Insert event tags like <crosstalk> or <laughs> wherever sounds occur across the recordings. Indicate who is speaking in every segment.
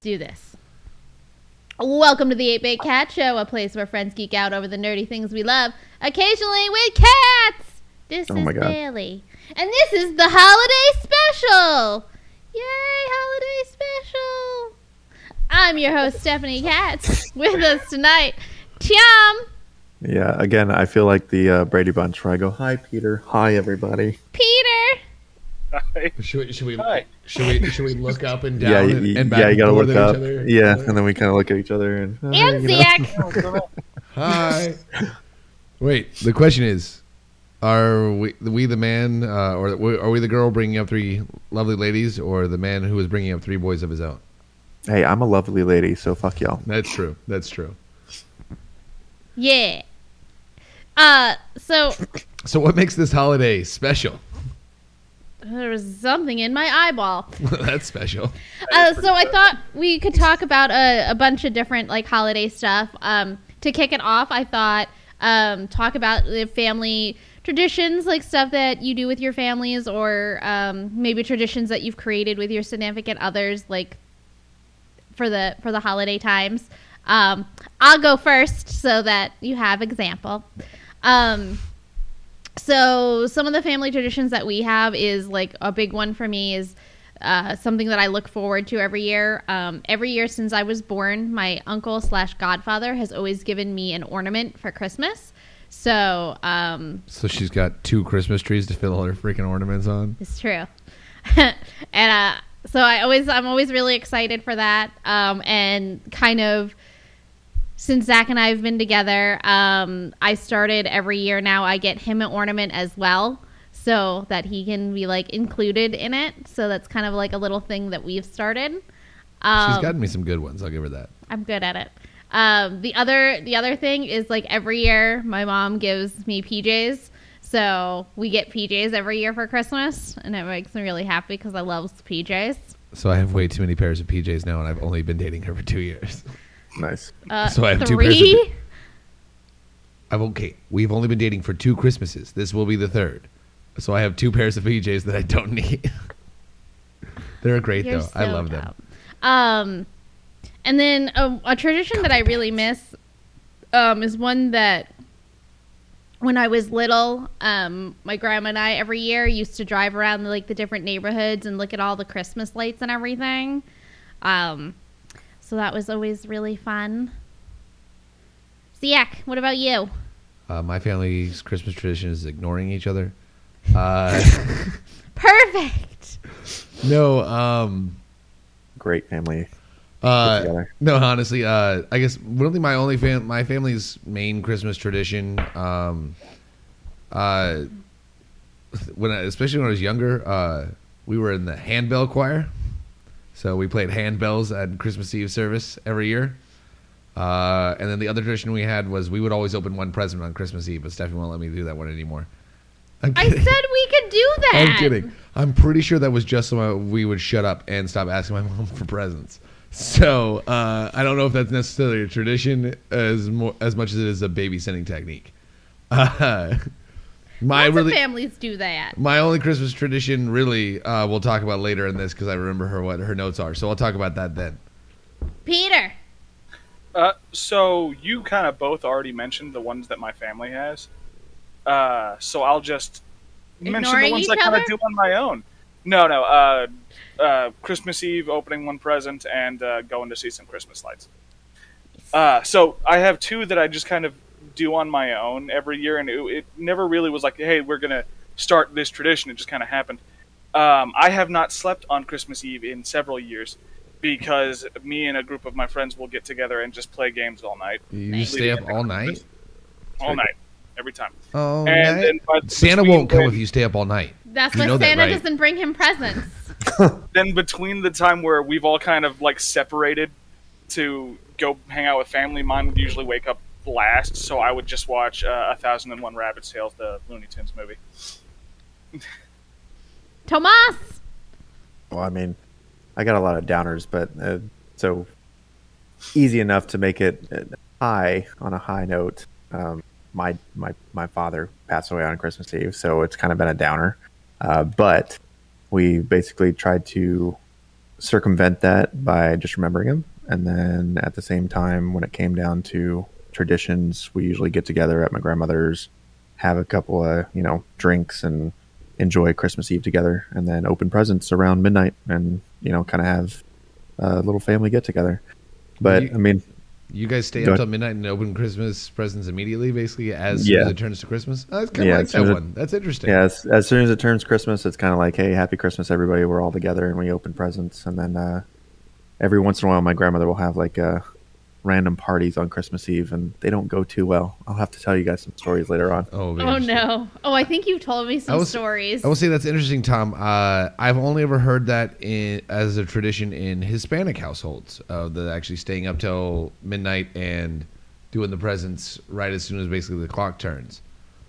Speaker 1: do this. Welcome to the 8 Bit Cat Show, a place where friends geek out over the nerdy things we love, occasionally with cats. This
Speaker 2: Oh
Speaker 1: is
Speaker 2: my God.
Speaker 1: Bailey. And this is the holiday special. Yay, holiday special. I'm your host, Stephanie Katz. With us tonight, Tiam,
Speaker 2: Yeah, again, I feel like the uh, Brady Bunch where I go, "Hi, Peter. Hi, everybody."
Speaker 1: Peter,
Speaker 3: Should we, should we
Speaker 4: Hi.
Speaker 3: should we should we look up and down
Speaker 2: <laughs> yeah,
Speaker 3: and,
Speaker 2: you,
Speaker 3: and back
Speaker 2: yeah, you
Speaker 3: and
Speaker 2: gotta
Speaker 3: forth
Speaker 2: look
Speaker 3: at
Speaker 2: up.
Speaker 3: each other?
Speaker 2: Yeah, and then we kind of look at each other and. "Hi,"
Speaker 1: and
Speaker 2: you know?
Speaker 1: Ziak.
Speaker 3: Hi. <laughs> Wait. The question is, are we we the man uh, or we- are we the girl bringing up three lovely ladies, or the man who is bringing up three boys of his own?
Speaker 2: Hey, I'm a lovely lady, so fuck y'all.
Speaker 3: That's true. That's true.
Speaker 1: Yeah. Uh, so
Speaker 3: So what makes this holiday special? <laughs>
Speaker 1: there was something in my eyeball.
Speaker 3: That's special.
Speaker 1: uh, so I thought we could talk about a, a bunch of different like holiday stuff. Um, to kick it off, I thought um, talk about the family traditions, like stuff that you do with your families, or um, maybe traditions that you've created with your significant others, like for the for the holiday times. Um, I'll go first so that you have example. Um, so some of the family traditions that we have is like a big one for me is uh, something that I look forward to every year. Um, every year since I was born, my uncle slash godfather has always given me an ornament for Christmas. So um,
Speaker 3: So she's got two Christmas trees to fill all her freaking ornaments on.
Speaker 1: <laughs> it's true. and uh, so I always, I'm always really excited for that. Um, and kind of since Zach and I have been together, um, I started every year now. I get him an ornament as well, so that he can be like included in it. So that's kind of like a little thing that we've started. Um,
Speaker 3: she's gotten me some good ones. I'll give her that.
Speaker 1: I'm good at it. Um, the other the other thing is like every year my mom gives me PJs, so we get PJs every year for Christmas, and it makes me really happy because I love PJs.
Speaker 3: So I have way too many pairs of PJs now, and I've only been dating her for two years. <laughs>
Speaker 2: Nice.
Speaker 1: Uh,
Speaker 3: So I have two pairs of
Speaker 1: three.
Speaker 3: I've okay. We've only been dating for two Christmases. This will be the third. So I have two pairs of PJs that I don't need. <laughs> They're great
Speaker 1: You're
Speaker 3: though. I
Speaker 1: so
Speaker 3: love them.
Speaker 1: dope. Um, and then uh, a, a tradition that I really miss um, is one that when I was little, um, my grandma and I every year used to drive around like the different neighborhoods and look at all the Christmas lights and everything. Um, so that was always really fun. Ziak, what about you?
Speaker 3: Uh, my family's Christmas tradition is ignoring each other. Uh, <laughs>
Speaker 1: Perfect.
Speaker 3: no, um,
Speaker 2: Great family. Get
Speaker 3: Uh,
Speaker 2: together.
Speaker 3: no, honestly, uh, I guess really my only fam- my family's main Christmas tradition. Um, uh, when I, especially when I was younger, uh, we were in the handbell choir, so we played handbells at Christmas Eve service every year. Uh, and then the other tradition we had was we would always open one present on Christmas Eve, but Stephanie won't let me do that one anymore. I'm <laughs>
Speaker 1: I said
Speaker 3: kidding.
Speaker 1: we could do that.
Speaker 3: I'm kidding. I'm pretty sure that was just so I- we would shut up and stop asking my <laughs> mom for presents. So uh, I don't know if that's necessarily a tradition as more, as much as it is a babysitting technique. <laughs> Uh, my
Speaker 1: Lots of
Speaker 3: really
Speaker 1: families do that.
Speaker 3: my only Christmas tradition really uh, we'll talk about later in this because I remember her what her notes are. So I'll talk about that then.
Speaker 1: Peter.
Speaker 4: Uh, so you kind of both already mentioned the ones that my family has. Uh, so I'll just mention the
Speaker 1: Ignoring
Speaker 4: ones I
Speaker 1: each
Speaker 4: kind
Speaker 1: other?
Speaker 4: of do on my own. No, no. Uh, uh, Christmas Eve, opening one present, and uh, going to see some Christmas lights. Uh, so I have two that I just kind of do on my own every year, and it, it never really was like, hey, we're gonna start this tradition. It just kind of happened. Um, I have not slept on Christmas Eve in several years because me and a group of my friends will get together and just play games all night,
Speaker 3: You stay up all night.
Speaker 4: all night, every time.
Speaker 3: All
Speaker 4: and
Speaker 3: night.
Speaker 4: then by the-
Speaker 3: Santa
Speaker 4: between
Speaker 3: won't come
Speaker 4: when-
Speaker 3: if you stay up all night.
Speaker 1: That's
Speaker 3: You
Speaker 1: why
Speaker 3: know that,
Speaker 1: Santa
Speaker 3: right?
Speaker 1: doesn't bring him presents.
Speaker 4: Then between the time where we've all kind of like separated to go hang out with family, mine would usually wake up last, so I would just watch uh, A Thousand and One Rabbits Tales, the Looney Tunes movie.
Speaker 1: Tomas.
Speaker 2: Well, I mean, I got a lot of downers, but uh, so easy enough to make it uh, high on a high note. Um, my my my father passed away on Christmas Eve, so it's kind of been a downer. Uh, but we basically tried to circumvent that by just remembering them. And then at the same time, when it came down to traditions, we usually get together at my grandmother's, have a couple of you know drinks, and enjoy Christmas Eve together, and then open presents around midnight, and you know kind of have a little family get together. But
Speaker 3: You-
Speaker 2: I mean,
Speaker 3: You guys stay
Speaker 2: Go
Speaker 3: up
Speaker 2: ahead.
Speaker 3: till midnight and open Christmas presents immediately, basically, as soon
Speaker 2: Yeah.
Speaker 3: as it turns to Christmas. I kind of
Speaker 2: Yeah,
Speaker 3: like
Speaker 2: as
Speaker 3: that
Speaker 2: soon as it-
Speaker 3: one. That's interesting.
Speaker 2: yeah, as, as soon as it turns Christmas, it's kind of like, hey, happy Christmas, everybody. We're all together, and we open presents, and then uh, every once in a while, my grandmother will have like uh, random parties on Christmas Eve, and they don't go too well. I'll have to tell you guys some stories later on.
Speaker 3: Oh, it'll be
Speaker 1: Oh
Speaker 3: interesting.
Speaker 1: no! Oh, I think you've told me some
Speaker 3: I will s-
Speaker 1: stories.
Speaker 3: I will say that's interesting, Tom. Uh, I've only ever heard that in, as a tradition in Hispanic households, uh, the actually staying up till midnight and doing the presents right as soon as basically the clock turns.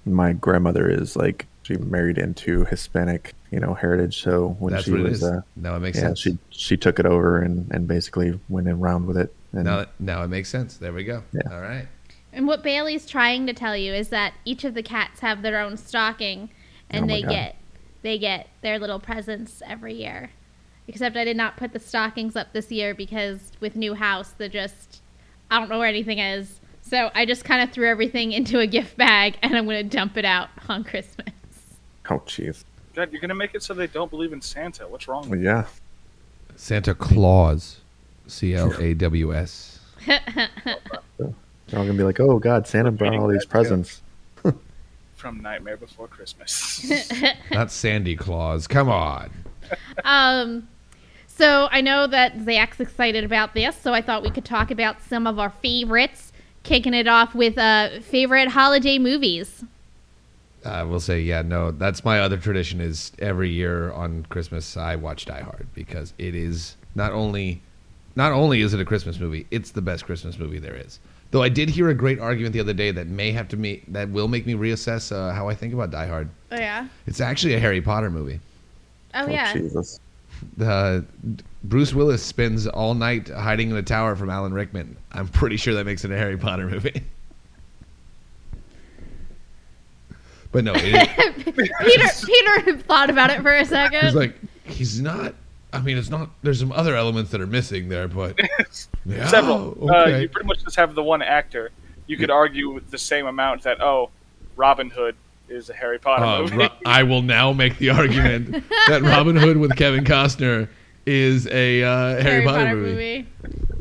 Speaker 2: my grandmother is like she married into Hispanic, you know, heritage. So when
Speaker 3: That's
Speaker 2: she
Speaker 3: what it
Speaker 2: was,
Speaker 3: is.
Speaker 2: uh,
Speaker 3: now it makes
Speaker 2: yeah,
Speaker 3: sense.
Speaker 2: she she took it over and and basically went around with it. And
Speaker 3: Now, now it makes sense. There we go.
Speaker 2: Yeah.
Speaker 3: All right.
Speaker 1: And what Bailey's trying to tell you is that each of the cats have their own stocking, and
Speaker 2: Oh my
Speaker 1: they
Speaker 2: God.
Speaker 1: get they get their little presents every year. Except I did not put the stockings up this year because with new house, the just I don't know where anything is. So I just kind of threw everything <laughs> into a gift bag, and I'm gonna dump it out on Christmas.
Speaker 2: oh, jeez,
Speaker 4: God, you're gonna make it so they don't believe in Santa. What's wrong
Speaker 2: Well,
Speaker 4: with
Speaker 2: yeah,
Speaker 3: Santa Claus, C L A W S.
Speaker 2: they're all gonna be like, oh God, Santa brought all these presents.
Speaker 4: from Nightmare Before Christmas? <laughs>
Speaker 3: Not Sandy Claus. Come on.
Speaker 1: Um, so I know that Zach's excited about this, so I thought we could talk about some of our favorites, kicking it off with uh, favorite holiday movies.
Speaker 3: I will say, yeah, no, that's my other tradition is every year on Christmas I watch Die Hard because it is not only not only is it a Christmas movie, it's the best Christmas movie there is. Though I did hear a great argument the other day that may have to me that will make me reassess uh, how I think about Die Hard.
Speaker 1: Oh yeah.
Speaker 3: It's actually a Harry Potter movie.
Speaker 1: Oh, yeah.
Speaker 2: Jesus.
Speaker 3: Uh, Bruce Willis spends all night hiding in a tower from Alan Rickman. I'm pretty sure that makes it a Harry Potter movie. <laughs> but no, it is, <laughs>
Speaker 1: Peter Peter thought about it for a second.
Speaker 3: He's like, he's not. I mean, it's not. There's some other elements that are missing there,
Speaker 4: <laughs>
Speaker 3: but Yeah,
Speaker 4: Several. Uh,
Speaker 3: Oh, okay.
Speaker 4: you pretty much just have the one actor. You could argue the same amount that oh, Robin Hood is a Harry Potter
Speaker 3: Uh,
Speaker 4: movie.
Speaker 3: Ro- I will now make the
Speaker 4: <laughs>
Speaker 3: argument that Robin Hood with Kevin Costner is a uh, Harry, Potter, movie.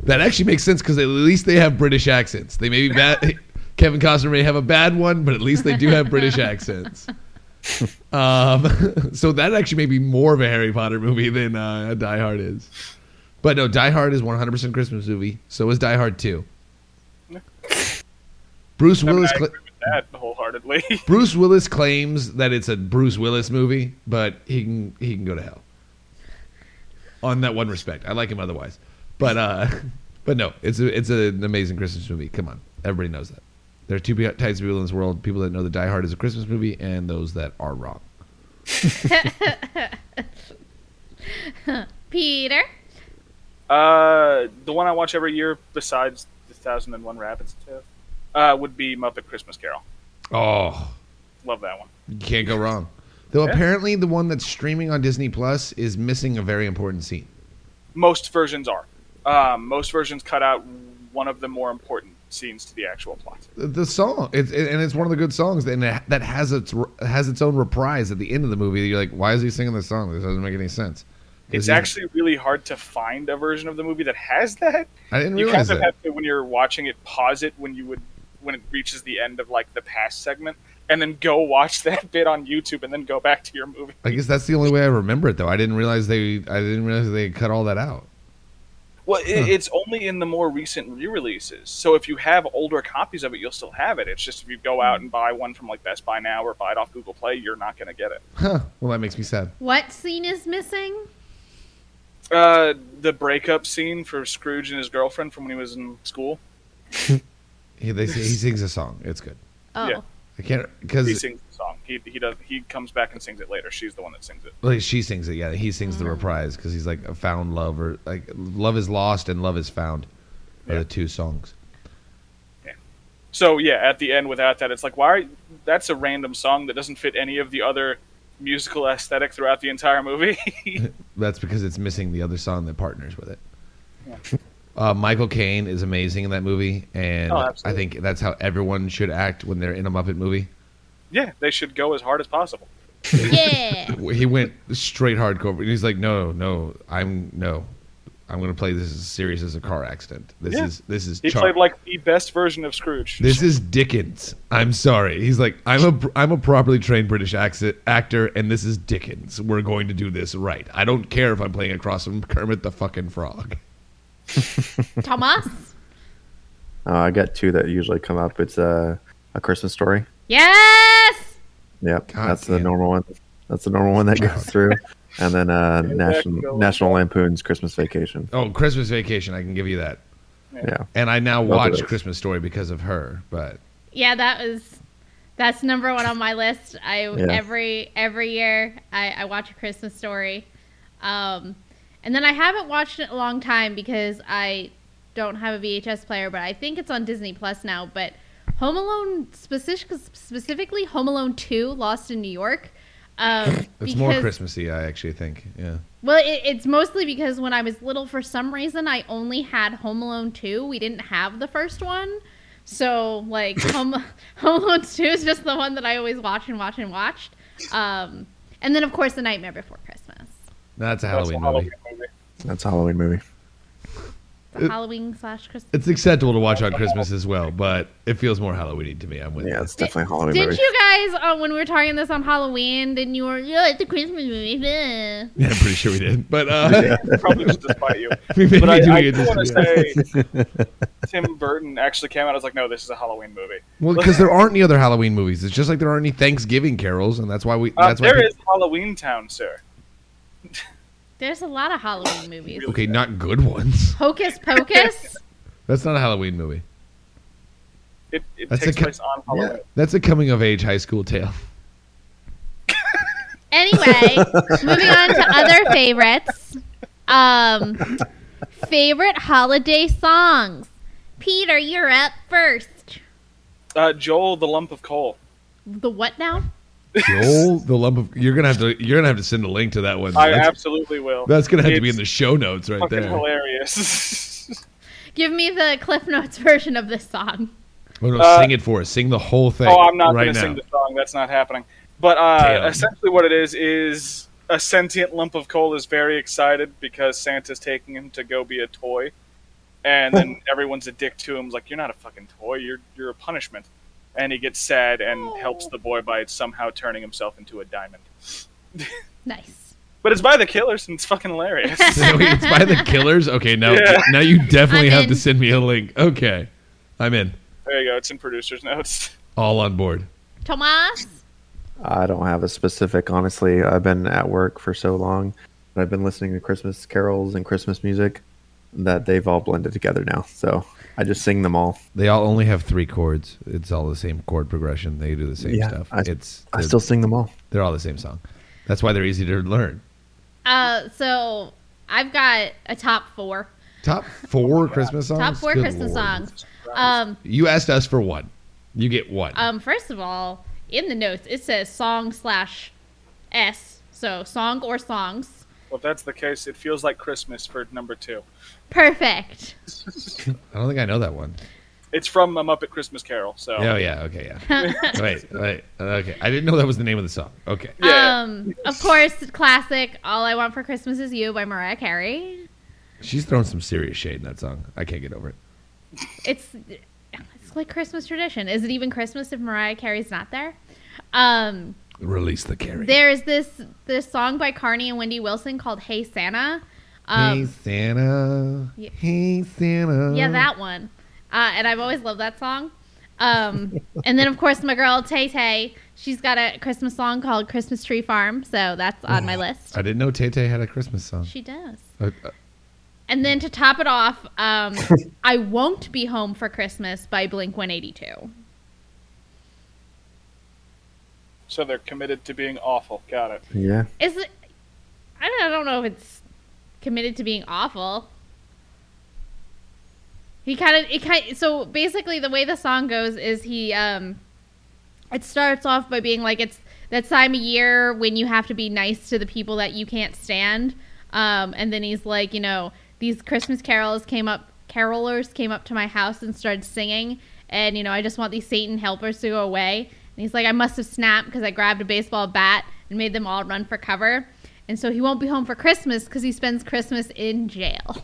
Speaker 3: That actually makes sense because at least they have British accents. They may be bad. Kevin Costner may have a bad one, but at least they do have British accents. Um, <laughs> so that actually may be more of a Harry Potter movie than uh, Die Hard is. But no, Die Hard is 100% Christmas movie. So is Die Hard 2. Bruce
Speaker 4: I, mean,
Speaker 3: Willis.
Speaker 4: I
Speaker 3: cla-
Speaker 4: agree with that wholeheartedly. <laughs>
Speaker 3: Bruce Willis claims that it's a Bruce Willis movie, but he can he can go to hell. On that one respect, I like him otherwise, but uh, <laughs> but no, it's a, it's an amazing Christmas movie. Come on, everybody knows that. There are two pe- types of people in this world: people that know that Die Hard is a Christmas movie, and those that are wrong.
Speaker 1: Peter.
Speaker 4: uh, the one I watch every year, besides the Thousand and One Rabbits, too, uh, would be Muppet Christmas Carol.
Speaker 3: Oh,
Speaker 4: Love that one.
Speaker 3: you can't go wrong. Though
Speaker 4: Yeah.
Speaker 3: apparently, the one that's streaming on Disney Plus is missing a very important scene.
Speaker 4: Most versions are. Um, most versions cut out one of the more important scenes to the actual plot.
Speaker 3: the song it's it, and it's one of the good songs and it, that has its has its own reprise at the end of the movie you're like why is he singing this song this doesn't make any sense Does
Speaker 4: It's
Speaker 3: he-
Speaker 4: actually really hard to find a version of the movie that has that.
Speaker 3: i didn't
Speaker 4: you
Speaker 3: realize
Speaker 4: kind of
Speaker 3: that
Speaker 4: have to when you're watching it pause it when you would when it reaches the end of like the past segment and then go watch <laughs> that bit on youtube and then go back to your movie
Speaker 3: i guess that's the only way i remember it though i didn't realize they i didn't realize they cut all that out
Speaker 4: well it, it's only in the more recent re-releases so if you have older copies of it you'll still have it it's just if you go out and buy one from like best buy now or buy it off google play you're not going to get it
Speaker 3: huh well that makes me sad
Speaker 1: What scene is missing?
Speaker 4: uh, the breakup scene for scrooge and his girlfriend from when he was in school
Speaker 3: he, they, he sings a song it's good
Speaker 1: Oh.
Speaker 4: Yeah.
Speaker 3: i can't
Speaker 4: he
Speaker 3: because
Speaker 4: sings the song he, he does he comes back and sings it later she's the one that sings it
Speaker 3: like she sings it yeah he sings the reprise because he's like found love or like love is lost and love is found are
Speaker 4: Yeah.
Speaker 3: the two songs
Speaker 4: So yeah, at the end without that, it's like why? Are, that's a random song that doesn't fit any of the other musical aesthetic throughout the entire movie. <laughs>
Speaker 3: that's because it's missing the other song that partners with it. Uh, Michael Caine is amazing in that movie, and
Speaker 4: Oh,
Speaker 3: I
Speaker 4: absolutely.
Speaker 3: think that's how everyone should act when they're in a Muppet movie.
Speaker 4: Yeah, they should go as hard as possible.
Speaker 3: <laughs>
Speaker 1: Yeah.
Speaker 3: He went straight hardcore. and He's like, no, no, I'm no, I'm gonna play this as serious as a car accident. This
Speaker 4: Yeah.
Speaker 3: is this is
Speaker 4: He
Speaker 3: Char-
Speaker 4: played like the best version of Scrooge.
Speaker 3: This is Dickens. I'm sorry. He's like, I'm a I'm a properly trained British acci- actor, and this is Dickens. We're going to do this right. I don't care if I'm playing across from Kermit the fucking Frog.
Speaker 1: Thomas.
Speaker 2: Uh, I got two that usually come up. It's uh, a Christmas story.
Speaker 1: Yes.
Speaker 2: Yep,
Speaker 3: God
Speaker 2: that's the
Speaker 3: damn.
Speaker 2: normal one. That's the normal one that goes through. And then uh, national
Speaker 4: going.
Speaker 2: National Lampoon's Christmas Vacation.
Speaker 3: Oh, Christmas Vacation. I can give you that.
Speaker 2: Yeah,
Speaker 3: And I now
Speaker 2: Love
Speaker 3: watch
Speaker 2: it.
Speaker 3: Christmas Story because of her. But
Speaker 1: Yeah, that was that's number one on my list. I every every year I, I watch a Christmas story. Um and then I haven't watched it in a long time because I don't have a VHS player, but I think it's on Disney Plus now. But Home Alone specific, specifically Home Alone Two, Lost in New York. Um, it's
Speaker 3: <laughs> it's more Christmassy. I actually think. Yeah.
Speaker 1: well, it, it's mostly because when I was little, for some reason, I only had Home Alone 2. We didn't have the first one. So,
Speaker 3: <laughs>
Speaker 1: like, Home, Home Alone 2 is just the one that I always watch and watch and watched. Um, and then, of course, The Nightmare Before Christmas.
Speaker 3: No, that's a
Speaker 4: That's a
Speaker 3: Halloween movie.
Speaker 4: Halloween movie.
Speaker 2: that's a Halloween movie.
Speaker 1: The
Speaker 3: It-
Speaker 1: Halloween slash Christmas.
Speaker 3: It's acceptable to watch on Christmas as well, but it feels more Halloweeny to me. I'm with.
Speaker 2: Yeah,
Speaker 3: you.
Speaker 2: it's definitely a Halloween
Speaker 1: Didn't
Speaker 2: movie.
Speaker 1: you guys, uh, when we were talking this on Halloween, didn't you were, yeah, it's a Christmas movie. bleh."
Speaker 3: Yeah, <laughs> I'm pretty sure we did. But uh, <laughs>
Speaker 4: Probably just despite <laughs> you.
Speaker 3: we may
Speaker 4: But
Speaker 3: be
Speaker 4: I,
Speaker 3: doing
Speaker 4: I
Speaker 3: it
Speaker 4: do
Speaker 3: this
Speaker 4: want
Speaker 3: year.
Speaker 4: to say <laughs> Tim Burton actually came out. I was like, no, this is a Halloween movie.
Speaker 3: Well, because there aren't any other Halloween movies. It's just like there aren't any Thanksgiving carols, and that's why we.
Speaker 4: Uh,
Speaker 3: That's why
Speaker 4: there
Speaker 3: pe-
Speaker 4: is Halloween Town, sir.
Speaker 1: There's a lot of Halloween movies.
Speaker 3: Okay, not good ones. <laughs>
Speaker 1: Hocus Pocus.
Speaker 3: That's not a Halloween movie.
Speaker 4: It, it
Speaker 3: That's a
Speaker 4: takes
Speaker 3: ca-
Speaker 4: place on Halloween.
Speaker 3: That's a coming of age high school tale.
Speaker 1: Anyway, moving on to other favorites. Um, favorite holiday songs. Peter, you're up first.
Speaker 4: Uh, Joel, the lump of coal.
Speaker 1: The what now?
Speaker 3: Joel, the lump of you're gonna have to you're gonna have to send a link to that one.
Speaker 4: I
Speaker 3: that's,
Speaker 4: absolutely will.
Speaker 3: that's gonna have to be in
Speaker 4: It's
Speaker 3: the show notes right
Speaker 4: fucking
Speaker 3: there.
Speaker 4: hilarious. <laughs>
Speaker 1: Give me the Cliff Notes <laughs> version of this song.
Speaker 3: Oh, no,
Speaker 4: Uh,
Speaker 3: sing it for us. Sing the whole thing.
Speaker 4: oh, I'm not
Speaker 3: right
Speaker 4: going to
Speaker 3: now.
Speaker 4: sing the song. That's not happening. But uh,
Speaker 3: Damn.
Speaker 4: essentially, what it is is a sentient lump of coal is very excited because Santa's taking him to go be a toy, and
Speaker 3: <laughs>
Speaker 4: then everyone's a dick to him, like you're not a fucking toy, you're you're a punishment. And he gets sad and helps the boy by somehow turning himself into a diamond.
Speaker 1: Nice.
Speaker 4: But it's by the Killers, and it's
Speaker 3: <laughs>
Speaker 4: fucking hilarious.
Speaker 3: So it's by
Speaker 4: <laughs>
Speaker 3: the Killers. Okay, now
Speaker 4: Yeah.
Speaker 3: now you definitely
Speaker 1: I'm
Speaker 3: have
Speaker 1: in.
Speaker 3: to send me a link. Okay, I'm in.
Speaker 4: there you go. It's in producers' notes.
Speaker 3: All on board.
Speaker 1: Tomas?
Speaker 2: <laughs> I don't have a specific. Honestly, I've been at work for so long, and I've been listening to Christmas carols and Christmas music that they've all blended together now. So I just sing them all.
Speaker 3: They all only have three chords. It's all the same chord progression. They do the same
Speaker 2: Yeah,
Speaker 3: stuff.
Speaker 2: I-
Speaker 3: it's
Speaker 2: I
Speaker 3: they're,
Speaker 2: still sing them all.
Speaker 3: they're all the same song. That's why they're easy to learn.
Speaker 1: Uh, so I've got a top four.
Speaker 3: Top four Christmas songs.
Speaker 1: Top four
Speaker 3: Oh, Good
Speaker 1: Christmas
Speaker 3: lord.
Speaker 1: songs. Um,
Speaker 3: You asked us for one. You get one.
Speaker 1: um, first of all, in the notes, it says song slash S. So song or songs.
Speaker 4: Well, if that's the case, it feels like Christmas for number two.
Speaker 1: Perfect.
Speaker 3: I don't think I know that one.
Speaker 4: It's from a Muppet Christmas Carol, so
Speaker 3: Oh yeah. Okay.
Speaker 1: <laughs>
Speaker 3: Yeah. wait. Wait. Okay. I didn't know that was the name of the song. Okay.
Speaker 4: Yeah.
Speaker 1: Um, of course, classic "All I Want for Christmas Is You" by Mariah Carey.
Speaker 3: She's thrown some serious shade in that song. I can't get over it.
Speaker 1: It's it's like Christmas tradition. Is it even Christmas if Mariah Carey's not there? Um,
Speaker 3: Release the carry.
Speaker 1: there is this this song by Carney and Wendy Wilson called "Hey Santa." Um,
Speaker 3: hey Santa.
Speaker 1: Yeah.
Speaker 3: Hey Santa.
Speaker 1: Yeah, that one. Uh, and I've always loved that song. Um, and then, of course, my girl Tay Tay. She's got a Christmas song called "Christmas Tree Farm," so that's on my list.
Speaker 3: I didn't know Tay Tay had a Christmas song.
Speaker 1: She does.
Speaker 3: Uh, uh,
Speaker 1: And then to top it off, um, I Won't Be Home for Christmas by Blink 182.
Speaker 4: so they're committed to being awful. Got it.
Speaker 2: Yeah,
Speaker 1: Is it, I don't, I don't know if it's committed to being awful. He kind of it kind so basically the way the song goes is he um it starts off by being like it's that time of year when you have to be nice to the people that you can't stand. Um, and then he's like, you know, these Christmas carols came up, carolers came up to my house and started singing. And, you know, I just want these Satan helpers to go away. And he's like, I must have snapped because I grabbed a baseball bat and made them all run for cover. And so he won't be home for Christmas because he spends Christmas in jail.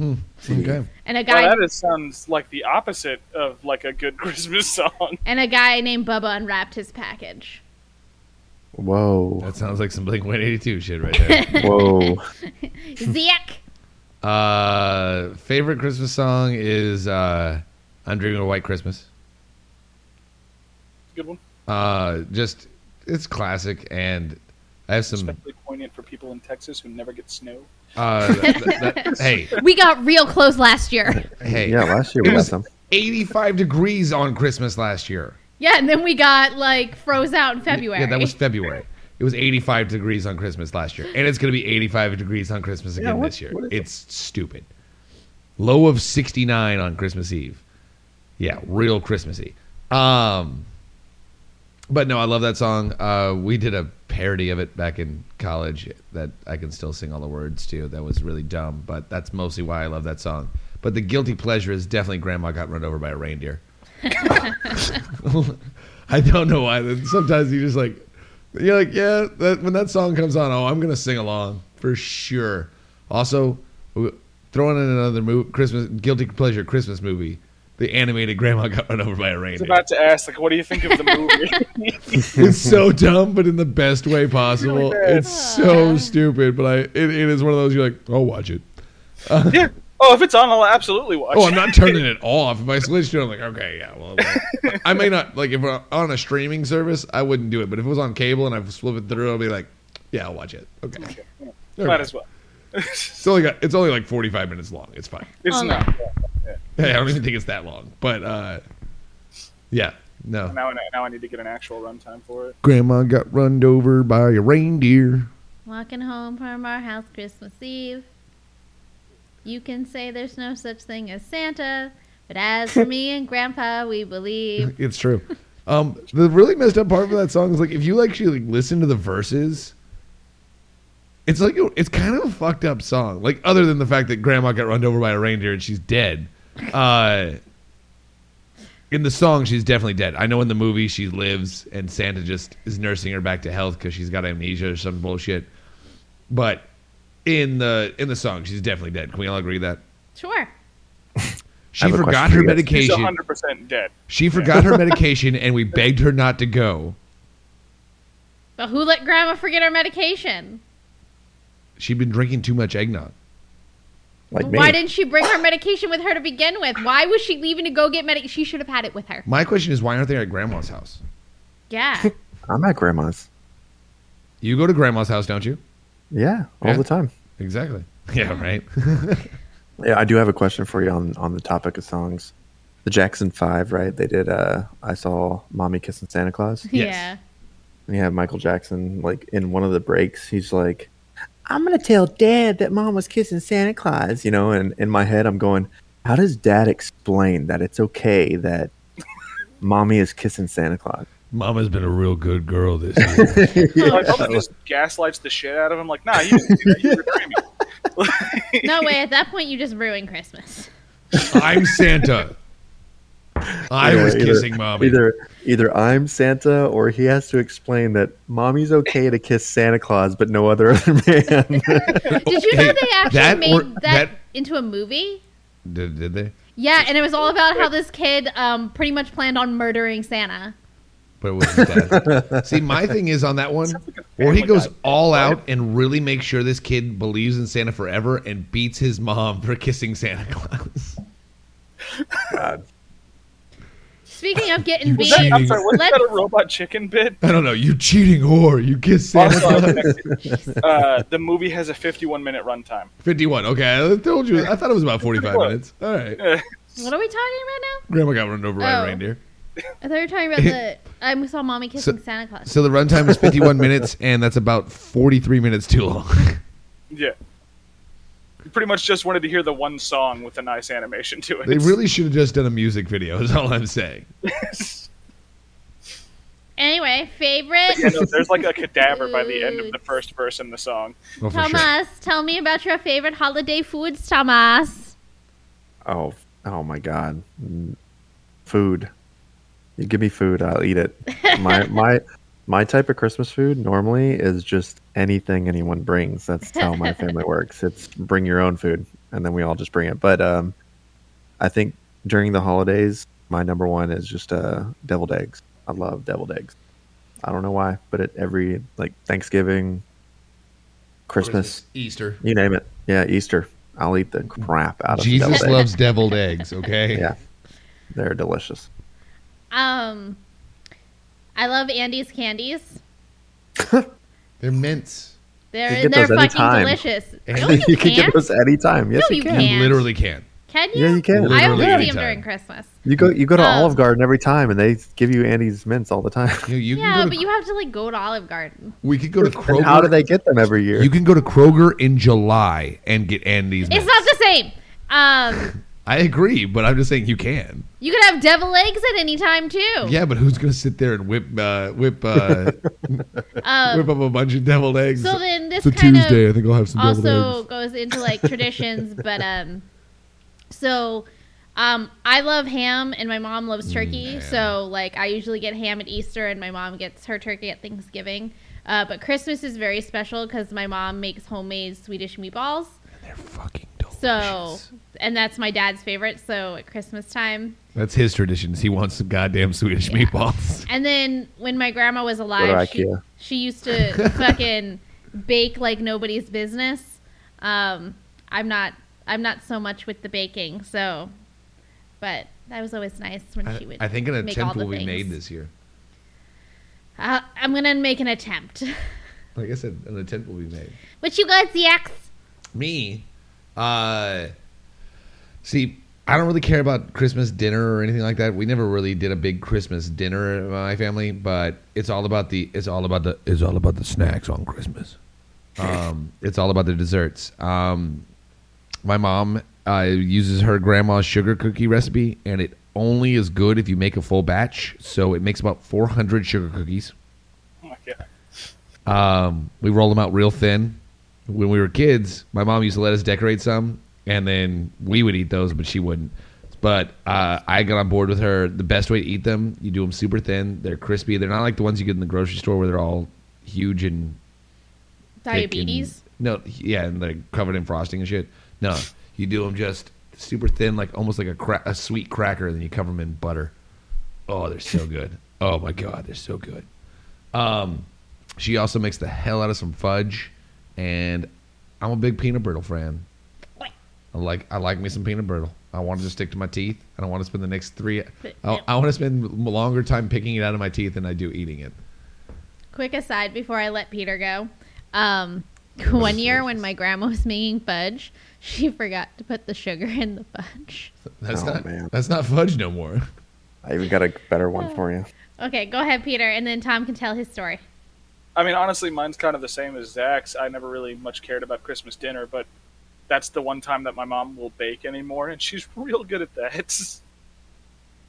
Speaker 3: Okay.
Speaker 1: And a guy
Speaker 4: Well, Oh, that is, sounds like the opposite of like a good <laughs> Christmas song.
Speaker 1: and a guy named Bubba unwrapped his package.
Speaker 3: <laughs>
Speaker 2: Whoa.
Speaker 3: That sounds like some Blink 182 shit right there.
Speaker 1: <laughs>
Speaker 2: Whoa.
Speaker 1: Zick.
Speaker 3: Uh, favorite Christmas song is uh, "I'm Dreaming of a White Christmas."
Speaker 4: Good one.
Speaker 3: Uh, just it's classic, and I have some.
Speaker 4: Especially poignant for people in Texas who never get snow.
Speaker 1: <laughs>
Speaker 3: Uh, that, that, hey,
Speaker 1: We got real close last
Speaker 4: <laughs>
Speaker 1: year.
Speaker 3: hey,
Speaker 2: Yeah, last year we
Speaker 3: It
Speaker 2: got
Speaker 3: was
Speaker 2: some.
Speaker 3: 85 degrees on Christmas last year.
Speaker 1: Yeah, and then we got like froze out in February.
Speaker 3: Yeah, that was February. It was 85 degrees on Christmas last year, and it's going to be 85 degrees on Christmas again
Speaker 2: what-
Speaker 3: this year.
Speaker 2: what is
Speaker 3: It's stupid. Low of 69 on Christmas Eve. Yeah, real Christmassy. Um, but no, I love that song. Uh, we did a parody of it back in college that I can still sing all the words to. That was really dumb, but that's mostly why I love that song. But the guilty pleasure is definitely Grandma got run over by a reindeer. I don't know why. Sometimes you just like, you're like, yeah. That, when that song comes on, oh, I'm gonna sing along for sure. Also, w- throwing in another movie, Christmas guilty pleasure Christmas movie, the animated Grandma got run over by a
Speaker 4: I was
Speaker 3: reindeer.
Speaker 4: about to ask, like, what do you think of the movie?
Speaker 3: <laughs> it's so dumb, but in the best way possible.
Speaker 4: bad.
Speaker 3: it's so stupid, but I it, it is one of those you're like, I'll watch it.
Speaker 4: yeah. Oh, if it's on, I'll absolutely watch.
Speaker 3: Oh, I'm
Speaker 4: it.
Speaker 3: not turning it off. If I switch to it, I'm like, okay, yeah. Well, well. I may not like if we're on a streaming service, I wouldn't do it. But if it was on cable and I flip it through, I'll be like, yeah, I'll watch it. Okay,
Speaker 4: Might as well.
Speaker 3: it's only got, it's only like 45 minutes long. It's fine. <laughs>
Speaker 4: It's
Speaker 1: Oh, no.
Speaker 4: not. Yeah.
Speaker 3: I don't even think it's that long. But uh, yeah, no.
Speaker 4: Now, I- now I need to get an actual runtime for it.
Speaker 3: Grandma got run over by a reindeer.
Speaker 1: Walking home from our house Christmas Eve. You can say there's no such thing as Santa, but as for
Speaker 3: <laughs>
Speaker 1: me and Grandpa, we believe.
Speaker 3: It's true. Um, the really messed up part of that song is like if you actually like listen to the verses, it's like it's kind of a fucked up song. Like other than the fact that Grandma got run over by a reindeer and she's dead. Uh, in the song, she's definitely dead. I know in the movie she lives and Santa just is nursing her back to health because she's got amnesia or some bullshit. But in the in the song, she's definitely dead. Can we all agree that
Speaker 1: Sure.
Speaker 3: she
Speaker 2: have a
Speaker 3: forgot
Speaker 2: question
Speaker 3: her
Speaker 2: for you guys.
Speaker 4: He's
Speaker 3: medication?
Speaker 4: 100 percent
Speaker 1: <laughs>
Speaker 4: dead.
Speaker 3: She forgot <laughs> her medication, and we begged her not to go.
Speaker 1: But who let Grandma forget her medication?
Speaker 3: She'd been drinking too much eggnog.
Speaker 2: Like me.
Speaker 1: Why didn't she bring her medication with her to begin with? Why was she leaving to go get medic? She should have had it with her.
Speaker 3: My question is, why aren't they at grandma's house?
Speaker 1: <laughs> Yeah.
Speaker 2: I'm at grandma's.
Speaker 3: You go to grandma's house, don't you?
Speaker 2: Yeah, all
Speaker 3: Yeah.
Speaker 2: the time.
Speaker 3: Exactly. <laughs> Yeah, right.
Speaker 2: Yeah, I do have a question for you on on the topic of songs. The Jackson Five, right? They did. Uh, I saw "Mommy Kissing Santa Claus."
Speaker 1: Yeah.
Speaker 2: And you have Michael Jackson, like in one of the breaks, he's like, "I'm gonna tell Dad that Mom was kissing Santa Claus," you know. And in my head, I'm going, "How does Dad explain that it's okay that <laughs> Mommy is kissing Santa Claus?"
Speaker 3: Mama's been a real good girl this year.
Speaker 1: Oh,
Speaker 4: Like, hope he just gaslights the shit out of him. Like, nah, you didn't do that.
Speaker 1: <laughs>
Speaker 4: You betrayed me.
Speaker 1: No way. At that point, you just ruined
Speaker 3: <laughs>
Speaker 1: Christmas.
Speaker 3: <laughs> I'm <laughs> Santa. I
Speaker 2: Yeah,
Speaker 3: was
Speaker 2: either-
Speaker 3: kissing mommy.
Speaker 2: Either either I'm Santa, or he has to explain that Mommy's okay to kiss Santa Claus, but no other <laughs> other man.
Speaker 1: Did you know
Speaker 3: Hey,
Speaker 1: they actually
Speaker 3: that
Speaker 1: made
Speaker 3: or-
Speaker 1: that,
Speaker 3: that-
Speaker 1: into a movie?
Speaker 3: Did, did they?
Speaker 1: Yeah, and it was all about how this kid um, pretty much planned on murdering Santa.
Speaker 3: But it was his <laughs> dad. See, my thing is on that one, where he goes all out and really makes sure this kid believes in Santa forever and beats his mom for kissing Santa Claus.
Speaker 1: Speaking of getting beat,
Speaker 3: cheating.
Speaker 4: I'm sorry, was
Speaker 1: Let's-
Speaker 4: that a robot chicken bit?
Speaker 3: <laughs> I don't know. You cheating whore. You kiss Santa
Speaker 4: Also,
Speaker 3: <laughs> Claus.
Speaker 4: uh, the movie has a 51 minute runtime. <laughs>
Speaker 3: 51. Okay, I told you. I thought it was about 45
Speaker 4: Look.
Speaker 3: minutes. All right.
Speaker 1: what are we talking about
Speaker 3: Grandma got run over by a
Speaker 1: Oh.
Speaker 3: reindeer.
Speaker 1: now? I thought you were talking about the I saw mommy kissing
Speaker 3: So-
Speaker 1: Santa Claus.
Speaker 3: So the runtime
Speaker 2: <laughs>
Speaker 3: is 51 minutes, and that's about 43 minutes too long.
Speaker 4: Yeah. Pretty much just wanted to hear the one song with a nice animation to it.
Speaker 3: they really should have just done a music video, is all I'm saying.
Speaker 1: Anyway, favorite.
Speaker 4: <laughs> You know, there's like a cadaver by the end of the first verse in the song.
Speaker 3: Well, for sure.
Speaker 1: <laughs> Thomas, tell me about your favorite holiday foods, Thomas.
Speaker 2: Oh, oh my God, Mm, food! You give me food, I'll eat it. My my my type of Christmas food normally is just anything anyone brings. That's how my family works. It's bring your own food, and then we all just bring it. But um, I think during the holidays, my number one is just uh deviled eggs. I love deviled eggs. I don't know why, but at every like Thanksgiving, Christmas,
Speaker 3: Easter.
Speaker 2: you name it. Yeah, Easter. I'll eat the crap out of
Speaker 3: Jesus
Speaker 2: deviled
Speaker 3: loves deviled eggs. Okay.
Speaker 2: eggs. Yeah, they're delicious.
Speaker 1: Um, I love Andy's candies.
Speaker 3: They're mints.
Speaker 2: You
Speaker 1: They're
Speaker 2: get
Speaker 1: they're
Speaker 2: those
Speaker 1: fucking
Speaker 2: anytime.
Speaker 1: delicious.
Speaker 2: <laughs>
Speaker 3: And
Speaker 1: No, you,
Speaker 2: you can
Speaker 1: can't.
Speaker 2: get those anytime. Yes,
Speaker 1: No, you
Speaker 2: you can.
Speaker 1: can't.
Speaker 3: You literally can.
Speaker 1: Can you?
Speaker 2: Yeah, you can.
Speaker 1: I
Speaker 3: Literally
Speaker 1: only see them
Speaker 3: anytime.
Speaker 1: during Christmas.
Speaker 2: You go. You go to
Speaker 1: Um,
Speaker 2: Olive Garden every time, and they give you Andy's mints all the time. <laughs>
Speaker 3: You, you can
Speaker 1: Yeah,
Speaker 3: go to-
Speaker 1: but you have to like go to Olive Garden.
Speaker 3: we could go to Kroger.
Speaker 2: And how do they get them every year?
Speaker 3: You can go to Kroger in July and get Andy's.
Speaker 1: It's
Speaker 3: mints.
Speaker 1: not the same. Um,
Speaker 3: I agree, but I'm just saying you can.
Speaker 1: you could have devil eggs at any time too.
Speaker 3: Yeah, but who's gonna sit there and whip uh,
Speaker 1: <laughs>
Speaker 3: whip uh,
Speaker 1: Um,
Speaker 3: whip up a bunch of deviled eggs?
Speaker 1: so then this
Speaker 3: it's a
Speaker 1: kind of
Speaker 3: Tuesday. I think I'll have some deviled
Speaker 1: also
Speaker 3: eggs.
Speaker 1: goes into like traditions
Speaker 3: <laughs>
Speaker 1: but um so um i love ham and my mom loves
Speaker 3: Mm,
Speaker 1: turkey so like i usually get ham at easter and my mom gets her turkey at thanksgiving uh, but christmas is very special because my mom makes homemade swedish meatballs
Speaker 3: They're fucking
Speaker 1: so
Speaker 3: delicious.
Speaker 1: and that's my dad's favorite so at christmas time
Speaker 3: that's his traditions. He wants some goddamn
Speaker 1: <laughs>
Speaker 3: Swedish meatballs.
Speaker 1: and then when my grandma was
Speaker 2: Go
Speaker 1: alive
Speaker 2: to
Speaker 1: she,
Speaker 2: Ikea.
Speaker 1: she used
Speaker 3: <laughs>
Speaker 1: to fucking bake like nobody's business um i'm not i'm not so much with the baking so but that was always nice when she
Speaker 3: I,
Speaker 1: would
Speaker 3: I think an
Speaker 1: make all
Speaker 3: attempt
Speaker 1: the
Speaker 3: will be
Speaker 1: things.
Speaker 3: made this year.
Speaker 1: I, i'm gonna make an attempt <laughs>
Speaker 3: Like I said, an attempt will be made.
Speaker 1: what you got yaks
Speaker 3: me uh see i don't really care about christmas dinner or anything like that we never really did a big christmas dinner in my family but it's all about the it's all about the it's all about the snacks on christmas um it's all about the desserts um my mom uh, uses her grandma's sugar cookie recipe and it only is good if you make a full batch so it makes about 400 sugar cookies
Speaker 4: Oh my God.
Speaker 3: um, we roll them out real thin. When we were kids, my mom used to let us decorate some, and then we would eat those, but she wouldn't. But uh, I got on board with her. The best way to eat them, you do them super thin. They're crispy. They're not like the ones you get in the grocery store where they're all huge and thick and-
Speaker 1: diabetes
Speaker 3: no, yeah, and they're covered in frosting and shit. No, you do them just super thin, like almost like a cra- a sweet cracker, and then you cover them in butter. Oh, they're so good. Oh my god, they're so good. Um, she also makes the hell out of some fudge, and I'm a big peanut brittle fan. I like I like me some peanut brittle. I want to just stick to my teeth. I don't want to spend the next three. I, I want to spend longer time picking it out of my teeth than I do eating it.
Speaker 1: quick aside before I let Peter go. Um, <laughs> one year when my grandma was making fudge, she forgot to put the sugar in the fudge.
Speaker 3: That's
Speaker 2: Oh,
Speaker 3: not
Speaker 2: man.
Speaker 3: that's not fudge no more. <laughs>
Speaker 2: I even got a better one for you.
Speaker 1: Okay, go ahead, Peter, and then Tom can tell his story.
Speaker 4: I mean, honestly, mine's kind of the same as Zach's. I never really much cared about Christmas dinner, but that's the one time that my mom will bake anymore, and she's <laughs> real good at that. <laughs>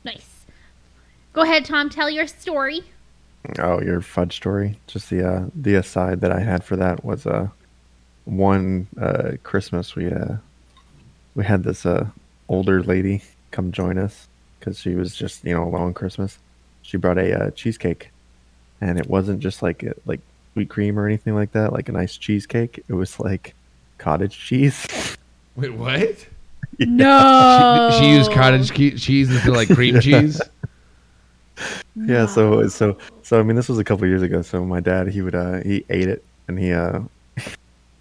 Speaker 1: Nice. Go ahead, Tom, tell your
Speaker 3: <laughs>
Speaker 1: story.
Speaker 2: Oh, your fudge story. Just the uh, the aside that I had for that was uh, one uh, Christmas we uh, we had this uh, older lady come join us because she was just you know alone Christmas. She brought a uh, cheesecake, and it wasn't just like a, like sweet cream or anything like that, like a nice cheesecake. It was like cottage cheese. <laughs>
Speaker 3: Wait, what?
Speaker 1: No.
Speaker 3: She, she used cottage che- cheese instead of like <laughs> cream cheese.
Speaker 2: Yeah, so so so I mean this was a couple years ago. So my dad he would uh he ate it and he uh <laughs>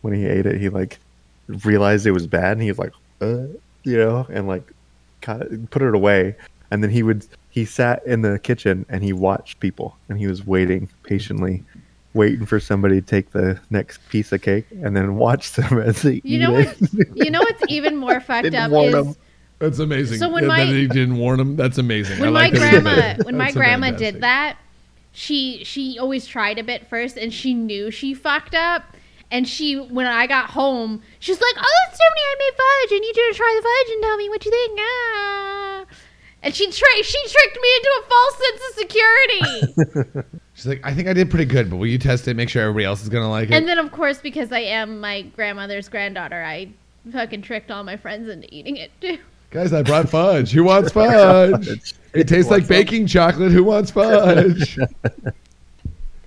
Speaker 2: when he ate it he like realized it was bad and he was like uh, you know and like kind of put it away and then he would he sat in the kitchen and he watched people and he was waiting patiently waiting for somebody to take the next piece of cake and then watch <laughs> them as they
Speaker 1: You
Speaker 2: eat
Speaker 1: know
Speaker 2: it.
Speaker 1: You know what's even
Speaker 3: <laughs>
Speaker 1: more fucked
Speaker 2: Didn't
Speaker 1: up
Speaker 2: warn
Speaker 1: is
Speaker 2: him.
Speaker 3: That's amazing.
Speaker 1: So when
Speaker 3: that,
Speaker 1: my-
Speaker 3: that he didn't warn him. That's amazing. I
Speaker 1: when my
Speaker 3: like that he did
Speaker 1: grandma
Speaker 3: <laughs> that.
Speaker 1: when my
Speaker 3: That's
Speaker 1: grandma
Speaker 3: fantastic.
Speaker 1: did that she she always tried a bit first and she knew she fucked up and she when i got home she was like oh it's too many i made fudge i need you to try the fudge and tell me what you think ah. and she tra- she tricked me into a false sense of
Speaker 3: <laughs>
Speaker 1: security.
Speaker 3: She's like, I think I did pretty good, but will you test it? Make sure everybody else is gonna like it.
Speaker 1: and then, of course, because I am my grandmother's granddaughter, I fucking tricked all my friends into eating it too.
Speaker 3: Guys, I brought fudge. Who wants fudge? It tastes like baking chocolate. Who wants fudge?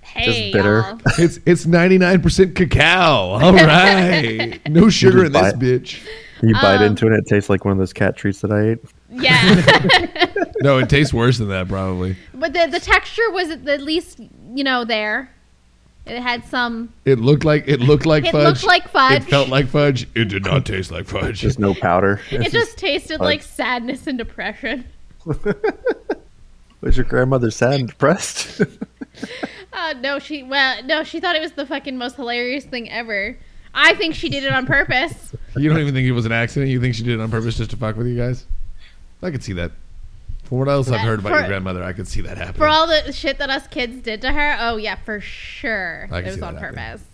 Speaker 1: Hey,
Speaker 2: bitter.
Speaker 1: y'all.
Speaker 3: It's it's ninety nine percent cacao.
Speaker 1: <laughs>
Speaker 3: All right, no sugar in this
Speaker 2: Bite.
Speaker 3: bitch.
Speaker 2: You bite
Speaker 1: Um,
Speaker 2: into it, and it tastes like one of those cat treats that I ate.
Speaker 1: Yeah, <laughs>
Speaker 3: No, it tastes worse than that probably.
Speaker 1: but the the texture was at the least you know there. It had some.
Speaker 3: It looked like it looked like
Speaker 1: It
Speaker 3: fudge.
Speaker 1: looked like fudge.
Speaker 3: It felt like fudge. It did not taste like fudge.
Speaker 2: Just no powder.
Speaker 1: <laughs> It just tasted
Speaker 2: fun.
Speaker 1: like sadness and depression. <laughs>
Speaker 2: Was your grandmother sad <laughs> and depressed?
Speaker 1: Uh, no, she well, no, she thought it was the fucking most hilarious thing ever. I think she did it on purpose.
Speaker 3: You don't even think it was an accident. You think she did it on purpose just to fuck with you guys? I could see that. From what else I've
Speaker 1: Yeah,
Speaker 3: heard about
Speaker 1: for-
Speaker 3: your grandmother, I could see that happening.
Speaker 1: For all the shit that us kids did to her, oh yeah, for sure,
Speaker 3: I
Speaker 1: it
Speaker 3: can
Speaker 1: was
Speaker 3: see
Speaker 1: on
Speaker 3: that happening.
Speaker 1: purpose.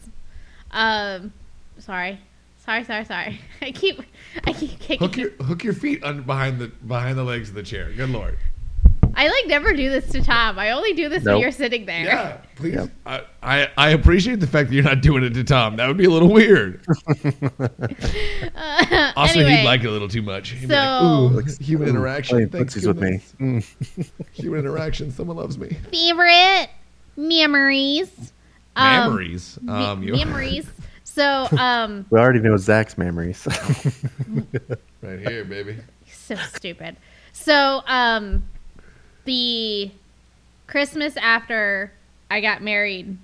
Speaker 1: Um, sorry, sorry, sorry, sorry. <laughs> I keep, I keep kicking.
Speaker 3: hook your hook your feet un- behind the behind the legs of the chair. Good lord.
Speaker 1: I like never do this to Tom. I only do this when
Speaker 2: Nope.
Speaker 1: you're sitting there.
Speaker 3: Yeah, please.
Speaker 2: Yep.
Speaker 3: I, I I appreciate the fact that you're not doing it to Tom. That would be a
Speaker 1: <laughs>
Speaker 3: little weird. also,
Speaker 1: anyway.
Speaker 3: he'd like it a little too much. He'd be like,
Speaker 1: So-
Speaker 3: Ooh, human interaction.
Speaker 2: Playing
Speaker 3: Thanks
Speaker 2: footsies with me.
Speaker 3: goodness.
Speaker 2: Mm.
Speaker 3: Human interaction. Someone loves me.
Speaker 1: Favorite memories. Um,
Speaker 3: Memories.
Speaker 1: me-
Speaker 3: Um, you-
Speaker 1: memories. So, um,
Speaker 2: <laughs>
Speaker 1: <laughs>
Speaker 2: We already know Zach's memories. <laughs>
Speaker 3: right here, baby.
Speaker 1: so stupid. So, um, the Christmas after I got married,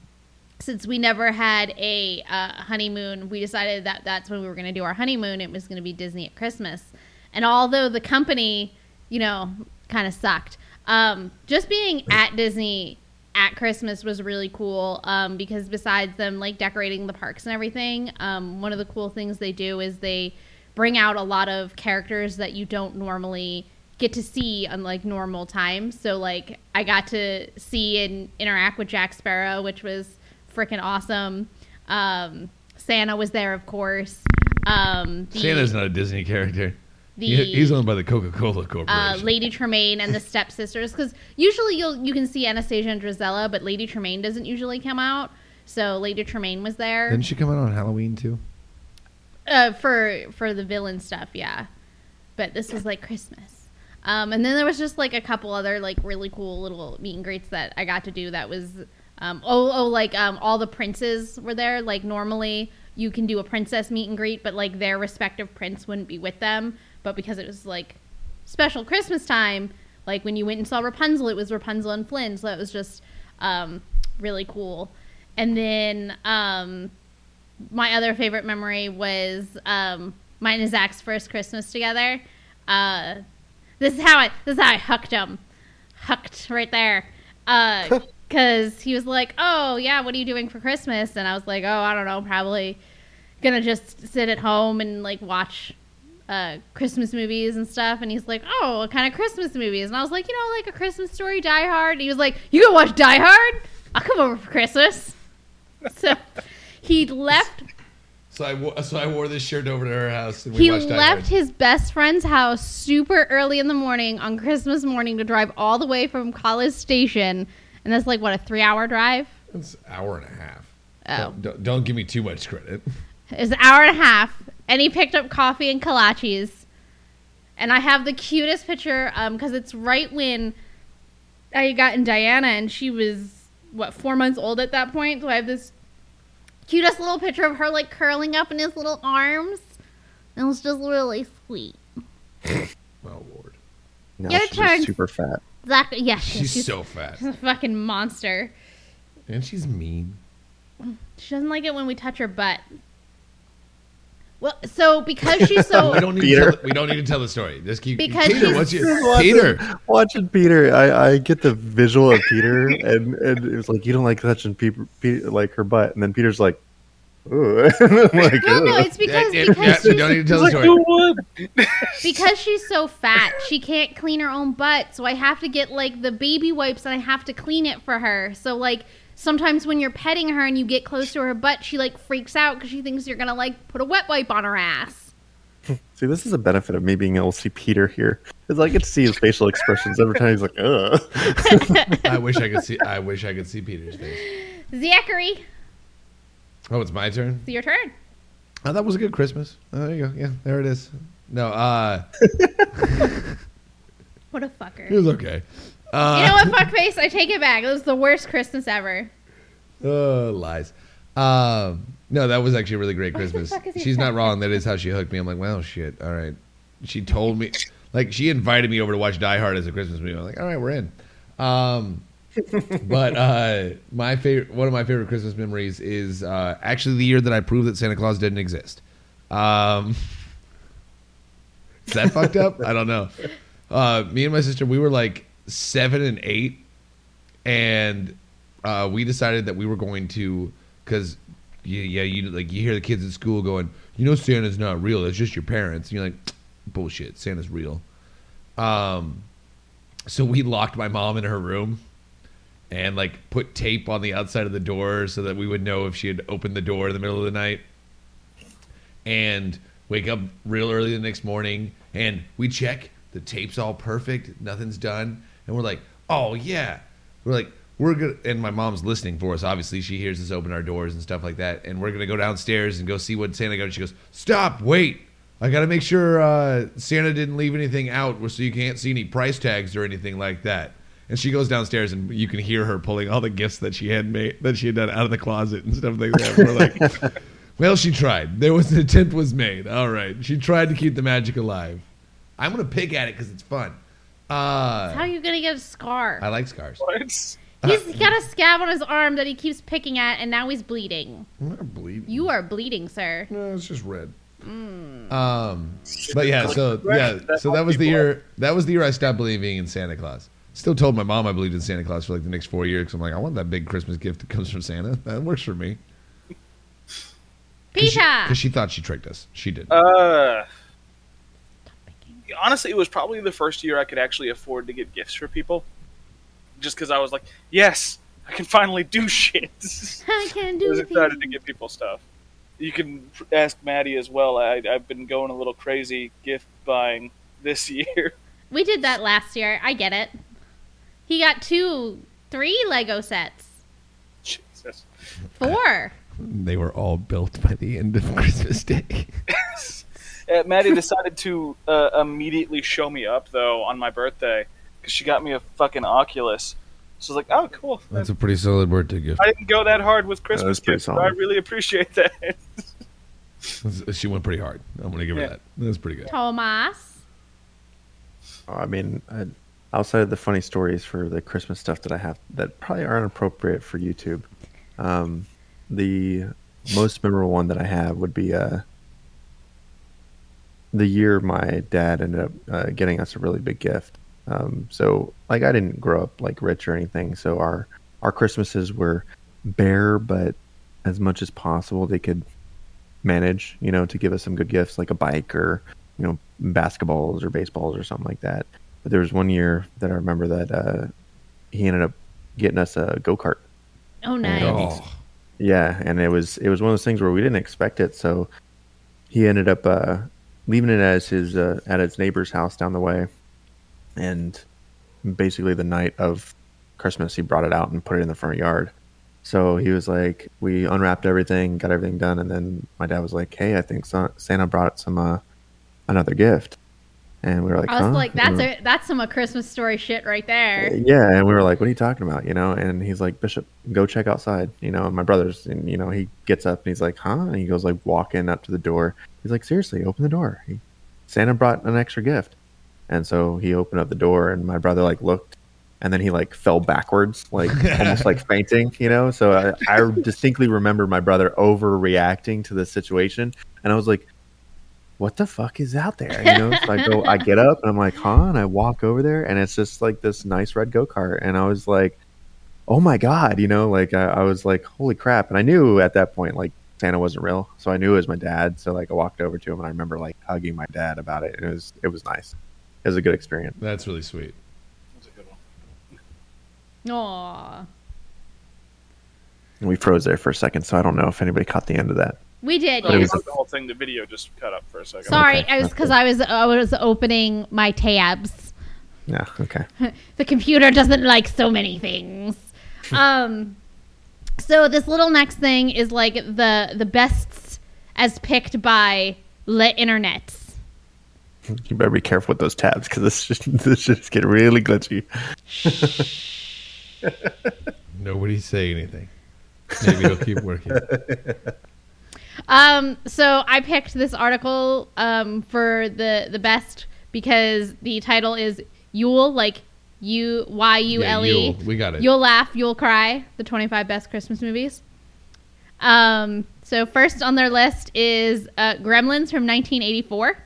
Speaker 1: since we never had a uh, honeymoon, we decided that that's when we were going to do our honeymoon. It was going to be Disney at Christmas. And although the company, you know, kind of sucked, um, just being at Disney at Christmas was really cool um, because besides them like decorating the parks and everything, um, one of the cool things they do is they bring out a lot of characters that you don't normally get to see on like normal times. So like I got to see and interact with Jack Sparrow, which was freaking awesome. Um, Santa was there, of course. Um, the,
Speaker 3: Santa's not a Disney character. He-
Speaker 1: the-
Speaker 3: he's owned by the Coca Cola
Speaker 1: uh,
Speaker 3: Corporation.
Speaker 1: Lady Tremaine
Speaker 3: <laughs>
Speaker 1: and the stepsisters because usually you'll you can see Anastasia and Drizella, but Lady Tremaine doesn't usually come out. So Lady Tremaine was there
Speaker 3: Didn't she come out on Halloween too?
Speaker 1: uh, for for the villain stuff, yeah. But this was like Christmas, um, and then there was just like a couple other like really cool little meet and greets that I got to do. That was um, oh oh like um, all the princes were there. Like normally you can do a princess meet and greet, but like their respective prince wouldn't be with them. But because it was like special Christmas time, like when you went and saw Rapunzel, it was Rapunzel and Flynn, so that was just um, really cool. And then um, my other favorite memory was um, mine and Zach's first Christmas together. Uh, this is how I this is how I hucked him, hucked right there, because he was like, "Oh yeah, what are you doing for Christmas?" And I was like, "Oh, I don't know, probably gonna just sit at home and like watch." Uh, Christmas movies and stuff, and he's like, "Oh, what kind of Christmas movies?" And I was like, "You know, like a Christmas story, Die Hard." And he was like, "You gonna watch Die Hard? I'll come over for Christmas." So he left
Speaker 3: So I wo- so I wore this shirt over to her house and we
Speaker 1: he
Speaker 3: watched Die
Speaker 1: left
Speaker 3: Hard.
Speaker 1: his best friend's house super early in the morning on Christmas morning to drive all the way from College Station, and that's like what a three-hour drive.
Speaker 3: It's an hour and a half.
Speaker 1: Oh,
Speaker 3: Don't, don't, don't give me too much
Speaker 1: <laughs>
Speaker 3: credit.
Speaker 1: it's an hour and a half, and he picked up coffee and kolaches. And I have the cutest picture because it's right when I had gotten Diana, and she was what four months old at that point. So I have this cutest little picture of her like curling up in his little arms, and it was just really sweet.
Speaker 3: Oh lord,
Speaker 2: No,
Speaker 1: Your
Speaker 2: she's
Speaker 1: turn.
Speaker 2: just super fat.
Speaker 1: Exactly. Yeah,
Speaker 3: she's, so fat
Speaker 1: She's a <laughs> fucking monster.
Speaker 3: and she's mean.
Speaker 1: She doesn't like it when we touch her butt. Well, so because she's so
Speaker 3: <laughs> We don't need
Speaker 2: Peter.
Speaker 3: To tell, we don't need to tell the story. Just keep
Speaker 1: Because
Speaker 3: Peter.
Speaker 1: she's-
Speaker 3: What's your Peter?
Speaker 2: Watching Peter, I, I get the visual of Peter, and, and it was like you don't like touching people, Pe- like her butt, and then Peter's like, ooh, <laughs> like,
Speaker 1: no, no,
Speaker 2: "Ugh."
Speaker 1: it's because
Speaker 3: Yeah, yeah, yeah,
Speaker 1: because
Speaker 3: we
Speaker 1: she's,
Speaker 3: don't need to tell the
Speaker 4: Like,
Speaker 3: story.
Speaker 4: who would?
Speaker 1: because she's so fat, she can't clean her own butt. So I have to get like the baby wipes and I have to clean it for her. So like sometimes when you're petting her and you get close to her butt, she like freaks out because she thinks you're gonna like put a wet wipe on her ass.
Speaker 2: See, this is a benefit of me being able to see Peter here. Is I get to see his facial expressions every time he's like, "Ugh."
Speaker 1: <laughs>
Speaker 3: I wish I could see. I wish I could see Peter's face.
Speaker 1: Zachary, it's
Speaker 3: Oh, it's my turn.
Speaker 1: your turn.
Speaker 3: Oh, that was a good Christmas. Oh, there you go. Yeah, there it is. No, uh,
Speaker 1: What a
Speaker 3: it
Speaker 1: fucker.
Speaker 3: was okay. Uh,
Speaker 1: you know what, fuckface? I take it back. It was the worst Christmas ever.
Speaker 3: Oh, lies. Um, no, that was actually a really great
Speaker 1: What the
Speaker 3: Christmas.
Speaker 1: fuck is he
Speaker 3: She's not wrong. That is how she hooked me. I'm like, well, shit. All right. She told me, like, she invited me over to watch Die Hard as a Christmas movie. I'm like, all right, we're in. Um, but uh, my favorite, one of my favorite Christmas memories is uh, actually the year that I proved that Santa Claus didn't exist. Um, is that fucked up? I don't know. Uh, me and my sister, we were like seven and eight, and uh, we decided that we were going to because yeah, yeah, you like you hear the kids at school going, you know, Santa's not real. It's just your parents. And you're like, bullshit. Santa's real. Um, so we locked my mom in her room and like put tape on the outside of the door so that we would know if she had opened the door in the middle of the night and wake up real early the next morning and we check the tape's all perfect nothing's done and we're like oh yeah we're like we're gonna and my mom's listening for us obviously she hears us open our doors and stuff like that and we're gonna go downstairs and go see what santa got and she goes stop wait i gotta make sure uh, santa didn't leave anything out so you can't see any price tags or anything like that and she goes downstairs, and you can hear her pulling all the gifts that she had made, that she had done out of the closet and stuff like that. We're like, well, she tried. There was <laughs> an attempt was made. All right, she tried to keep the magic alive. I'm gonna pick at it because it's fun.
Speaker 1: How
Speaker 3: Uh,
Speaker 1: are you going to get a scar?
Speaker 3: I like scars.
Speaker 4: What?
Speaker 1: He's got a scab on his arm that he keeps picking at, and now he's bleeding.
Speaker 3: I'm not bleeding.
Speaker 1: You are bleeding, sir.
Speaker 3: No, it's just red. Um, but yeah, so
Speaker 4: Right,
Speaker 3: yeah,
Speaker 4: that's
Speaker 3: so
Speaker 4: how
Speaker 3: that was the
Speaker 4: people are.
Speaker 3: year. That was the year I stopped believing in Santa Claus. Still told my mom I believed in Santa Claus for like the next four years. 'cause I'm like, I want that big Christmas gift that comes from Santa. That works for me.
Speaker 1: Peter!
Speaker 3: Because she, thought she tricked us. She did.
Speaker 4: Uh, honestly, it was probably the first year I could actually afford to get gifts for people, just because I was like, yes, I can finally do <laughs> shit.
Speaker 1: I can
Speaker 4: I
Speaker 1: do
Speaker 4: was
Speaker 1: it.
Speaker 4: excited to get people stuff. You can pr- ask Maddie as well. I, I've been going a little crazy gift buying this <laughs> year.
Speaker 1: We did that last year. I get it. He got two, three Lego sets.
Speaker 4: Jesus.
Speaker 1: Four.
Speaker 3: they were all built by the end of <laughs> Christmas Day.
Speaker 4: Uh, Maddie decided to uh, immediately show me up though on my birthday because she got me a fucking Oculus. So I was like, oh, cool.
Speaker 3: That's a pretty solid birthday gift.
Speaker 4: I didn't go that hard with Christmas
Speaker 2: pretty
Speaker 4: gifts, so
Speaker 2: solid.
Speaker 4: I really appreciate that. <laughs>
Speaker 3: She went pretty hard. I'm gonna give her
Speaker 4: Yeah.
Speaker 3: that. That's pretty good.
Speaker 1: Thomas.
Speaker 2: I mean, I, outside of the funny stories for the Christmas stuff that I have that probably aren't appropriate for YouTube, um, the most memorable one that I have would be uh, the year my dad ended up uh, getting us a really big gift. Um, so, like, I didn't grow up like rich or anything, so our our Christmases were bare, but as much as possible they could manage, you know, to give us some good gifts like a bike or, you know, basketballs or baseballs or something like that. But there was one year that I remember that uh, he ended up getting us a go kart.
Speaker 1: Oh, nice.
Speaker 3: Oh,
Speaker 2: Yeah, and it was it was one of those things where we didn't expect it, so he ended up uh, leaving it as his uh, at his neighbor's house down the way, and basically the night of Christmas he brought it out and put it in the front yard. So he was like, we unwrapped everything, got everything done, and then my dad was like, "Hey, I think Sa- Santa brought some uh, another gift," and we were like,
Speaker 1: I was
Speaker 2: huh? Mm.
Speaker 1: like,
Speaker 2: And
Speaker 1: that's
Speaker 2: we-
Speaker 1: a, that's some a Christmas story shit right there.
Speaker 2: yeah, and we were like, "What are you talking about?" You know, and he's like, "Bishop, go check outside." You know, and my brother's, and you know, he gets up and he's like, "Huh?" And he goes like walking up to the door. He's like, "Seriously, open the door." He, Santa brought an extra gift, and so he opened up the door, and my brother like looked, and then he like fell backwards, like almost like fainting. You know, so I, I distinctly remember my brother overreacting to this situation, and I was like, what the fuck is out there? You know, so I go, I get up and I'm like, huh? And I walk over there and it's just like this nice red go kart. And I was like, oh my God, you know, like I, I was like, holy crap. And I knew at that point, like Santa wasn't real. So I knew it was my dad. So like I walked over to him and I remember like hugging my dad about it. And it was, it was nice. It was a good experience.
Speaker 3: that's really sweet.
Speaker 1: Aw.
Speaker 2: And we froze there for a second. So I don't know if anybody caught the end of that.
Speaker 1: We did.
Speaker 4: No,
Speaker 2: it
Speaker 1: yeah.
Speaker 2: was-
Speaker 4: not the whole thing. The video just cut up for a second.
Speaker 1: Sorry,
Speaker 2: Okay,
Speaker 1: I was
Speaker 2: that's
Speaker 1: because
Speaker 2: cool.
Speaker 1: I was I was opening my tabs.
Speaker 2: Yeah. Okay.
Speaker 1: <laughs> The computer doesn't like so many
Speaker 3: <laughs>
Speaker 1: things. um, so this little next thing is like the the bests as picked by the internets.
Speaker 2: You better be careful with those tabs because this just <laughs> this shit's getting really glitchy.
Speaker 3: Nobody say anything. Maybe
Speaker 1: <laughs>
Speaker 3: it'll keep working.
Speaker 1: Um, so I picked this article um, for the the best because the title is Yule, like U Y U
Speaker 3: Yeah,
Speaker 1: L E.
Speaker 3: Yule. We got it.
Speaker 1: You'll laugh, you'll cry. The 25 best Christmas movies. Um, so first on their list is uh, Gremlins from 1984.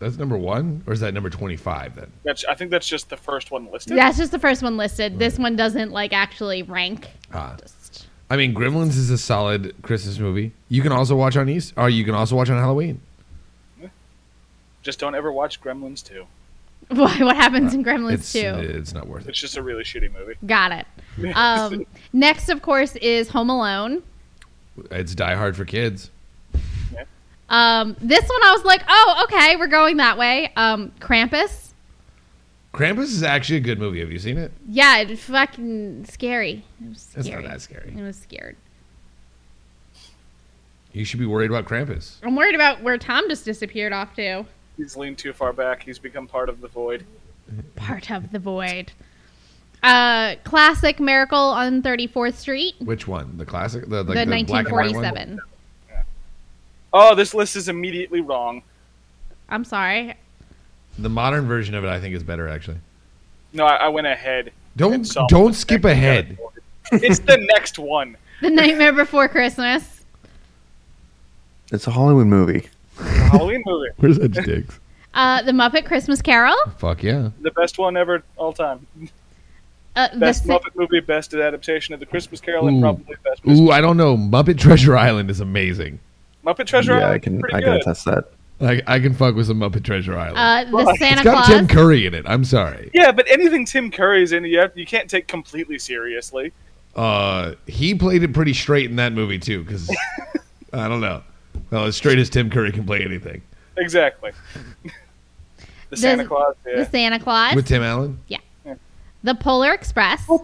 Speaker 3: That's number one, or is that number twenty-five? Then
Speaker 4: That's, I think that's just the first one listed.
Speaker 1: That's just the first one listed. This one doesn't like actually rank.
Speaker 3: Ah.
Speaker 1: Just- <laughs>
Speaker 3: I mean, Gremlins is a solid Christmas movie. You can also watch on East, or you can also watch on Halloween.
Speaker 4: Just don't ever watch Gremlins 2.
Speaker 1: Why? What happens in Gremlins
Speaker 3: Ah, It's uh,
Speaker 1: too?
Speaker 3: it's not worth it.
Speaker 4: It's just a really shitty movie.
Speaker 1: Got it. Um, next, of course, is Home Alone.
Speaker 3: It's Die Hard for kids.
Speaker 1: Um, this one I was like, oh, okay, we're going that way. Um, Krampus.
Speaker 3: Krampus is actually a good movie. Have you seen it?
Speaker 1: Yeah, it was fucking scary. It was
Speaker 3: It's
Speaker 1: scary.
Speaker 3: not that scary.
Speaker 1: It was scared.
Speaker 3: You should be worried about Krampus.
Speaker 1: I'm worried about where Tom just disappeared off to.
Speaker 4: He's leaned too far back. He's become part of the void.
Speaker 1: Part of the void. Uh, classic Miracle on 34th Street,
Speaker 3: Which one? The classic, the like
Speaker 1: the,
Speaker 3: the, black and white one?
Speaker 1: 1947.
Speaker 4: Oh, this list is immediately wrong.
Speaker 1: I'm sorry.
Speaker 3: The modern version of it, I think, is better actually.
Speaker 4: No, I, I went ahead.
Speaker 3: Don't
Speaker 4: and saw
Speaker 3: don't
Speaker 4: what's
Speaker 3: skip
Speaker 4: next
Speaker 3: ahead.
Speaker 4: category. It's the next one.
Speaker 1: The Nightmare Before Christmas.
Speaker 2: It's a Halloween movie.
Speaker 4: The Halloween movie.
Speaker 3: Where's Edge Diggs?
Speaker 1: Uh, the Muppet Christmas Carol.
Speaker 3: Fuck yeah.
Speaker 4: The best one ever, all time.
Speaker 1: Uh, the
Speaker 4: Best
Speaker 1: si-
Speaker 4: Muppet movie, best adaptation of The Christmas Carol,
Speaker 3: Ooh.
Speaker 4: and probably best.
Speaker 3: Ooh, I don't know. Muppet Treasure Island is amazing.
Speaker 4: Muppet Treasure
Speaker 2: yeah,
Speaker 4: Island.
Speaker 2: I can
Speaker 4: Pretty
Speaker 2: I can
Speaker 4: good.
Speaker 2: attest that.
Speaker 3: Like I can fuck with some Muppet Treasure Island.
Speaker 1: uh, the
Speaker 4: It's
Speaker 1: Santa
Speaker 3: it's got
Speaker 1: Claus.
Speaker 3: Tim Curry in it. I'm sorry.
Speaker 4: Yeah, but anything Tim Curry's in, you, have, you can't take completely seriously.
Speaker 3: Uh, he played it pretty straight in that movie too,
Speaker 1: <laughs>
Speaker 3: because I don't know. Well, as straight as Tim Curry can play anything
Speaker 4: Exactly. the Santa Claus.
Speaker 1: The
Speaker 4: Yeah.
Speaker 1: Santa Claus.
Speaker 3: with Tim Allen.
Speaker 1: the Polar Express.
Speaker 4: Oh.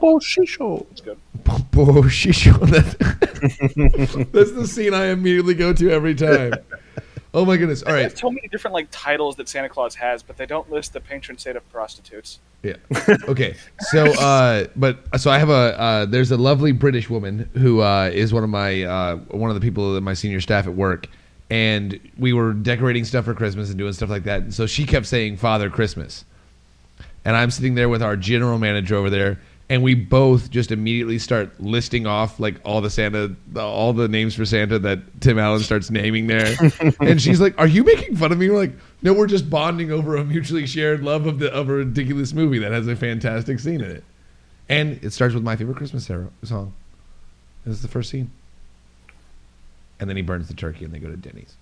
Speaker 3: <laughs> Bo- she showed oh, that. <laughs> That's the scene I immediately go to
Speaker 1: <laughs>
Speaker 3: every time. Oh my goodness! All right,
Speaker 4: There's so many different like titles that Santa Claus has, but they don't list the patron saint of prostitutes.
Speaker 3: Yeah. Okay. So, uh, but so I have a uh, there's a lovely British woman who uh, is one of my uh, one of the people in my senior staff at work, and we were decorating stuff for Christmas and doing stuff like that. And so she kept saying Father Christmas, and I'm sitting there with our general manager over there, and we both just immediately start listing off like all the Santa, all the names for Santa that Tim Allen starts naming there, and she's like, "Are you making fun of me?" We're like, "No, we're just bonding over a mutually shared love of the of a ridiculous movie that has a fantastic scene in it, and it starts with my favorite Christmas hero- song. This is the first scene, and then he burns the turkey, and they go to Denny's.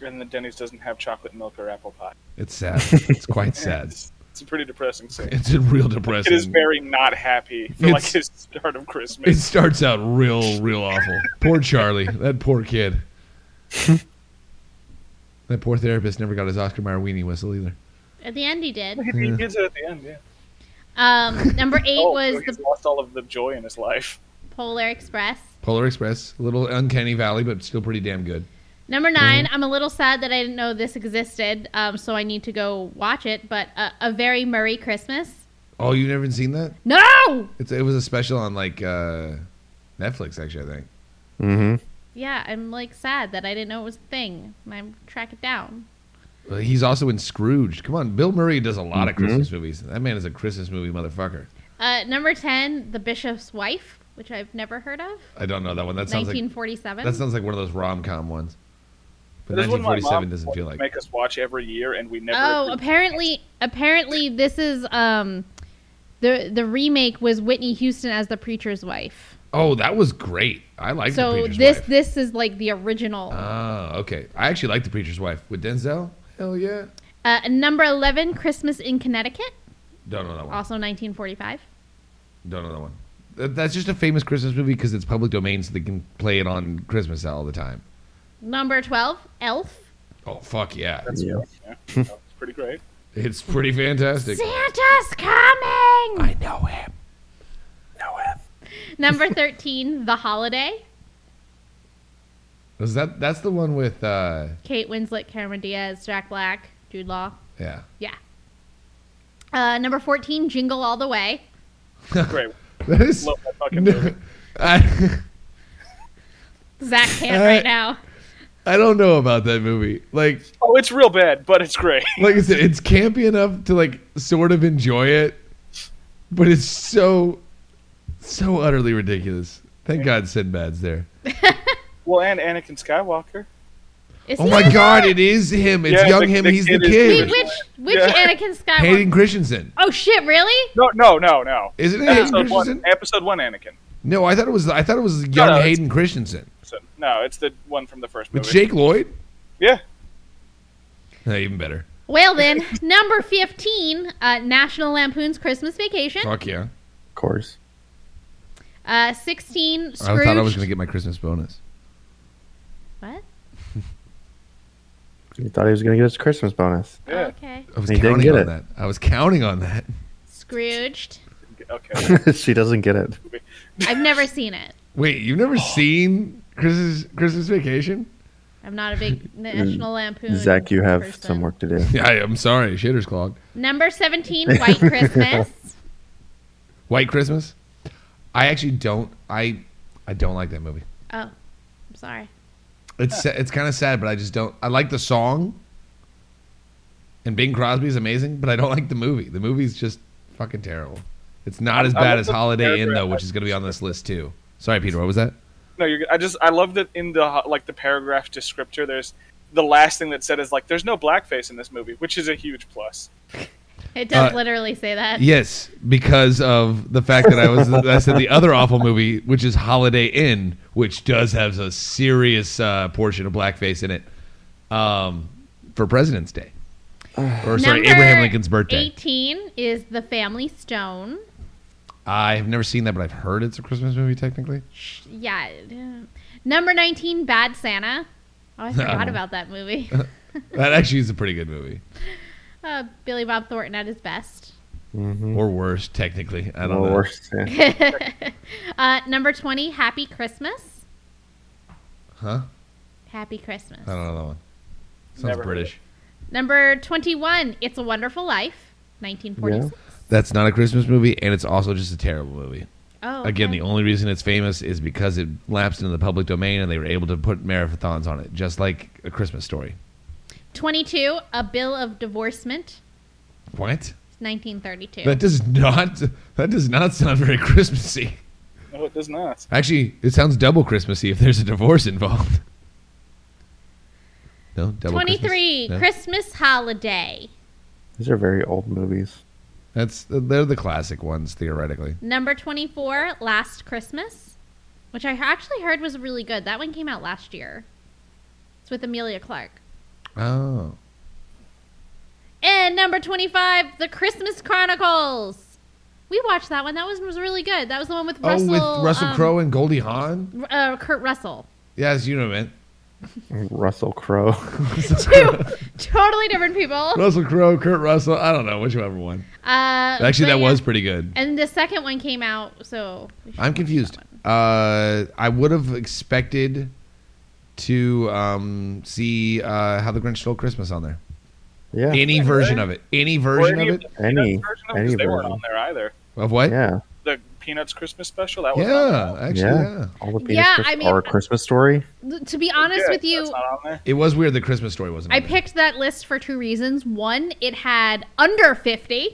Speaker 4: And the Denny's doesn't have chocolate milk or apple pie.
Speaker 3: It's sad. it's
Speaker 4: <laughs>
Speaker 3: quite sad.
Speaker 4: It's, it's a pretty depressing scene.
Speaker 3: It's a real depressing.
Speaker 4: It is very not happy for like
Speaker 3: It's-
Speaker 4: his start of
Speaker 3: It
Speaker 4: Christmas.
Speaker 3: starts out real, real awful. poor Charlie, that poor
Speaker 4: <laughs>
Speaker 3: kid. that poor therapist never got his Oscar Mayer weenie whistle either.
Speaker 1: At the end, he did.
Speaker 4: He he gets it at the end, yeah.
Speaker 1: Um, number
Speaker 4: <laughs>
Speaker 1: eight
Speaker 4: Oh, so
Speaker 1: was
Speaker 4: he's
Speaker 1: the
Speaker 4: lost all of the joy in his life.
Speaker 1: Polar Express.
Speaker 3: Polar Express, a little uncanny valley, but still pretty damn good.
Speaker 1: Number 9
Speaker 3: Mm-hmm.
Speaker 1: i I'm a little sad that I didn't know this existed, um, so I need to go watch it. But uh, a very Merry Christmas.
Speaker 3: Oh, you never seen that?
Speaker 1: No.
Speaker 3: It's, it was a special on like uh, Netflix, actually. I think.
Speaker 2: Mm-hmm.
Speaker 1: Yeah, I'm like sad that I didn't know it was a thing. And I track it down.
Speaker 3: Uh, He's also in Scrooge. Come on, Bill Murray does a lot of
Speaker 4: Mm-hmm.
Speaker 2: Mhm.
Speaker 3: Christmas movies. That man is a Christmas movie motherfucker.
Speaker 1: Uh, number ten, The Bishop's Wife, which I've never heard of.
Speaker 3: I don't know that one. That sounds like
Speaker 1: 1947.
Speaker 3: that sounds like one of those rom com ones. But
Speaker 4: There's one my
Speaker 3: 1947
Speaker 4: mom
Speaker 3: doesn't
Speaker 4: wanted
Speaker 3: feel
Speaker 4: to
Speaker 3: like.
Speaker 4: make us watch every year, and we never.
Speaker 1: oh,
Speaker 4: agreed.
Speaker 1: apparently, apparently this is um, the the remake was Whitney Houston as the preacher's wife.
Speaker 3: Oh, that was great. I like the
Speaker 1: so
Speaker 3: Preacher's
Speaker 1: this
Speaker 3: Wife.
Speaker 1: this is like the original.
Speaker 3: Oh, okay. I actually like the preacher's wife with Denzel. Hell yeah.
Speaker 1: Uh, number eleven, Christmas in Connecticut,
Speaker 3: Don't know that one.
Speaker 1: also 1945.
Speaker 3: Don't know that one. That- That's just a famous Christmas movie because it's public domain, so they can play it on Christmas all the time.
Speaker 1: Number 12, Elf.
Speaker 3: Oh fuck yeah!
Speaker 2: Yeah.
Speaker 4: Yeah, that's
Speaker 3: <laughs>
Speaker 4: pretty great.
Speaker 3: It's pretty fantastic.
Speaker 1: Santa's coming!
Speaker 3: I know him.
Speaker 2: No F.
Speaker 1: <laughs> Number 13, The Holiday.
Speaker 3: Is that that's the one with uh
Speaker 1: Kate Winslet, Cameron Diaz, Jack Black, Jude Law.
Speaker 3: yeah.
Speaker 1: Yeah. Uh, number 14, Jingle All the Way.
Speaker 4: Great.
Speaker 3: That is
Speaker 4: Love
Speaker 3: <laughs>
Speaker 4: that fucking movie.
Speaker 3: I,
Speaker 1: Zach can't
Speaker 3: All
Speaker 1: right
Speaker 3: right.
Speaker 1: now.
Speaker 3: I don't know about that movie. Like
Speaker 4: Oh, it's real bad, but it's great. <laughs>
Speaker 3: like I said, it's campy enough to like sort of enjoy it, but it's so so utterly ridiculous. Thank God Sinbad's there.
Speaker 4: Well, and Anakin Skywalker.
Speaker 1: Is
Speaker 3: Oh
Speaker 1: he
Speaker 3: my
Speaker 1: in
Speaker 3: God, it is him. It's
Speaker 4: Yeah,
Speaker 3: young
Speaker 4: the-
Speaker 3: him.
Speaker 4: the
Speaker 3: He's the
Speaker 4: kid is-
Speaker 1: it? Wait,
Speaker 3: kid.
Speaker 1: which which
Speaker 4: Yeah.
Speaker 1: Anakin Skywalker?
Speaker 3: Hayden Christensen.
Speaker 1: Oh shit, really?
Speaker 4: No, no, no, no.
Speaker 3: Isn't it Hayden
Speaker 4: Episode one,
Speaker 3: Christensen?
Speaker 4: episode one, Anakin.
Speaker 3: No, I thought it was I thought it was young
Speaker 4: no, it's-
Speaker 3: Hayden Christensen.
Speaker 4: So, no, it's the one from the first
Speaker 3: With
Speaker 4: movie.
Speaker 3: Jake Lloyd?
Speaker 4: Yeah.
Speaker 3: No, even better.
Speaker 1: Well then, number 15, uh, National Lampoon's Christmas Vacation.
Speaker 3: Fuck yeah.
Speaker 2: Of course.
Speaker 1: Uh, 16,
Speaker 3: I
Speaker 1: Scrooge.
Speaker 3: thought I was gonna get my Christmas bonus.
Speaker 1: What?
Speaker 2: He thought he was going to get his Christmas bonus. <laughs>
Speaker 4: Yeah.
Speaker 1: Okay.
Speaker 3: I was
Speaker 2: He didn't
Speaker 3: counting
Speaker 2: get
Speaker 3: on
Speaker 2: it.
Speaker 3: that. I was counting on that.
Speaker 1: Scrooged.
Speaker 4: Okay.
Speaker 2: she doesn't get it.
Speaker 1: I've never seen it.
Speaker 3: Wait, you've
Speaker 4: <gasps>
Speaker 3: never seen Christmas Christmas Vacation?
Speaker 1: I'm not a
Speaker 3: <laughs>
Speaker 1: big National Lampoon.
Speaker 2: Zach, you have
Speaker 1: person.
Speaker 2: some work to do.
Speaker 3: Yeah, I, I'm sorry, shitter's clogged.
Speaker 1: Number
Speaker 2: <laughs>
Speaker 1: 17, White Christmas.
Speaker 3: White Christmas. I actually don't. I I don't like that movie.
Speaker 1: Oh, I'm sorry.
Speaker 3: It's sa- it's kind of sad, but I just don't. I like the song. And Bing Crosby is amazing, but I don't like the movie. The movie's just fucking terrible. It's not as
Speaker 4: I
Speaker 3: bad
Speaker 4: love
Speaker 3: as
Speaker 4: the
Speaker 3: Holiday Inn
Speaker 4: paragraph
Speaker 3: though, which is going to be on this list too. Sorry, Peter. What was that?
Speaker 4: No, you're. good. I just I love that in the ho- like the paragraph descriptor. There's the last thing that said is like, "There's no blackface in this movie," which is a huge plus.
Speaker 1: It does
Speaker 3: Uh,
Speaker 1: literally say that.
Speaker 3: Yes, because of the fact that I was I said the other awful movie, which is Holiday Inn, which does have a serious uh, portion of blackface in it um, for President's Day, or sorry, Abraham Lincoln's birthday.
Speaker 1: 18 is The Family Stone.
Speaker 3: I have never seen that, but I've heard it's a Christmas movie. Technically,
Speaker 1: Sh- Yeah. Number 19, Bad Santa. Oh, I forgot about that movie.
Speaker 3: Uh-huh. that actually is a pretty good movie,
Speaker 1: <laughs> Uh, Billy Bob Thornton at his best. <laughs>
Speaker 3: or worse. Technically, I don't
Speaker 2: Hmm. Or
Speaker 3: know.
Speaker 2: worse. Yeah.
Speaker 1: Uh, number 20, Happy Christmas.
Speaker 3: Huh?
Speaker 1: Happy Christmas.
Speaker 3: I don't know that one. Sounds
Speaker 4: Never heard
Speaker 3: British.
Speaker 1: Number 21, It's a Wonderful Life, 1946.
Speaker 3: That's not a Christmas movie, and it's also just a terrible movie.
Speaker 1: Oh,
Speaker 3: Again,
Speaker 1: okay.
Speaker 3: the only reason it's famous is because it lapsed into the public domain and they were able to put marathons on it, just like a Christmas story.
Speaker 1: 22, A Bill of Divorcement,
Speaker 3: What?
Speaker 1: 1932.
Speaker 3: That does not that does not sound very Christmassy.
Speaker 4: No, it does not.
Speaker 3: Actually, it sounds double Christmassy if there's a divorce involved. No, double
Speaker 1: 23,
Speaker 3: Christmas? No?
Speaker 1: Christmas Holiday.
Speaker 2: These are very old movies.
Speaker 3: That's they're the classic ones theoretically.
Speaker 1: Number 24, Last Christmas, which I actually heard was really good. That one came out last year. It's with Amelia Clark.
Speaker 3: Oh.
Speaker 1: And number 25, The Christmas Chronicles. We watched that one. That one was really good. That was the one with Russell.
Speaker 3: oh, with Russell
Speaker 1: um,
Speaker 3: Crowe and Goldie Hawn?
Speaker 1: R- Uh, Kurt Russell. <laughs>
Speaker 3: Yes, you know what I meant.
Speaker 2: Russell
Speaker 1: <laughs>
Speaker 2: Crowe. <laughs>
Speaker 1: Two totally different people.
Speaker 3: <laughs> Russell Crowe, Kurt Russell, I don't know, whichever one.
Speaker 1: Uh, but
Speaker 3: Actually, that
Speaker 1: yeah.
Speaker 3: was pretty good.
Speaker 1: And the second one came out, so. we should
Speaker 3: I'm
Speaker 1: watch
Speaker 3: confused.
Speaker 1: that one.
Speaker 3: Uh, I would have expected to um, see uh, how the Grinch stole Christmas on there.
Speaker 2: Yeah.
Speaker 3: Any version of it. Any
Speaker 4: Or
Speaker 3: version
Speaker 4: any
Speaker 3: of
Speaker 4: of
Speaker 3: it.
Speaker 4: the
Speaker 2: Any-
Speaker 4: Peanuts version of it, 'cause
Speaker 2: any
Speaker 4: they weren't
Speaker 2: version.
Speaker 4: on there either.
Speaker 3: Of what? Yeah.
Speaker 2: yeah.
Speaker 4: The Peanuts Christmas special that was on there.
Speaker 3: Yeah, actually, yeah.
Speaker 2: yeah. All the
Speaker 1: Yeah,
Speaker 2: yeah,
Speaker 1: I mean-
Speaker 2: or Christmas story.
Speaker 1: Th- To be honest
Speaker 4: Yeah,
Speaker 1: with
Speaker 4: that's
Speaker 1: you,
Speaker 4: not on there.
Speaker 3: It was weird the Christmas story wasn't.
Speaker 1: I
Speaker 3: on there.
Speaker 1: picked that list for two reasons. One, it had under 50.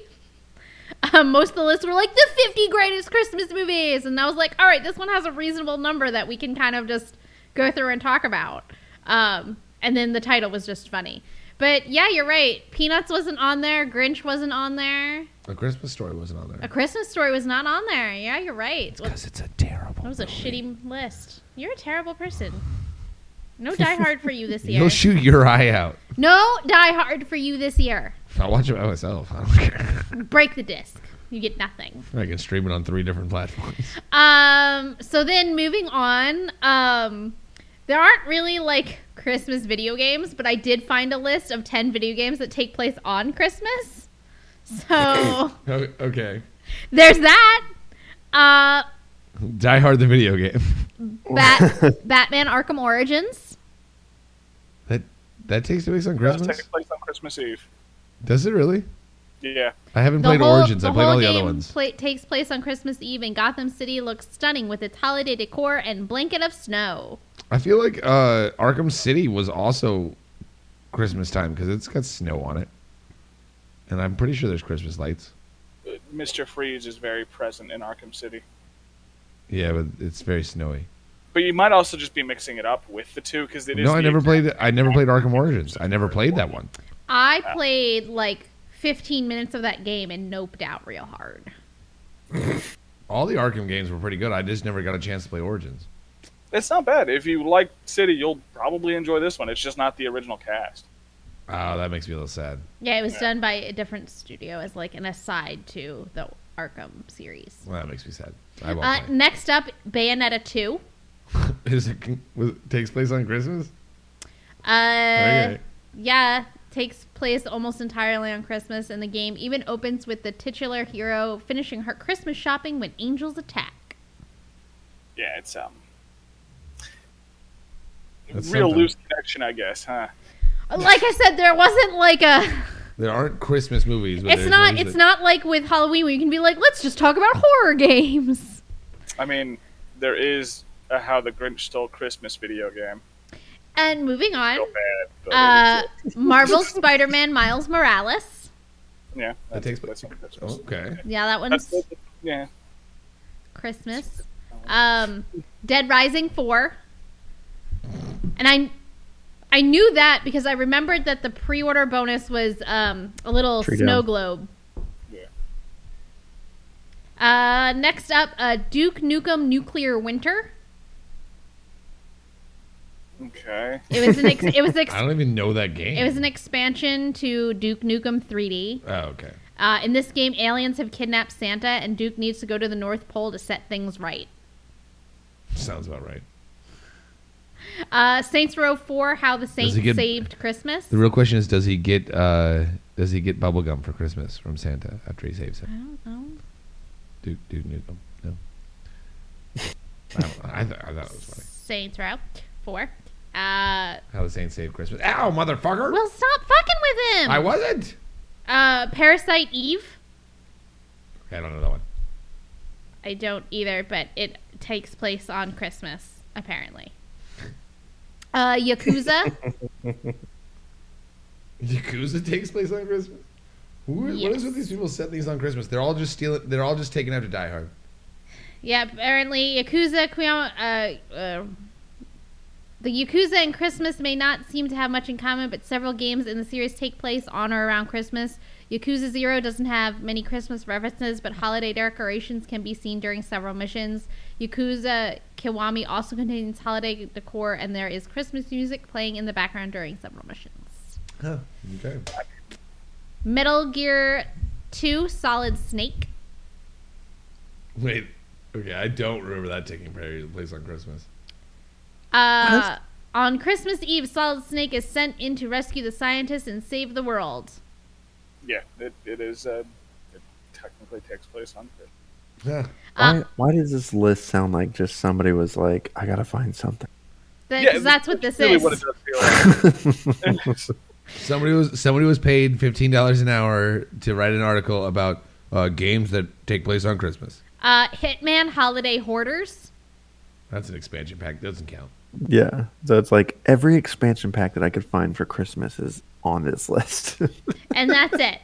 Speaker 1: Um, most of the lists were like the 50 greatest Christmas movies. And I was like, all right, this one has a reasonable number that we can kind of just go through and talk about. Um, and then the title was just funny. But yeah, you're right. Peanuts wasn't on there. Grinch wasn't on there.
Speaker 3: The Christmas story wasn't on
Speaker 1: A
Speaker 3: there.
Speaker 1: Christmas Story was not on there. Yeah, you're right. That
Speaker 3: Because it's a terrible.
Speaker 1: was a
Speaker 3: movie.
Speaker 1: shitty list. You're a terrible person. No Die Hard for you this year.
Speaker 3: You'll shoot your eye out.
Speaker 1: no Die Hard for you this year.
Speaker 3: I'll watch it by myself. I don't care. <laughs>
Speaker 1: break the disc. You get nothing.
Speaker 3: I can stream it on three different platforms.
Speaker 1: Um, so then moving on, um, there aren't really like Christmas video games, but I did find a list of 10 video games that take place on Christmas.
Speaker 3: <laughs>
Speaker 1: So
Speaker 3: O- Oh, Okay.
Speaker 1: there's that.
Speaker 3: <laughs>
Speaker 1: Uh,
Speaker 3: Die Hard the video game.
Speaker 1: Bat- Batman Arkham Origins.
Speaker 3: <laughs> That that takes place on
Speaker 4: That's
Speaker 3: Christmas.
Speaker 4: taking place on Christmas Eve.
Speaker 3: Does it really?
Speaker 4: Yeah.
Speaker 3: I haven't
Speaker 1: The
Speaker 3: played
Speaker 1: whole-
Speaker 3: Origins. I played
Speaker 1: whole
Speaker 3: all the other
Speaker 1: game
Speaker 3: ones.
Speaker 1: pla- takes place on Christmas Eve, and Gotham City looks stunning with its holiday decor and blanket of snow.
Speaker 3: I feel like uh, Arkham City was also Christmas time because it's got snow on it, and I'm pretty sure there's Christmas lights.
Speaker 4: Uh, Mr. Freeze is very present in Arkham City.
Speaker 3: Yeah, but it's very snowy.
Speaker 4: But you might also just be mixing it up with the two because it is.
Speaker 3: No, I
Speaker 4: the
Speaker 3: never
Speaker 4: exact-
Speaker 3: played. I never played Arkham Origins. I never played that one.
Speaker 1: I played like 15 minutes of that game and noped out real hard.
Speaker 3: All the Arkham games were pretty good. I just never got a chance to play Origins.
Speaker 4: It's not bad. If you like City, you'll probably enjoy this one. It's just not the original cast.
Speaker 3: Oh, that makes me a little sad.
Speaker 1: Yeah, it was done by a different studio as like an aside to the Arkham series.
Speaker 3: Well, that makes me sad. I won't
Speaker 1: Uh,
Speaker 3: play. <laughs>
Speaker 1: next up, Bayonetta 2.
Speaker 3: Is it was, takes place on Christmas?
Speaker 1: Uh,
Speaker 3: Okay.
Speaker 1: Yeah, takes place almost entirely on Christmas, and the game even opens with the titular hero finishing her Christmas shopping when angels attack.
Speaker 4: Yeah, it's um.
Speaker 3: That's
Speaker 4: real
Speaker 3: something.
Speaker 4: loose connection, I guess, huh?
Speaker 1: Like I said, there wasn't like a.
Speaker 3: There aren't Christmas movies. But
Speaker 1: It's
Speaker 3: there's
Speaker 1: not.
Speaker 3: movies
Speaker 1: It's
Speaker 3: that-
Speaker 1: not like with Halloween where you can be like, let's just talk about horror games.
Speaker 4: I mean, there is a How the Grinch Stole Christmas video game.
Speaker 1: And moving on,
Speaker 4: Real bad. But
Speaker 1: Mm. uh, Marvel's Spider-Man Miles Morales.
Speaker 4: yeah,
Speaker 3: That takes place.
Speaker 4: that's on Christmas.
Speaker 3: Okay.
Speaker 1: Yeah, that
Speaker 4: That's,
Speaker 1: one's
Speaker 4: yeah,
Speaker 1: Christmas. Um, Dead Rising four. And I, I knew that because I remembered that the pre-order bonus was um, a little
Speaker 2: Tree
Speaker 1: snow
Speaker 2: down.
Speaker 1: globe.
Speaker 4: Yeah.
Speaker 1: Uh, next up, uh, Duke Nukem Nuclear Winter.
Speaker 4: okay.
Speaker 1: It was an ex- it was ex-
Speaker 3: <laughs> I don't even know that game.
Speaker 1: it was an expansion to Duke Nukem 3D.
Speaker 3: oh, okay.
Speaker 1: Uh, in this game, aliens have kidnapped Santa, and Duke needs to go to the North Pole to set things right.
Speaker 3: Sounds about right.
Speaker 1: Uh, Saints Row 4, How the Saints
Speaker 3: get-
Speaker 1: Saved Christmas.
Speaker 3: The real question is, does he get uh, does he get bubblegum for Christmas from Santa after he saves
Speaker 1: I
Speaker 3: him?
Speaker 1: don't know.
Speaker 3: Duke Duke Nukem. No. I, don't know. I, th- I thought it was funny.
Speaker 1: Saints Row 4. Uh,
Speaker 3: How the Saints save Christmas? Ow, motherfucker!
Speaker 1: well, stop fucking with him!
Speaker 3: I wasn't.
Speaker 1: uh, Parasite Eve.
Speaker 3: Okay, I don't know that one.
Speaker 1: I don't either, but it takes place on Christmas, apparently. Uh,
Speaker 3: <laughs>
Speaker 1: Yakuza.
Speaker 3: Yakuza takes place on Christmas. Who, What
Speaker 1: Yes.
Speaker 3: is with these people setting these on Christmas? They're all just stealing. They're all just taking after Die Hard.
Speaker 1: Yeah, apparently Yakuza, Kuya- uh, uh, the Yakuza and Christmas may not seem to have much in common, but several games in the series take place on or around Christmas. Yakuza Zero doesn't have many Christmas references, but holiday decorations can be seen during several missions. Yakuza Kiwami also contains holiday decor, and there is Christmas music playing in the background during several missions.
Speaker 3: Huh. Okay.
Speaker 1: Metal Gear 2 Solid Snake.
Speaker 3: Wait. Okay, I don't remember that taking place on Christmas.
Speaker 1: Uh, on Christmas Eve, Solid Snake is sent in to rescue the scientists and save the world.
Speaker 4: Yeah, it, it is. Uh, it technically takes place on Christmas.
Speaker 3: Yeah.
Speaker 1: Uh,
Speaker 2: Why, why does this list sound like just somebody was like, I gotta find something? <laughs>
Speaker 1: That,
Speaker 4: Yeah,
Speaker 1: 'cause that's what this
Speaker 4: really
Speaker 1: is.
Speaker 4: What it does feel like.
Speaker 3: Somebody was somebody was paid fifteen dollars an hour to write an article about uh, games that take place on Christmas.
Speaker 1: uh, Hitman Holiday Hoarders.
Speaker 3: That's an expansion pack. Doesn't count. <laughs>
Speaker 2: Yeah. So it's like every expansion pack that I could find for Christmas is on this list. <laughs>
Speaker 1: And that's
Speaker 3: <laughs>
Speaker 1: it.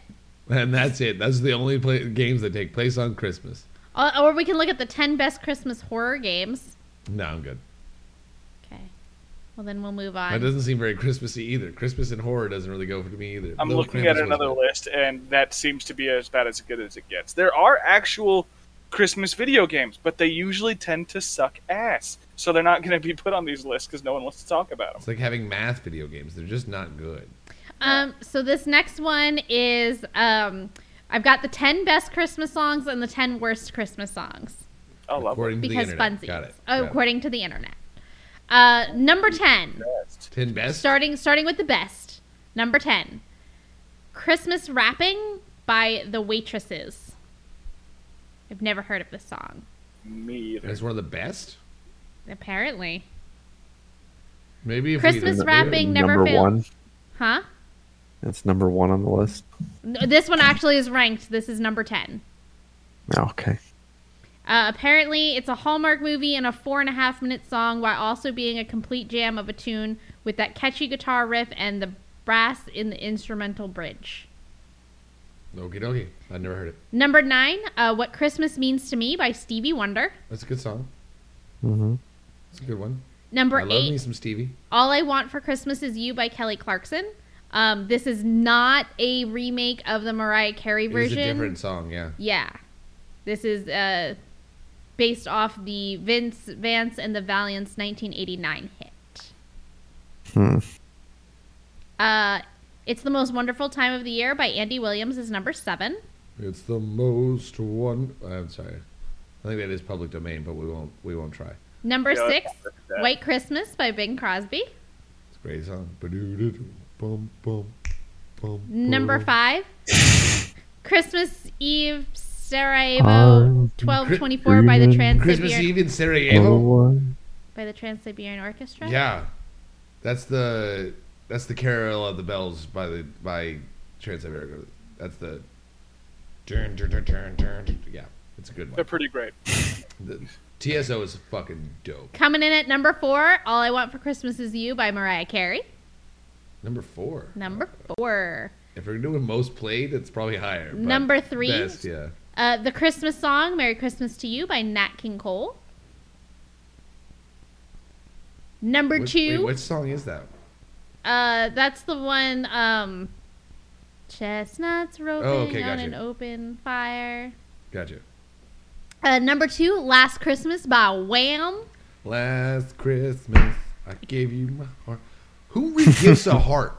Speaker 3: And that's it. That's the only play- games that take place on Christmas.
Speaker 1: Or, Uh, or we can look at the 10 best Christmas horror games.
Speaker 3: No, I'm good.
Speaker 1: Okay. Well, then we'll move
Speaker 3: That
Speaker 1: on.
Speaker 3: doesn't seem very Christmassy either. Christmas and horror doesn't really go for me either.
Speaker 4: I'm
Speaker 3: Little
Speaker 4: looking
Speaker 3: Krampus
Speaker 4: at
Speaker 3: was
Speaker 4: another
Speaker 3: good.
Speaker 4: list, and that seems to be as bad as good as it gets. There are actual Christmas video games, but they usually tend to suck ass, so they're not going to be put on these lists because no one wants to talk about them.
Speaker 3: It's like having math video games. They're just not good.
Speaker 1: Um, so this next one is um, I've got the 10 best Christmas songs and the 10 worst Christmas songs.
Speaker 4: Oh, lovely.
Speaker 3: According to
Speaker 1: because
Speaker 3: the internet.
Speaker 1: funsies.
Speaker 3: Got it.
Speaker 1: Oh,
Speaker 3: Got it.
Speaker 1: according to the internet. Uh, number ten,
Speaker 4: Best.
Speaker 3: Ten best.
Speaker 1: starting starting with the best. Number ten, Christmas Wrapping by the Waitresses. I've never heard of this song.
Speaker 4: Me either.
Speaker 3: That's one of the best.
Speaker 1: Apparently,
Speaker 3: Maybe if
Speaker 1: Christmas
Speaker 3: we,
Speaker 1: wrap- Rapping never
Speaker 2: number
Speaker 1: fails.
Speaker 2: one.
Speaker 1: huh?
Speaker 2: That's number one on the list.
Speaker 1: No, this one actually is ranked. This is number ten.
Speaker 2: Oh, okay.
Speaker 1: Uh, apparently, it's a Hallmark movie and a four and a half minute song while also being a complete jam of a tune with that catchy guitar riff and the brass in the instrumental bridge.
Speaker 3: Okay, okay. I never heard it.
Speaker 1: Number nine, uh, What Christmas Means to Me by Stevie Wonder.
Speaker 3: That's a good song.
Speaker 2: Mm-hmm.
Speaker 3: It's a good one.
Speaker 1: Number
Speaker 3: I love me
Speaker 1: eight,
Speaker 3: some Stevie.
Speaker 1: All I Want for Christmas Is You by Kelly Clarkson. Um, this is not a remake of the Mariah Carey
Speaker 3: It is
Speaker 1: version.
Speaker 3: a different song. Yeah.
Speaker 1: Yeah. This is uh, based off the Vince Vance and the Valiants 1989 hit.
Speaker 2: Hmm.
Speaker 1: Uh, it's the most wonderful time of the year by Andy Williams is number seven.
Speaker 3: It's the most one. I'm sorry. I think that is public domain, but we won't. We won't try.
Speaker 1: Number
Speaker 4: Yeah,
Speaker 1: six,
Speaker 4: that.
Speaker 1: White Christmas by Bing Crosby.
Speaker 3: It's a great song. Ba-do-do-do, bum, bum, bum,
Speaker 1: Number
Speaker 3: bum. <laughs>
Speaker 1: five, Christmas Eve Sarajevo
Speaker 2: Oh,
Speaker 1: twelve twenty four by the Trans
Speaker 3: Christmas
Speaker 1: Siberian
Speaker 3: Eve in Sarajevo.
Speaker 1: by the Trans Siberian Orchestra.
Speaker 3: Yeah, that's the that's the Carol of the Bells by the by Trans Siberian. That's the turn turn turn turn turn. Yeah, it's a good one.
Speaker 4: They're pretty great.
Speaker 3: The, TSO is fucking dope.
Speaker 1: Coming in at number four, All I Want for Christmas Is You by Mariah Carey.
Speaker 3: Number four.
Speaker 1: Number four.
Speaker 3: If we're doing most played, it's probably higher. but
Speaker 1: Number three.
Speaker 3: Best, yeah.
Speaker 1: Uh, the Christmas song, Merry Christmas to You by Nat King Cole. Number
Speaker 3: Which-
Speaker 1: two,
Speaker 3: Wait, which song is that?
Speaker 1: uh, that's the one, um, Chestnuts roping
Speaker 3: Oh, okay,
Speaker 1: on
Speaker 3: gotcha.
Speaker 1: an open fire.
Speaker 3: Gotcha.
Speaker 1: Uh, number two, Last Christmas by Wham.
Speaker 3: Last Christmas, I gave you my heart. Who
Speaker 1: <laughs>
Speaker 3: re-gives a heart?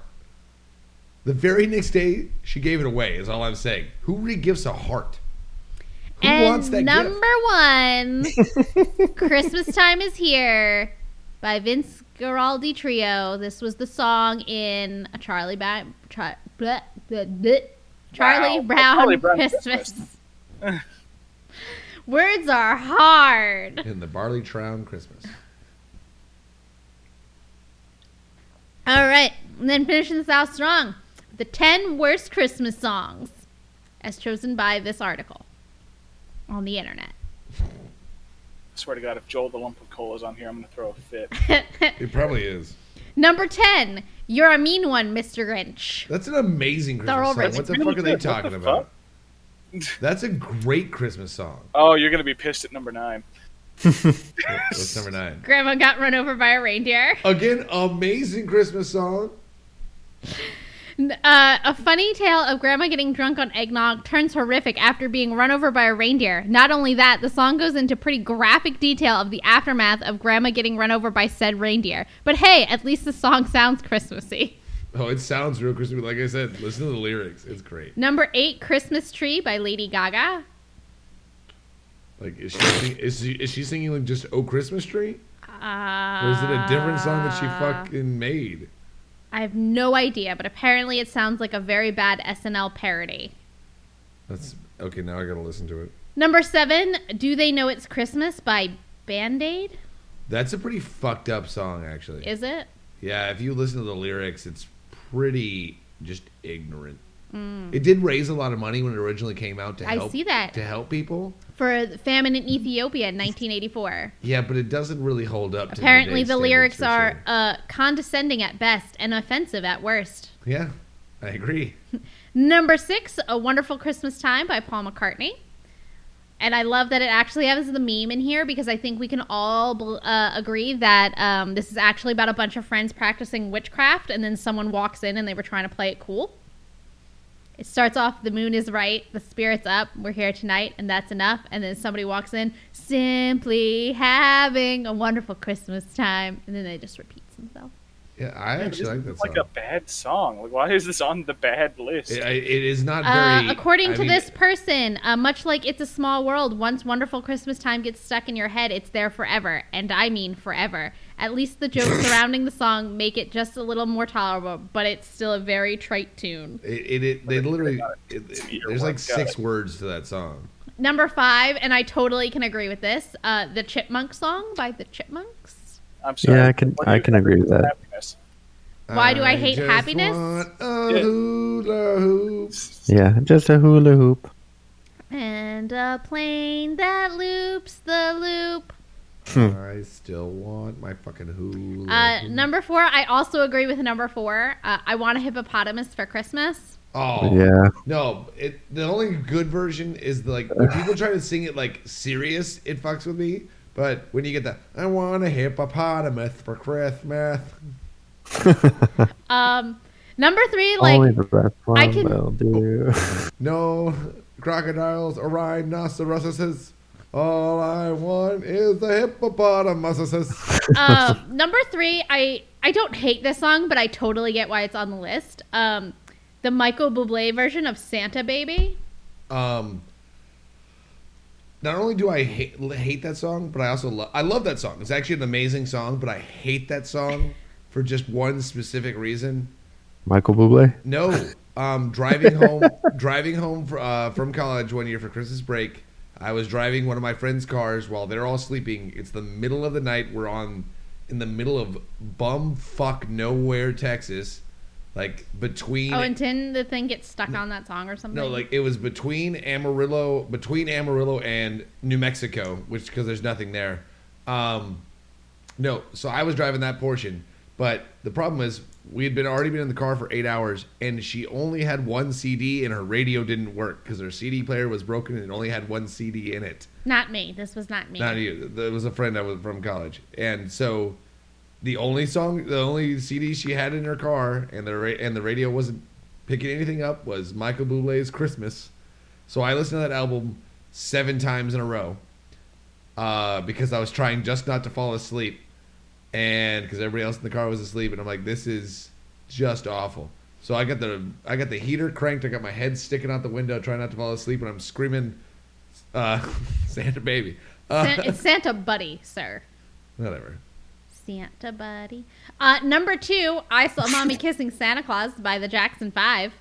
Speaker 3: The very next day, she gave it away. Is all I'm saying. Who re-gives a heart? Who
Speaker 1: and
Speaker 3: wants that gift?
Speaker 1: number
Speaker 3: <laughs>
Speaker 1: one, Christmas Time is Here by Vince Guaraldi Trio. This was the song in a Charlie ba- Char- bleh, bleh, bleh. Charlie
Speaker 4: Wow.
Speaker 1: Brown,
Speaker 4: Charlie Brown
Speaker 1: Christmas. <laughs> Words are hard.
Speaker 3: In the barley Trown Christmas.
Speaker 1: All right, and then finishing this out strong. The 10 worst Christmas songs as chosen by this article on the internet. <laughs>
Speaker 4: I swear to God, if Joel the lump of coal is on here, I'm gonna throw a fit.
Speaker 3: It probably is.
Speaker 1: Number 10, You're a Mean One, Mr. Grinch.
Speaker 3: That's an amazing
Speaker 1: They're
Speaker 3: Christmas
Speaker 1: all
Speaker 3: song.
Speaker 1: right.
Speaker 3: What the
Speaker 4: It's really
Speaker 3: fuck are they
Speaker 4: good. What
Speaker 3: talking
Speaker 4: the
Speaker 3: about? That's a great Christmas song.
Speaker 4: Oh, you're gonna be pissed at number nine.
Speaker 3: What's number nine?
Speaker 1: Grandma got run over by a reindeer.
Speaker 3: Again, amazing Christmas song.
Speaker 1: Uh, a funny tale of grandma getting drunk on eggnog turns horrific after being run over by a reindeer. Not only that, the song goes into pretty graphic detail of the aftermath of grandma getting run over by said reindeer. But hey, at least the song sounds Christmassy.
Speaker 3: Oh, it sounds real Christmas. Like I said, listen to the lyrics. It's great.
Speaker 1: Number eight, Christmas Tree by Lady Gaga.
Speaker 3: Like, is she sing, is she, is she singing like just "Oh Christmas Tree"?
Speaker 1: Uh,
Speaker 3: Or is it a different song that she
Speaker 1: Ah.
Speaker 3: fucking made?
Speaker 1: I have no idea, but apparently it sounds like a very bad SNL parody.
Speaker 3: That's okay. Now I gotta listen to it.
Speaker 1: Number seven, Do They Know It's Christmas by Band Aid?
Speaker 3: That's a pretty fucked up song, actually.
Speaker 1: Is it?
Speaker 3: yeah, if you listen to the lyrics, it's pretty just ignorant. It did raise a lot of money when it originally came out to
Speaker 1: Mm. I
Speaker 3: help
Speaker 1: see that.
Speaker 3: to help people.
Speaker 1: for the famine in Ethiopia in 1984.
Speaker 3: Yeah, but it doesn't really hold up. to
Speaker 1: Apparently,
Speaker 3: today's
Speaker 1: the
Speaker 3: standards,
Speaker 1: lyrics
Speaker 3: for
Speaker 1: are
Speaker 3: sure.
Speaker 1: uh, condescending at best and offensive at worst.
Speaker 3: Yeah, I agree.
Speaker 1: Number six, A Wonderful Christmas Time by Paul McCartney. And I love that it actually has the meme in here because I think we can all bel- uh, agree that um, this is actually about a bunch of friends practicing witchcraft, and then someone walks in and they were trying to play it cool. It starts off, the moon is right, the spirit's up, we're here tonight, and that's enough. And then somebody walks in, simply having a wonderful Christmas time, and then they just repeats themselves.
Speaker 3: Yeah, I
Speaker 4: Dude,
Speaker 3: actually
Speaker 4: this
Speaker 3: like
Speaker 4: is
Speaker 3: that
Speaker 4: like a
Speaker 3: song.
Speaker 4: bad song. Like, why is this on the bad list?
Speaker 3: It- I- it is not very.
Speaker 1: Uh, according
Speaker 3: I
Speaker 1: to
Speaker 3: mean,
Speaker 1: this person, uh, much like It's a Small World, once wonderful Christmas time gets stuck in your head, it's there forever. And I mean forever. At least the
Speaker 3: <laughs>
Speaker 1: jokes surrounding the song make it just a little more tolerable, but it's still a very trite tune.
Speaker 3: It, it, it they literally it-
Speaker 4: It's
Speaker 3: it-
Speaker 4: your
Speaker 3: there's
Speaker 4: work,
Speaker 3: like
Speaker 4: got
Speaker 3: six words to that song.
Speaker 1: Number five, and I totally can agree with this uh, the Chipmunk song by the Chipmunks.
Speaker 4: I'm sorry.
Speaker 2: Yeah, I can-
Speaker 4: What
Speaker 2: I
Speaker 4: do
Speaker 2: can
Speaker 4: you-
Speaker 2: agree with that.
Speaker 4: Happiness.
Speaker 1: Why do I hate
Speaker 3: just
Speaker 1: happiness?
Speaker 3: want a
Speaker 4: Yeah.
Speaker 3: hula hoop.
Speaker 2: Yeah, just a hula hoop.
Speaker 1: And a plane that loops the loop.
Speaker 3: I still want my fucking hula.
Speaker 1: Uh,
Speaker 3: hoop.
Speaker 1: number four, I also agree with number four. Uh, I want a hippopotamus for Christmas.
Speaker 3: Oh
Speaker 2: Yeah,
Speaker 3: no! It the only good version is the, like when people try to sing it like serious, it fucks with me. But when you get the I want a hippopotamus for Christmas,
Speaker 1: Um, number three, like
Speaker 3: Oh,
Speaker 2: only the best one
Speaker 1: I can- <laughs>
Speaker 2: will do.
Speaker 3: no crocodiles or rhinoceroses. All I want is a hippopotamus.
Speaker 2: <laughs>
Speaker 1: um, number three, I I don't hate this song, but I totally get why it's on the list. Um, the Michael Bublé version of Santa Baby.
Speaker 3: um not only do I hate, hate that song, but I also love I love that song. It's actually an amazing song, but I hate that song for just one specific reason.
Speaker 2: Michael Bublé.
Speaker 3: No, um, driving home, driving home fr- uh, from college one year for Christmas break. I was driving one of my friends' cars while they're all sleeping. It's the middle of the night. We're on in the middle of bum fuck nowhere, Texas, like between
Speaker 1: Oh, and didn't the thing get stuck on that song or something?
Speaker 3: Mm. no, like it was between Amarillo, between Amarillo and New Mexico, which because there's nothing there. Um, no, so I was driving that portion, but the problem is we had been already been in the car for eight hours, and she only had one CD, and her radio didn't work because her CD player was broken and it only had one CD in it.
Speaker 1: not me. This was not me.
Speaker 3: Not e- you. There was a friend I was from college, and so the only song, the only CD she had in her car, and the ra- and the radio wasn't picking anything up was Michael Bublé's Christmas. So I listened to that album seven times in a row uh, because I was trying just not to fall asleep, and because everybody else in the car was asleep, and I'm like, this is just awful. So I got the I got the heater cranked. I got my head sticking out the window, trying not to fall asleep, and I'm screaming, uh, <laughs> "Santa baby!" Uh, <laughs>
Speaker 1: San- it's Santa Buddy, sir.
Speaker 3: Whatever.
Speaker 1: Santa Buddy. Uh, number two, I saw
Speaker 3: <laughs>
Speaker 1: mommy kissing Santa Claus by the Jackson Five.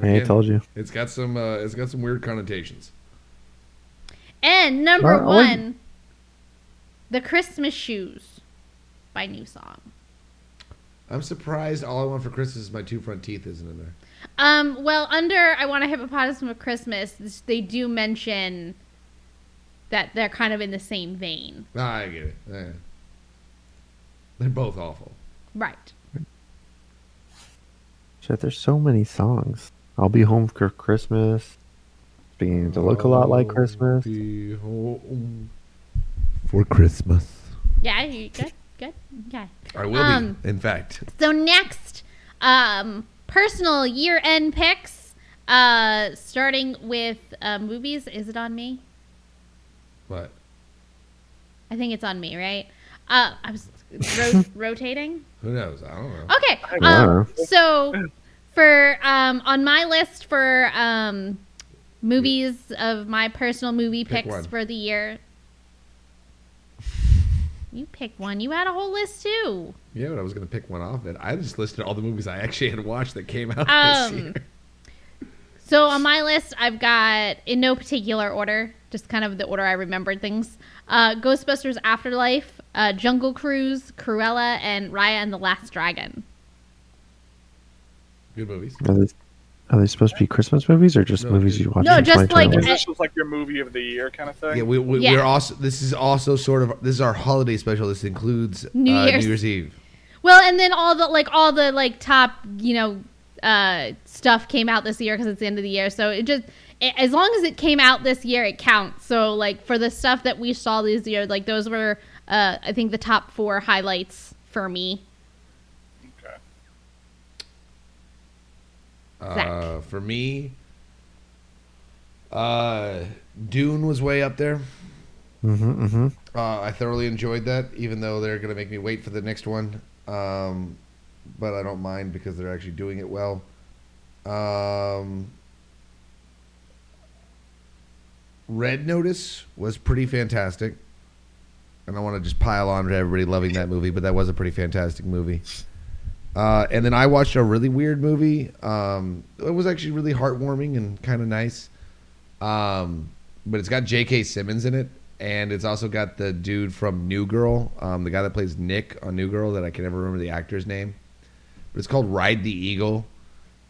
Speaker 2: I
Speaker 3: Again,
Speaker 2: told you.
Speaker 3: It's got some. Uh, it's got some weird connotations.
Speaker 1: And number
Speaker 2: Well, I
Speaker 1: one,
Speaker 2: wouldn't-
Speaker 1: The Christmas Shoes by New Song.
Speaker 3: I'm surprised. All I want for Christmas is my two front teeth isn't in there.
Speaker 1: Um, well, under I Want a Hippopotamus for Christmas, this- they do mention that they're kind of in the same vein.
Speaker 3: Ah, I get it. Yeah. They're both awful.
Speaker 1: Right.
Speaker 2: Shit, there's so many songs. I'll be home for Christmas. It's beginning to look a lot like Christmas.
Speaker 3: Be home for Christmas.
Speaker 1: Yeah, you good, good. Okay.
Speaker 3: I will
Speaker 1: Um,
Speaker 3: be. In fact,
Speaker 1: So next, um, personal year end picks. Uh, starting with uh, movies. Is it on me?
Speaker 3: but
Speaker 1: I think it's on me, right? Uh, I was ro- <laughs> rotating.
Speaker 3: who knows? I don't know.
Speaker 1: Okay. Um, so for um, on my list for um, movies of my personal movie
Speaker 3: Pick
Speaker 1: picks
Speaker 3: one.
Speaker 1: for the year. You pick one. You had a whole list too.
Speaker 3: Yeah, but I was gonna pick one off it. I just listed all the movies I actually had watched that came out
Speaker 1: Um,
Speaker 3: this year.
Speaker 1: So on my list, I've got in no particular order, just kind of the order I remembered things: uh, Ghostbusters Afterlife, uh, Jungle Cruise, Cruella, and Raya and the Last Dragon.
Speaker 3: Good movies.
Speaker 2: Are these, are these supposed to be Christmas movies or just
Speaker 3: No,
Speaker 2: movies
Speaker 3: dude.
Speaker 2: you watch?
Speaker 1: No,
Speaker 2: in
Speaker 1: just like-
Speaker 2: 2021?
Speaker 4: This was like your movie of the year kind of thing.
Speaker 3: Yeah, we, we,
Speaker 1: Yeah.
Speaker 3: we're also. This is also sort of. This is our holiday special. This includes
Speaker 1: New
Speaker 3: uh,
Speaker 1: Year's.
Speaker 3: New Year's Eve.
Speaker 1: Well, and then all the like all the like top you know uh, stuff came out this year because it's the end of the year. So it just a- as long as it came out this year, it counts. So like for the stuff that we saw this year, like those were uh, I think the top four highlights for me.
Speaker 4: Okay.
Speaker 3: Uh, for me, uh, Dune was way up there.
Speaker 2: Mhm, mhm.
Speaker 3: Uh, I thoroughly enjoyed that, even though they're going to make me wait for the next one. Um, but I don't mind because they're actually doing it well. Um, Red Notice was pretty fantastic. And I want to just pile on to everybody loving that movie, but that was a pretty fantastic movie. Uh, and then I watched a really weird movie. Um, it was actually really heartwarming and kind of nice. Um, but it's got J.K. Simmons in it, and it's also got the dude from New Girl, um, the guy that plays Nick on New Girl, that I can never remember the actor's name. But it's called Ride the Eagle,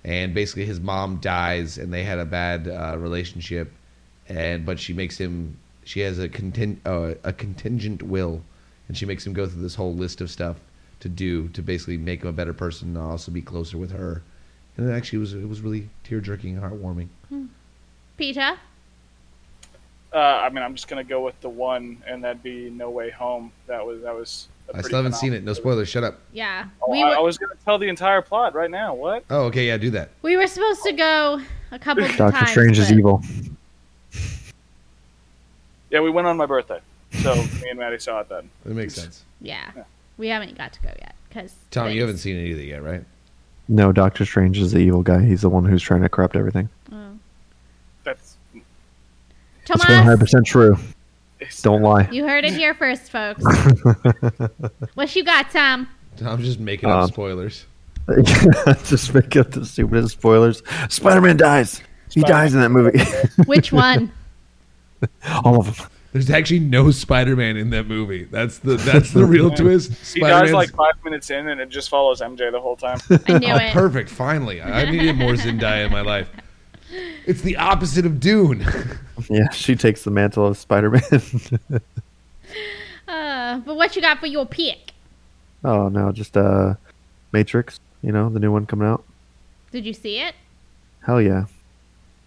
Speaker 3: and basically his mom dies, and they had a bad uh, relationship, and but she makes him. She has a contin- uh, a contingent will, and she makes him go through this whole list of stuff to do to basically make him a better person and also be closer with her. And it actually was it was really tear jerking and heartwarming.
Speaker 1: Peter?
Speaker 4: Uh, I mean, I'm just gonna go with the one, and that'd be No Way Home. That was that was. I
Speaker 3: I still haven't seen it. No spoilers. Shut up.
Speaker 1: Yeah.
Speaker 4: Oh,
Speaker 1: we
Speaker 4: I,
Speaker 1: were
Speaker 4: I was gonna tell the entire plot right now. What?
Speaker 3: Oh, okay, yeah, do that.
Speaker 1: we were supposed to go a couple of
Speaker 2: Doctor
Speaker 1: times.
Speaker 2: Strange is
Speaker 1: but-
Speaker 2: evil.
Speaker 4: Yeah, we went on my birthday, <laughs> so me and Maddie saw it then.
Speaker 3: It makes sense.
Speaker 1: Yeah. We haven't got to go yet because
Speaker 3: Tom, you haven't seen it either yet, right?
Speaker 2: No, Doctor Strange is the evil guy. He's the one who's trying to corrupt everything.
Speaker 4: That's
Speaker 2: That's one hundred
Speaker 1: Tomas,
Speaker 2: percent true.
Speaker 4: it's,
Speaker 2: Don't lie.
Speaker 1: you heard it here first,
Speaker 2: <laughs>
Speaker 1: folks. what you got, Tom?
Speaker 3: Tom's just making
Speaker 2: Um,
Speaker 3: up spoilers.
Speaker 2: <laughs> Just make up the stupidest spoilers. Spider Man dies. He dies in that movie. <laughs>
Speaker 1: Which one?
Speaker 2: All of them.
Speaker 3: There's actually no Spider-Man in that movie. That's the that's the
Speaker 4: <laughs>
Speaker 3: real twist.
Speaker 4: He dies
Speaker 3: Spider-Man's
Speaker 4: like five minutes in, and it just follows MJ the whole
Speaker 3: <laughs>
Speaker 4: time.
Speaker 1: I knew
Speaker 3: oh,
Speaker 1: it.
Speaker 3: perfect. Finally, I I needed more Zendaya in my life. It's the opposite of Dune. <laughs>
Speaker 2: Yeah, she takes the mantle of Spider Man.
Speaker 1: Uh, but what you got for your pick?
Speaker 2: <laughs> oh no, just uh, Matrix. You know the new one coming out.
Speaker 1: Did you see it?
Speaker 2: Hell yeah.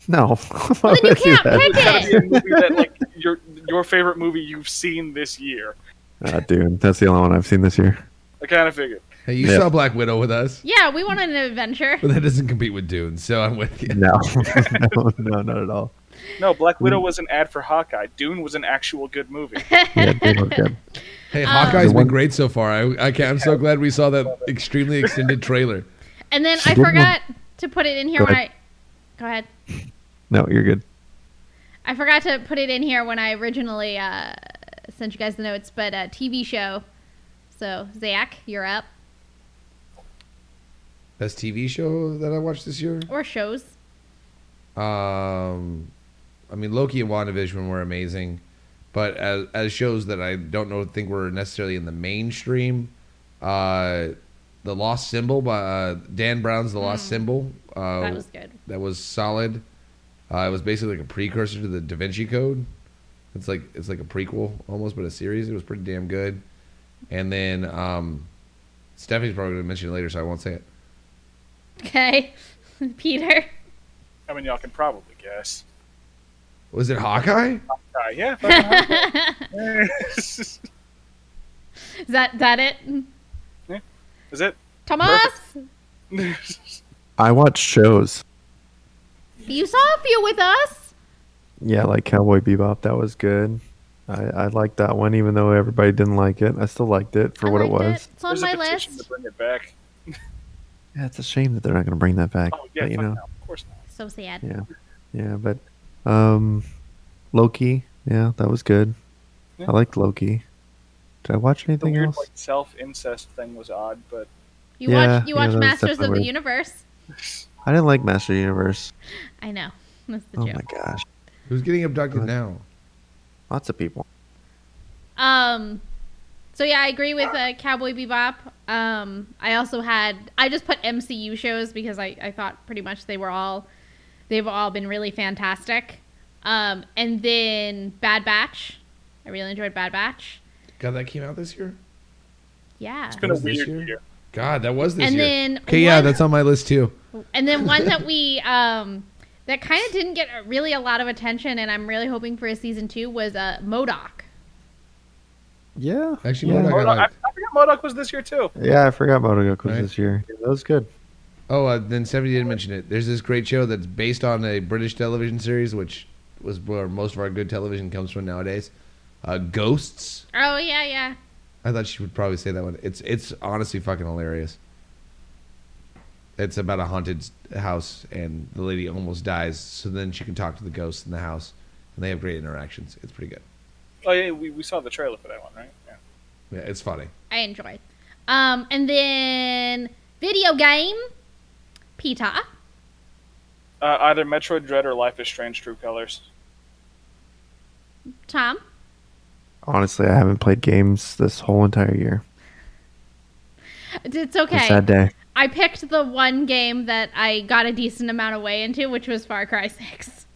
Speaker 2: No. <laughs>
Speaker 1: Well,
Speaker 2: Why
Speaker 1: then
Speaker 2: would
Speaker 1: you
Speaker 2: I
Speaker 1: can't
Speaker 2: do
Speaker 1: pick
Speaker 4: Gotta
Speaker 1: it.
Speaker 4: be a movie that, like, your your favorite movie you've seen this year.
Speaker 2: that? Ah, dude, that's the only one I've seen this year. <laughs>
Speaker 4: I kind of figured.
Speaker 3: hey, you
Speaker 2: Yeah.
Speaker 3: saw Black Widow with us,
Speaker 1: Yeah, we want an adventure.
Speaker 3: but that doesn't compete with Dune. So I'm with you.
Speaker 2: No, <laughs> no, no, not at all.
Speaker 4: No, Black
Speaker 3: Mm.
Speaker 4: Widow was an ad for Hawkeye. Dune was an actual
Speaker 3: <laughs>
Speaker 4: good
Speaker 2: <laughs>
Speaker 4: movie.
Speaker 1: <laughs>
Speaker 2: Yeah, it looked good.
Speaker 3: Hey,
Speaker 1: Um,
Speaker 3: Hawkeye's
Speaker 2: The one-
Speaker 3: been great so far. I, I can, I'm so glad we saw that extremely extended trailer.
Speaker 1: And then I
Speaker 2: Good one.
Speaker 1: forgot to put it in here
Speaker 2: Go
Speaker 1: when I.
Speaker 2: ahead.
Speaker 1: Go ahead.
Speaker 2: No, you're good.
Speaker 1: I forgot to put it in here when I originally uh, sent you guys the notes, but uh, TV show. So Zach, you're up
Speaker 3: Best TV show that I watched this year.
Speaker 1: or shows?
Speaker 3: Um, I mean, Loki and WandaVision were amazing, but as, as shows that I don't know think were necessarily in the mainstream, uh, the Lost Symbol by uh, Dan Brown's The Lost Symbol. Uh,
Speaker 1: Mm.
Speaker 2: Oh.
Speaker 1: that was good. <laughs>
Speaker 3: that was solid. Uh, it was basically like a precursor to the Da Vinci Code. It's like it's like a prequel almost, but a series. It was pretty damn good. And then um, Stephanie's probably going to mention it later, so I won't say it.
Speaker 1: Okay, <laughs> Peter. <laughs>
Speaker 4: I mean, y'all can probably guess.
Speaker 3: Was it Hawkeye?
Speaker 4: Uh,
Speaker 3: <laughs>
Speaker 4: yeah. <laughs> fucking Hawkeye.
Speaker 1: Is that that it?
Speaker 4: Is it? <laughs>
Speaker 1: Tomas,
Speaker 2: I watch shows.
Speaker 1: you saw a few with us.
Speaker 2: Yeah, like Cowboy Bebop. That was good. I, I liked that one, even though everybody didn't like it. I still liked it for
Speaker 1: I
Speaker 2: what it
Speaker 1: liked
Speaker 2: was.
Speaker 1: It's on
Speaker 4: There's
Speaker 1: my
Speaker 4: a petition
Speaker 1: list.
Speaker 4: to bring it back.
Speaker 2: Yeah, it's a shame that they're not going to bring that back.
Speaker 4: Oh yeah,
Speaker 2: but, you
Speaker 4: fuck
Speaker 2: know,
Speaker 4: no, of course not.
Speaker 1: So sad.
Speaker 2: yeah, yeah. But um, Loki. Yeah, that was good.
Speaker 4: Yeah.
Speaker 2: I liked Loki. Did I watch
Speaker 4: The
Speaker 2: anything
Speaker 4: weird
Speaker 2: else?
Speaker 4: like self incest thing was odd, but
Speaker 1: You
Speaker 2: Yeah,
Speaker 1: watch you
Speaker 2: yeah,
Speaker 1: watch
Speaker 2: that was
Speaker 1: Masters of the
Speaker 2: definitely-
Speaker 1: Universe.
Speaker 2: I didn't like Master Universe.
Speaker 1: I know. That's the
Speaker 2: Oh
Speaker 1: joke.
Speaker 2: my gosh,
Speaker 3: Who's getting abducted
Speaker 2: Good.
Speaker 3: now?
Speaker 2: lots of people.
Speaker 1: Um, so yeah, I agree with uh, Cowboy Bebop. Um, I also had I just put MCU shows because I I thought pretty much they were all they've all been really fantastic. Um, and then Bad Batch. I really enjoyed Bad Batch.
Speaker 3: God, that came out this year.
Speaker 1: Yeah.
Speaker 4: it's been a
Speaker 3: Was this
Speaker 4: weird
Speaker 3: year?
Speaker 4: year.
Speaker 3: God, that was this
Speaker 1: And
Speaker 3: year.
Speaker 1: then
Speaker 3: okay, yeah,
Speaker 1: one-
Speaker 3: that's on my list too.
Speaker 1: And then one that we um that kind of didn't get really a lot of attention and I'm really hoping for a season 2 was uh MODOK.
Speaker 2: Yeah,
Speaker 3: Actually,
Speaker 2: Yeah.
Speaker 3: Modoc I
Speaker 4: Modok, I, I
Speaker 3: liked.
Speaker 4: forgot Modoc was this year too.
Speaker 2: yeah. I forgot about it
Speaker 3: Right.
Speaker 2: this year. Yeah, that was good.
Speaker 3: Oh, uh, then Stephanie didn't mention it. There's this great show that's based on a British television series, which was where most of our good television comes from nowadays. Uh, Ghosts.
Speaker 1: Oh yeah, yeah.
Speaker 3: I thought she would probably say that one. It's it's honestly fucking hilarious. It's about a haunted house, and the lady almost dies. So then she can talk to the ghosts in the house, and they have great interactions. It's pretty good.
Speaker 4: Oh yeah, we, we saw the trailer for that one, right? Yeah.
Speaker 3: Yeah, it's funny.
Speaker 1: I enjoyed. Um, and then video game, Peter.
Speaker 4: Uh, either Metroid Dread or Life is Strange: True Colors.
Speaker 1: Tom,
Speaker 2: Honestly, I haven't played games this whole entire year.
Speaker 1: it's
Speaker 2: It's a
Speaker 1: okay.
Speaker 2: sad day.
Speaker 1: I picked the one game that I got a decent amount of way into, which was Far Cry Six.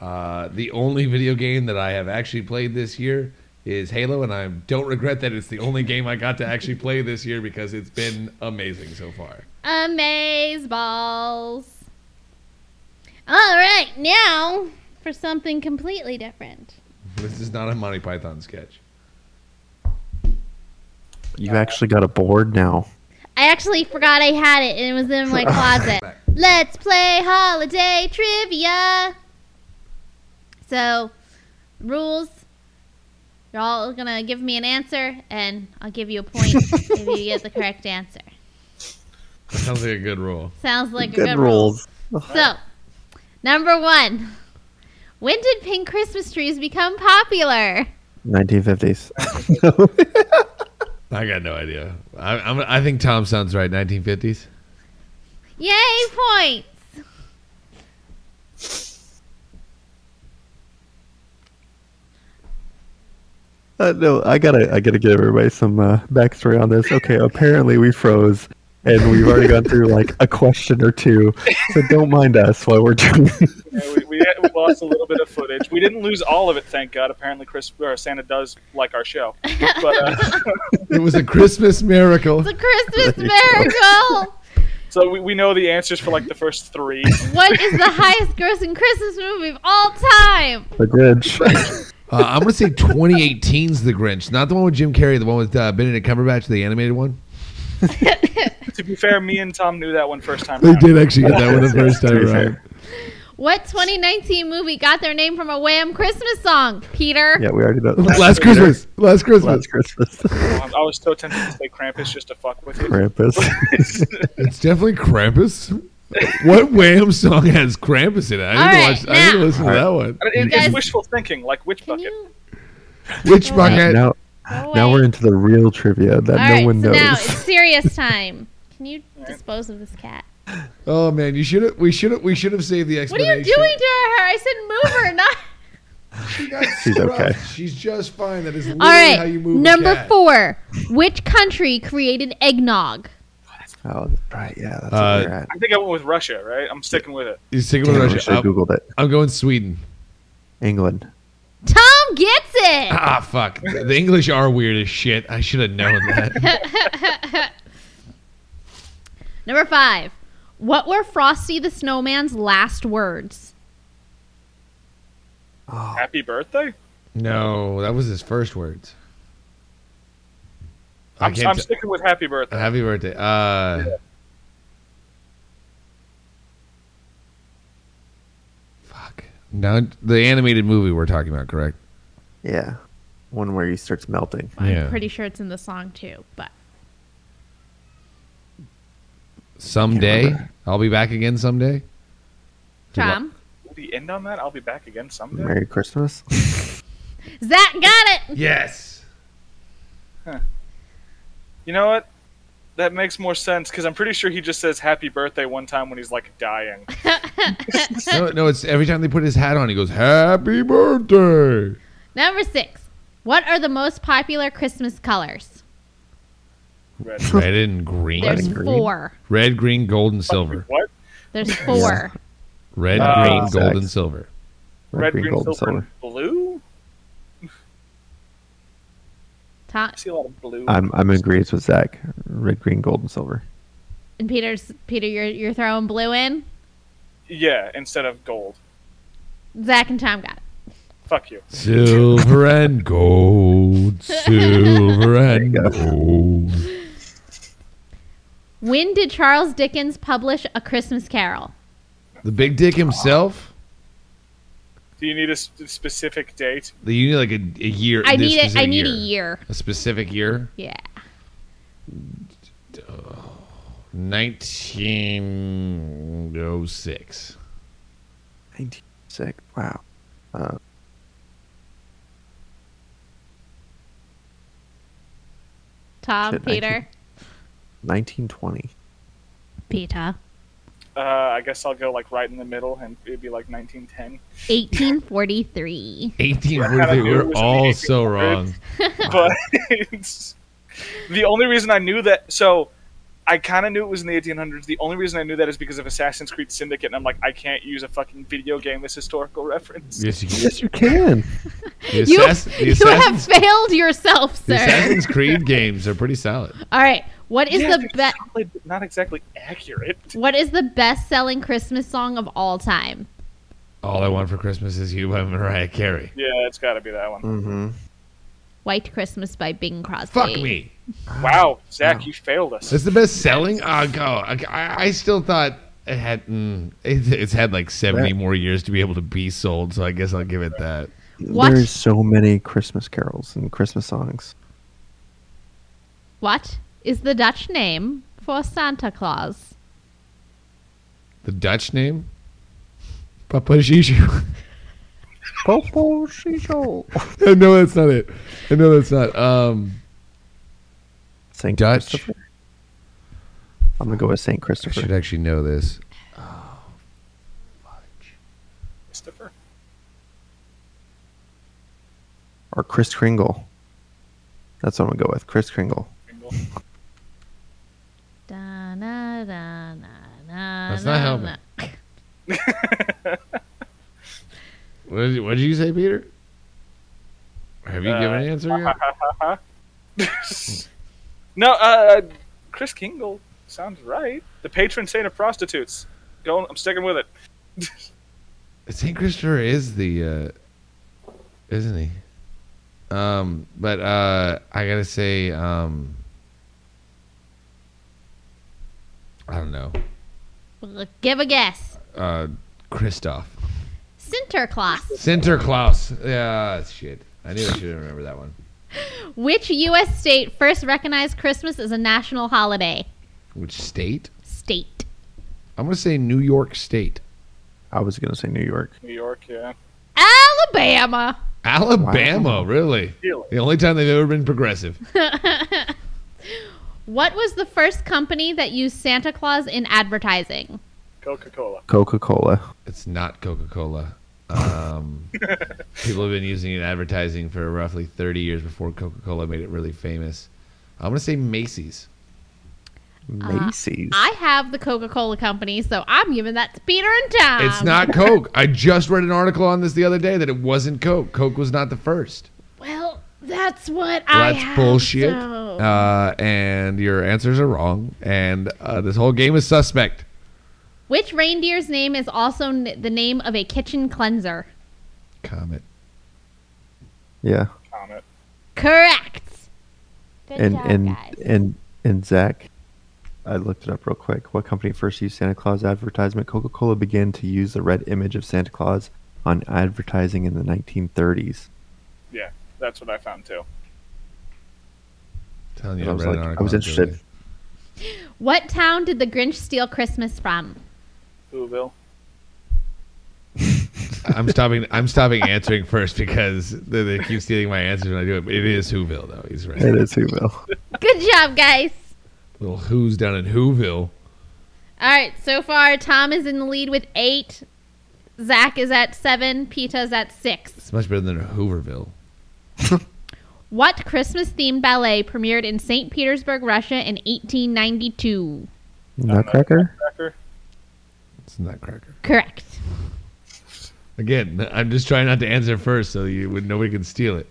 Speaker 3: Uh, the only video game that I have actually played this year is Halo, and I don't regret that it's the only game I got to actually play this year because it's been amazing so far.
Speaker 1: Amaze balls. All right, now for something completely different.
Speaker 3: This is not a Monty Python sketch.
Speaker 2: You've actually got a board now.
Speaker 1: I actually forgot I had it, and it was in
Speaker 2: <laughs>
Speaker 1: my closet. Let's play holiday trivia. So, rules. You're all gonna give me an answer, and I'll give you a point if
Speaker 2: <laughs>
Speaker 1: you get the correct answer.
Speaker 3: Sounds like a good rule.
Speaker 1: Sounds like a
Speaker 2: Good
Speaker 1: good rule.
Speaker 2: rules.
Speaker 1: So, number one. When did pink Christmas trees become popular?
Speaker 4: <laughs>
Speaker 2: <laughs> 1950s.
Speaker 3: I got no idea. I, I'm, I think Tom sounds right. 1950s.
Speaker 1: Yay, points!
Speaker 2: Uh, no, I gotta, I gotta give everybody some uh, backstory on this. Okay, apparently we froze, and we've already gone through like a question or two, so don't mind us while we're doing. <laughs>
Speaker 4: Yeah, we, we, <laughs> we lost a little bit of footage. We didn't lose all of it, thank God. Apparently, Chris or Santa does like
Speaker 1: <laughs>
Speaker 4: our show. But uh,
Speaker 3: It was a Christmas miracle.
Speaker 1: The Christmas
Speaker 2: <laughs> There you
Speaker 1: miracle!
Speaker 4: so we, we know the answers for like the first three.
Speaker 1: what is the highest grossing Christmas movie of all time?
Speaker 2: the Grinch.
Speaker 3: Uh, I'm gonna say 2018's The Grinch, not the one with Jim Carrey, the one with uh, Benedict Cumberbatch, the animated one.
Speaker 4: to be fair, me and Tom knew that one first time.
Speaker 3: They
Speaker 4: around.
Speaker 3: did actually get that one the first time right.
Speaker 1: What 2019 movie got their name from a Wham Christmas song? Peter.
Speaker 2: Yeah, we already know.
Speaker 3: Last Christmas. Last Christmas.
Speaker 2: Last Christmas. <laughs>
Speaker 4: I was so tempted to say Krampus just to fuck with you.
Speaker 3: <laughs>
Speaker 4: <laughs>
Speaker 2: Krampus.
Speaker 3: It's definitely Krampus. What Wham song has Krampus in it? I
Speaker 1: All
Speaker 3: need,
Speaker 1: right,
Speaker 3: to, watch, I need to
Speaker 1: now.
Speaker 3: listen to that one.
Speaker 4: But it-
Speaker 1: guys-
Speaker 4: it's wishful thinking, like Witch
Speaker 1: Can
Speaker 4: Bucket.
Speaker 1: you
Speaker 3: Which bucket?
Speaker 2: now,
Speaker 1: go
Speaker 2: Ah, now
Speaker 1: away?
Speaker 2: we're into the real trivia that
Speaker 1: All
Speaker 2: no
Speaker 1: right,
Speaker 2: one
Speaker 1: so
Speaker 2: knows.
Speaker 1: now it's
Speaker 2: <laughs>
Speaker 1: serious time. Can you dispose of this cat?
Speaker 3: Oh man, you should have. We should have. We should have saved the
Speaker 1: What are
Speaker 3: explanation.
Speaker 1: you doing to her? I said move her,
Speaker 3: <laughs>
Speaker 1: not.
Speaker 3: She got
Speaker 2: She's
Speaker 3: scrubbed.
Speaker 2: okay.
Speaker 3: <laughs> She's just fine. That is literally
Speaker 1: All right,
Speaker 3: how you move. a
Speaker 1: number
Speaker 3: cat.
Speaker 1: four. Which country created eggnog?
Speaker 2: oh, right. Yeah, that's
Speaker 3: Uh,
Speaker 2: where we're at.
Speaker 4: I think I went with Russia, right? I'm sticking with it.
Speaker 3: You stick with
Speaker 2: Damn, I
Speaker 3: Russia.
Speaker 2: should have
Speaker 3: I'm,
Speaker 2: googled it.
Speaker 3: I'm going Sweden.
Speaker 2: England.
Speaker 1: Tom gets it.
Speaker 3: Ah, fuck. The the English are weird as shit. I should have known that.
Speaker 1: Number five. What were Frosty the Snowman's last words?
Speaker 4: Happy birthday?
Speaker 3: No, that was his first words. I
Speaker 4: I'm,
Speaker 3: can't.
Speaker 4: I'm
Speaker 3: t-
Speaker 4: sticking with happy birthday.
Speaker 3: happy birthday. Uh, fuck. Now the animated movie we're talking about, correct?
Speaker 2: Yeah, one where he starts melting.
Speaker 3: Yeah.
Speaker 1: I'm pretty sure it's in the song too, but
Speaker 3: Someday I'll be back again. Someday.
Speaker 1: Tom.
Speaker 4: Will we end on that? I'll be back again someday.
Speaker 2: Merry Christmas.
Speaker 1: Zach got it.
Speaker 3: Yes.
Speaker 4: You know what? That makes more sense because I'm pretty sure he just says happy birthday one time when he's like dying.
Speaker 3: no, no. It's every time they put his hat on, he goes, "Happy birthday."
Speaker 1: Number six. What are the most popular Christmas colors?
Speaker 4: Red.
Speaker 3: Red and green.
Speaker 1: There's
Speaker 2: green.
Speaker 1: four.
Speaker 3: Red, green, gold, and silver.
Speaker 4: What?
Speaker 1: There's four.
Speaker 3: Red,
Speaker 4: Uh,
Speaker 3: green,
Speaker 2: sex.
Speaker 3: gold, and silver.
Speaker 4: Red, green,
Speaker 2: gold, and
Speaker 4: silver, and blue?
Speaker 1: Tom
Speaker 4: I see a lot of blue.
Speaker 2: I'm I'm in agrees with Zach. Red, green, gold, and silver.
Speaker 1: and Peter's Peter, you're you're throwing blue in.
Speaker 4: yeah, instead of gold.
Speaker 1: Zach and Tom got it.
Speaker 4: Fuck you.
Speaker 3: Silver and gold. Silver and
Speaker 2: go.
Speaker 3: gold.
Speaker 1: When did Charles Dickens publish A Christmas Carol?
Speaker 3: The big dick himself?
Speaker 4: Do you need a s- specific date?
Speaker 3: The- You need like a, a year.
Speaker 1: I
Speaker 3: this
Speaker 1: need it. I
Speaker 3: specific
Speaker 1: need a year.
Speaker 3: A specific year?
Speaker 1: Yeah.
Speaker 3: 1906.
Speaker 2: 1906. Wow. Uh,
Speaker 1: Tom,
Speaker 2: Shit,
Speaker 1: Peter,
Speaker 2: 1920.
Speaker 1: Peter,
Speaker 4: Uh, I guess I'll go like right in the middle, and it'd be like 1910.
Speaker 1: 1843.
Speaker 3: 1843.
Speaker 4: knew it
Speaker 3: We're
Speaker 4: was
Speaker 3: all
Speaker 4: 1800.
Speaker 3: so wrong.
Speaker 4: But <laughs> it's, the only reason I knew that, so I kind of knew it was in the 1800s. The only reason I knew that is because of Assassin's Creed Syndicate, and I'm like, I can't use a fucking video game as historical <laughs> reference.
Speaker 3: Yes, you can.
Speaker 2: Yes, you can.
Speaker 1: <laughs>
Speaker 3: The,
Speaker 1: You,
Speaker 3: assass- the
Speaker 1: you have
Speaker 3: Assassin's,
Speaker 1: failed yourself,
Speaker 3: the
Speaker 1: sir.
Speaker 3: Assassin's Creed games are pretty solid.
Speaker 1: All right. What is
Speaker 4: Yeah,
Speaker 1: the Mm.
Speaker 4: they're
Speaker 1: best?
Speaker 4: solid, but not exactly accurate.
Speaker 1: What is the best-selling Christmas song of all time?
Speaker 3: All I Want for Christmas is You by Mariah Carey.
Speaker 4: Yeah, it's got to be that one.
Speaker 2: Mm-hmm.
Speaker 1: "White Christmas" by Bing Crosby.
Speaker 3: Fuck me.
Speaker 4: Wow, Zach, you failed us.
Speaker 3: That's the best selling. Oh god, I, I still thought it had. Mm, it, it's had like seventy
Speaker 2: That-
Speaker 3: more years to be able to be sold. So I guess I'll give it that.
Speaker 1: What?
Speaker 2: There's so many Christmas carols and Christmas songs.
Speaker 1: What is the Dutch name for Santa Claus?
Speaker 3: The Dutch name, Papa Gigi. <laughs>
Speaker 2: Popo Shisho.
Speaker 3: I know that's not it. I know that's not. Um,
Speaker 2: Saint
Speaker 3: Dutch.
Speaker 2: Christopher. I'm gonna go with Saint
Speaker 3: I should
Speaker 2: Christopher.
Speaker 3: actually know this.
Speaker 4: Christopher.
Speaker 2: or Chris Kringle. That's what I'm gonna go with. Chris Kringle.
Speaker 1: Da, na, na, na, na,
Speaker 3: That's
Speaker 1: na,
Speaker 3: not helping.
Speaker 1: na.
Speaker 3: What did, what did you say, Peter? Have you given an answer yet?
Speaker 4: <laughs> no, uh, Chris Kingle sounds right. The patron saint of prostitutes. Going, I'm sticking with it.
Speaker 3: Saint Christopher is the, uh, isn't he? Um, but uh, I gotta say, um, I don't know,
Speaker 1: Well, Give a guess.
Speaker 3: uh, Christoph,
Speaker 1: Sinterklaas.
Speaker 3: Sinterklaas. Yeah, shit. I knew I should remember that one.
Speaker 1: Which U.S. state first recognized Christmas as a national holiday?
Speaker 3: Which state?
Speaker 1: State.
Speaker 3: I'm gonna say New York State.
Speaker 2: I was gonna say New York.
Speaker 4: New York, yeah.
Speaker 1: Alabama.
Speaker 3: Alabama, really?
Speaker 4: Really?
Speaker 3: The only time they've ever been progressive.
Speaker 1: What was the first company that used Santa Claus in advertising?
Speaker 4: Coca Cola.
Speaker 2: Coca Cola.
Speaker 3: It's not Coca Cola.
Speaker 1: <laughs>
Speaker 3: Um, people have been using it in advertising for roughly 30 years before Coca Cola made it really famous. I'm going to say Macy's.
Speaker 2: Macy's.
Speaker 1: Uh, I have the Coca Cola company, so I'm giving that to Peter and Tom.
Speaker 3: it's
Speaker 1: <laughs>
Speaker 3: not Coke. I just read an article on this the other day that it wasn't Coke. Coke was not the first.
Speaker 1: Well, that's what I.
Speaker 3: Well,
Speaker 1: have,
Speaker 3: that's bullshit.
Speaker 1: so-
Speaker 3: Uh, and your answers are wrong. And uh, this whole game is suspect.
Speaker 1: Which reindeer's name is also n- the name of a kitchen cleanser?
Speaker 3: Comet.
Speaker 2: yeah.
Speaker 4: Comet.
Speaker 1: Correct. Good
Speaker 2: and
Speaker 1: job,
Speaker 2: and
Speaker 1: guys.
Speaker 2: and and Zach, I looked it up real quick. What company first used Santa Claus advertisement? Coca Cola began to use the red image of Santa Claus on advertising in the 1930s.
Speaker 4: Yeah, that's what I found too.
Speaker 3: Telling you,
Speaker 2: And I was
Speaker 3: read an
Speaker 2: like, I
Speaker 3: article
Speaker 2: was
Speaker 3: on it the other
Speaker 2: interested.
Speaker 3: day.
Speaker 1: What town did the Grinch steal Christmas from?
Speaker 4: Whoville.
Speaker 3: I'm stopping. I'm stopping
Speaker 2: <laughs>
Speaker 3: answering first because they, they keep stealing my answers when I do it. But it is Whoville, though. He's right.
Speaker 2: It is Whoville.
Speaker 1: Good job, guys.
Speaker 3: Little Who's down in Whoville.
Speaker 1: All right, so far Tom is in the lead with eight. Zach is at seven. Pita's at six.
Speaker 3: It's much better than Hooverville.
Speaker 1: What Christmas themed ballet premiered in St. Petersburg, Russia in 1892?
Speaker 2: Nutcracker.
Speaker 4: Cracker.
Speaker 3: It's Nutcracker.
Speaker 1: Correct.
Speaker 3: Again, I'm just trying not to answer first so you would nobody can steal it.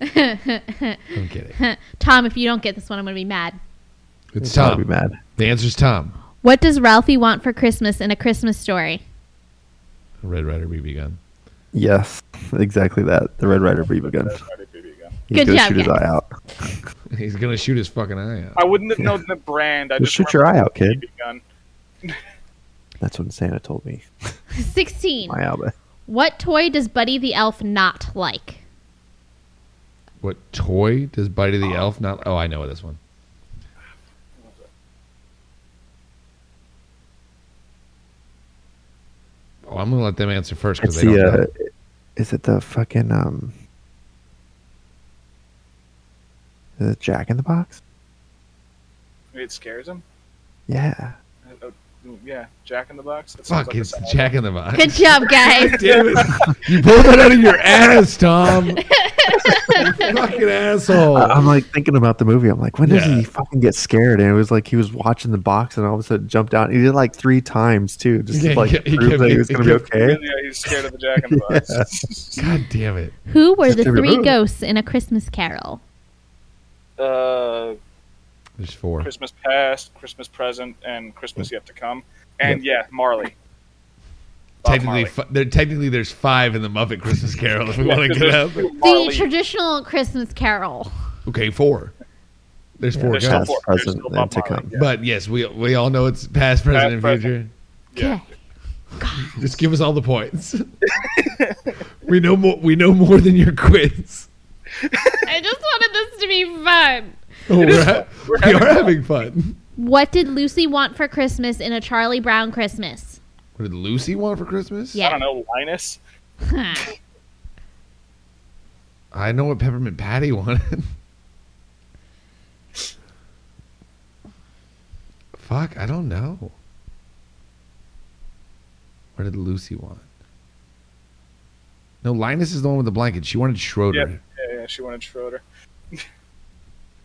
Speaker 3: I'm kidding.
Speaker 1: Tom, if you don't get this one, I'm going to be mad.
Speaker 3: It's
Speaker 2: I'll be
Speaker 3: Tom.
Speaker 2: mad.
Speaker 3: The answer's Tom.
Speaker 1: What does Ralphie want for Christmas in a Christmas story? <laughs>
Speaker 3: Red Rider BB gun. <laughs>
Speaker 2: Yes, <laughs> exactly that. The Red Rider BB gun.
Speaker 4: Friday BB gun.
Speaker 2: He's
Speaker 1: Good
Speaker 2: gonna
Speaker 1: job,
Speaker 2: shoot his
Speaker 1: guys.
Speaker 2: eye out.
Speaker 3: He's gonna shoot his fucking eye out.
Speaker 4: I wouldn't have known the brand. I
Speaker 2: Just
Speaker 4: just
Speaker 2: shoot your eye out, kid.
Speaker 4: BB gun.
Speaker 2: That's when Santa told me.
Speaker 1: 16.
Speaker 2: My Alba.
Speaker 1: What toy does Buddy the Elf not like?
Speaker 3: What toy does Buddy the Elf not? Oh, I know this one. Oh, I'm gonna let them answer first because
Speaker 2: It's
Speaker 3: they don't
Speaker 2: the,
Speaker 3: know.
Speaker 2: uh, is it the fucking um, is it Jack in the Box?
Speaker 4: It scares him.
Speaker 2: Yeah,
Speaker 4: Uh, uh, yeah, Jack in the Box. That sounds
Speaker 3: Fuck,
Speaker 4: a
Speaker 3: it's
Speaker 4: sound. <laughs>
Speaker 3: Jack in the Box.
Speaker 1: Good job, guys.
Speaker 3: Damn it. You pulled that out of
Speaker 4: <laughs>
Speaker 3: your ass, Tom. You fucking asshole.
Speaker 2: I-
Speaker 4: Uh,
Speaker 2: I'm
Speaker 3: <laughs>
Speaker 2: like thinking about the movie. I'm like, when does
Speaker 3: Yeah.
Speaker 2: he fucking get scared? And it was like he was watching the box, and all of a sudden jumped out. He did it like three times too, just
Speaker 3: Yeah,
Speaker 2: to, like
Speaker 3: he kept- he
Speaker 2: prove
Speaker 3: kept-
Speaker 2: that he was
Speaker 3: he
Speaker 2: gonna be
Speaker 3: kept-
Speaker 2: okay.
Speaker 4: Yeah, uh, he's scared of the Jack in the
Speaker 2: <laughs>
Speaker 4: Box.
Speaker 3: God damn it.
Speaker 1: <laughs> Who were the
Speaker 2: Just every
Speaker 1: three
Speaker 2: room.
Speaker 1: ghosts in A Christmas Carol?
Speaker 4: <laughs> uh,
Speaker 3: There's four.
Speaker 4: Christmas past, Christmas present, and Christmas yet to come. And yeah, Marley. Bob
Speaker 3: Technically,
Speaker 4: Marley.
Speaker 3: fi- there, technically, there's five in the Muppet
Speaker 4: <laughs>
Speaker 3: Christmas Carol. If we <laughs> want to
Speaker 4: Because
Speaker 3: get
Speaker 4: there's
Speaker 3: up,
Speaker 4: two <laughs>
Speaker 1: The
Speaker 4: Marleys.
Speaker 1: traditional Christmas Carol.
Speaker 3: okay, four. There's four
Speaker 4: There's
Speaker 3: guys.
Speaker 4: still
Speaker 2: Past,
Speaker 4: four. There's
Speaker 2: present,
Speaker 4: still
Speaker 2: and
Speaker 4: Bob
Speaker 2: to
Speaker 4: Marley,
Speaker 2: come.
Speaker 4: yeah.
Speaker 3: But yes, we we all know it's past, present, and
Speaker 4: present.
Speaker 3: future.
Speaker 4: Yeah.
Speaker 1: Okay.
Speaker 3: Just give us all the points. <laughs> we know more. We know more than your quiz.
Speaker 1: I just wanted this to be fun.
Speaker 3: Oh, we're, ha-
Speaker 4: we're
Speaker 3: we
Speaker 4: having
Speaker 3: are having fun.
Speaker 1: What did Lucy want for Christmas in a Charlie Brown Christmas? <laughs>
Speaker 3: What did Lucy want for Christmas?
Speaker 1: Yeah.
Speaker 4: I don't know, Linus.
Speaker 3: I know what Peppermint Patty <laughs> wanted. Fuck, I don't know. What did Lucy want? No, Linus is the one with the blanket. She wanted Schroeder.
Speaker 4: Yep. Yeah, yeah, she wanted Schroeder.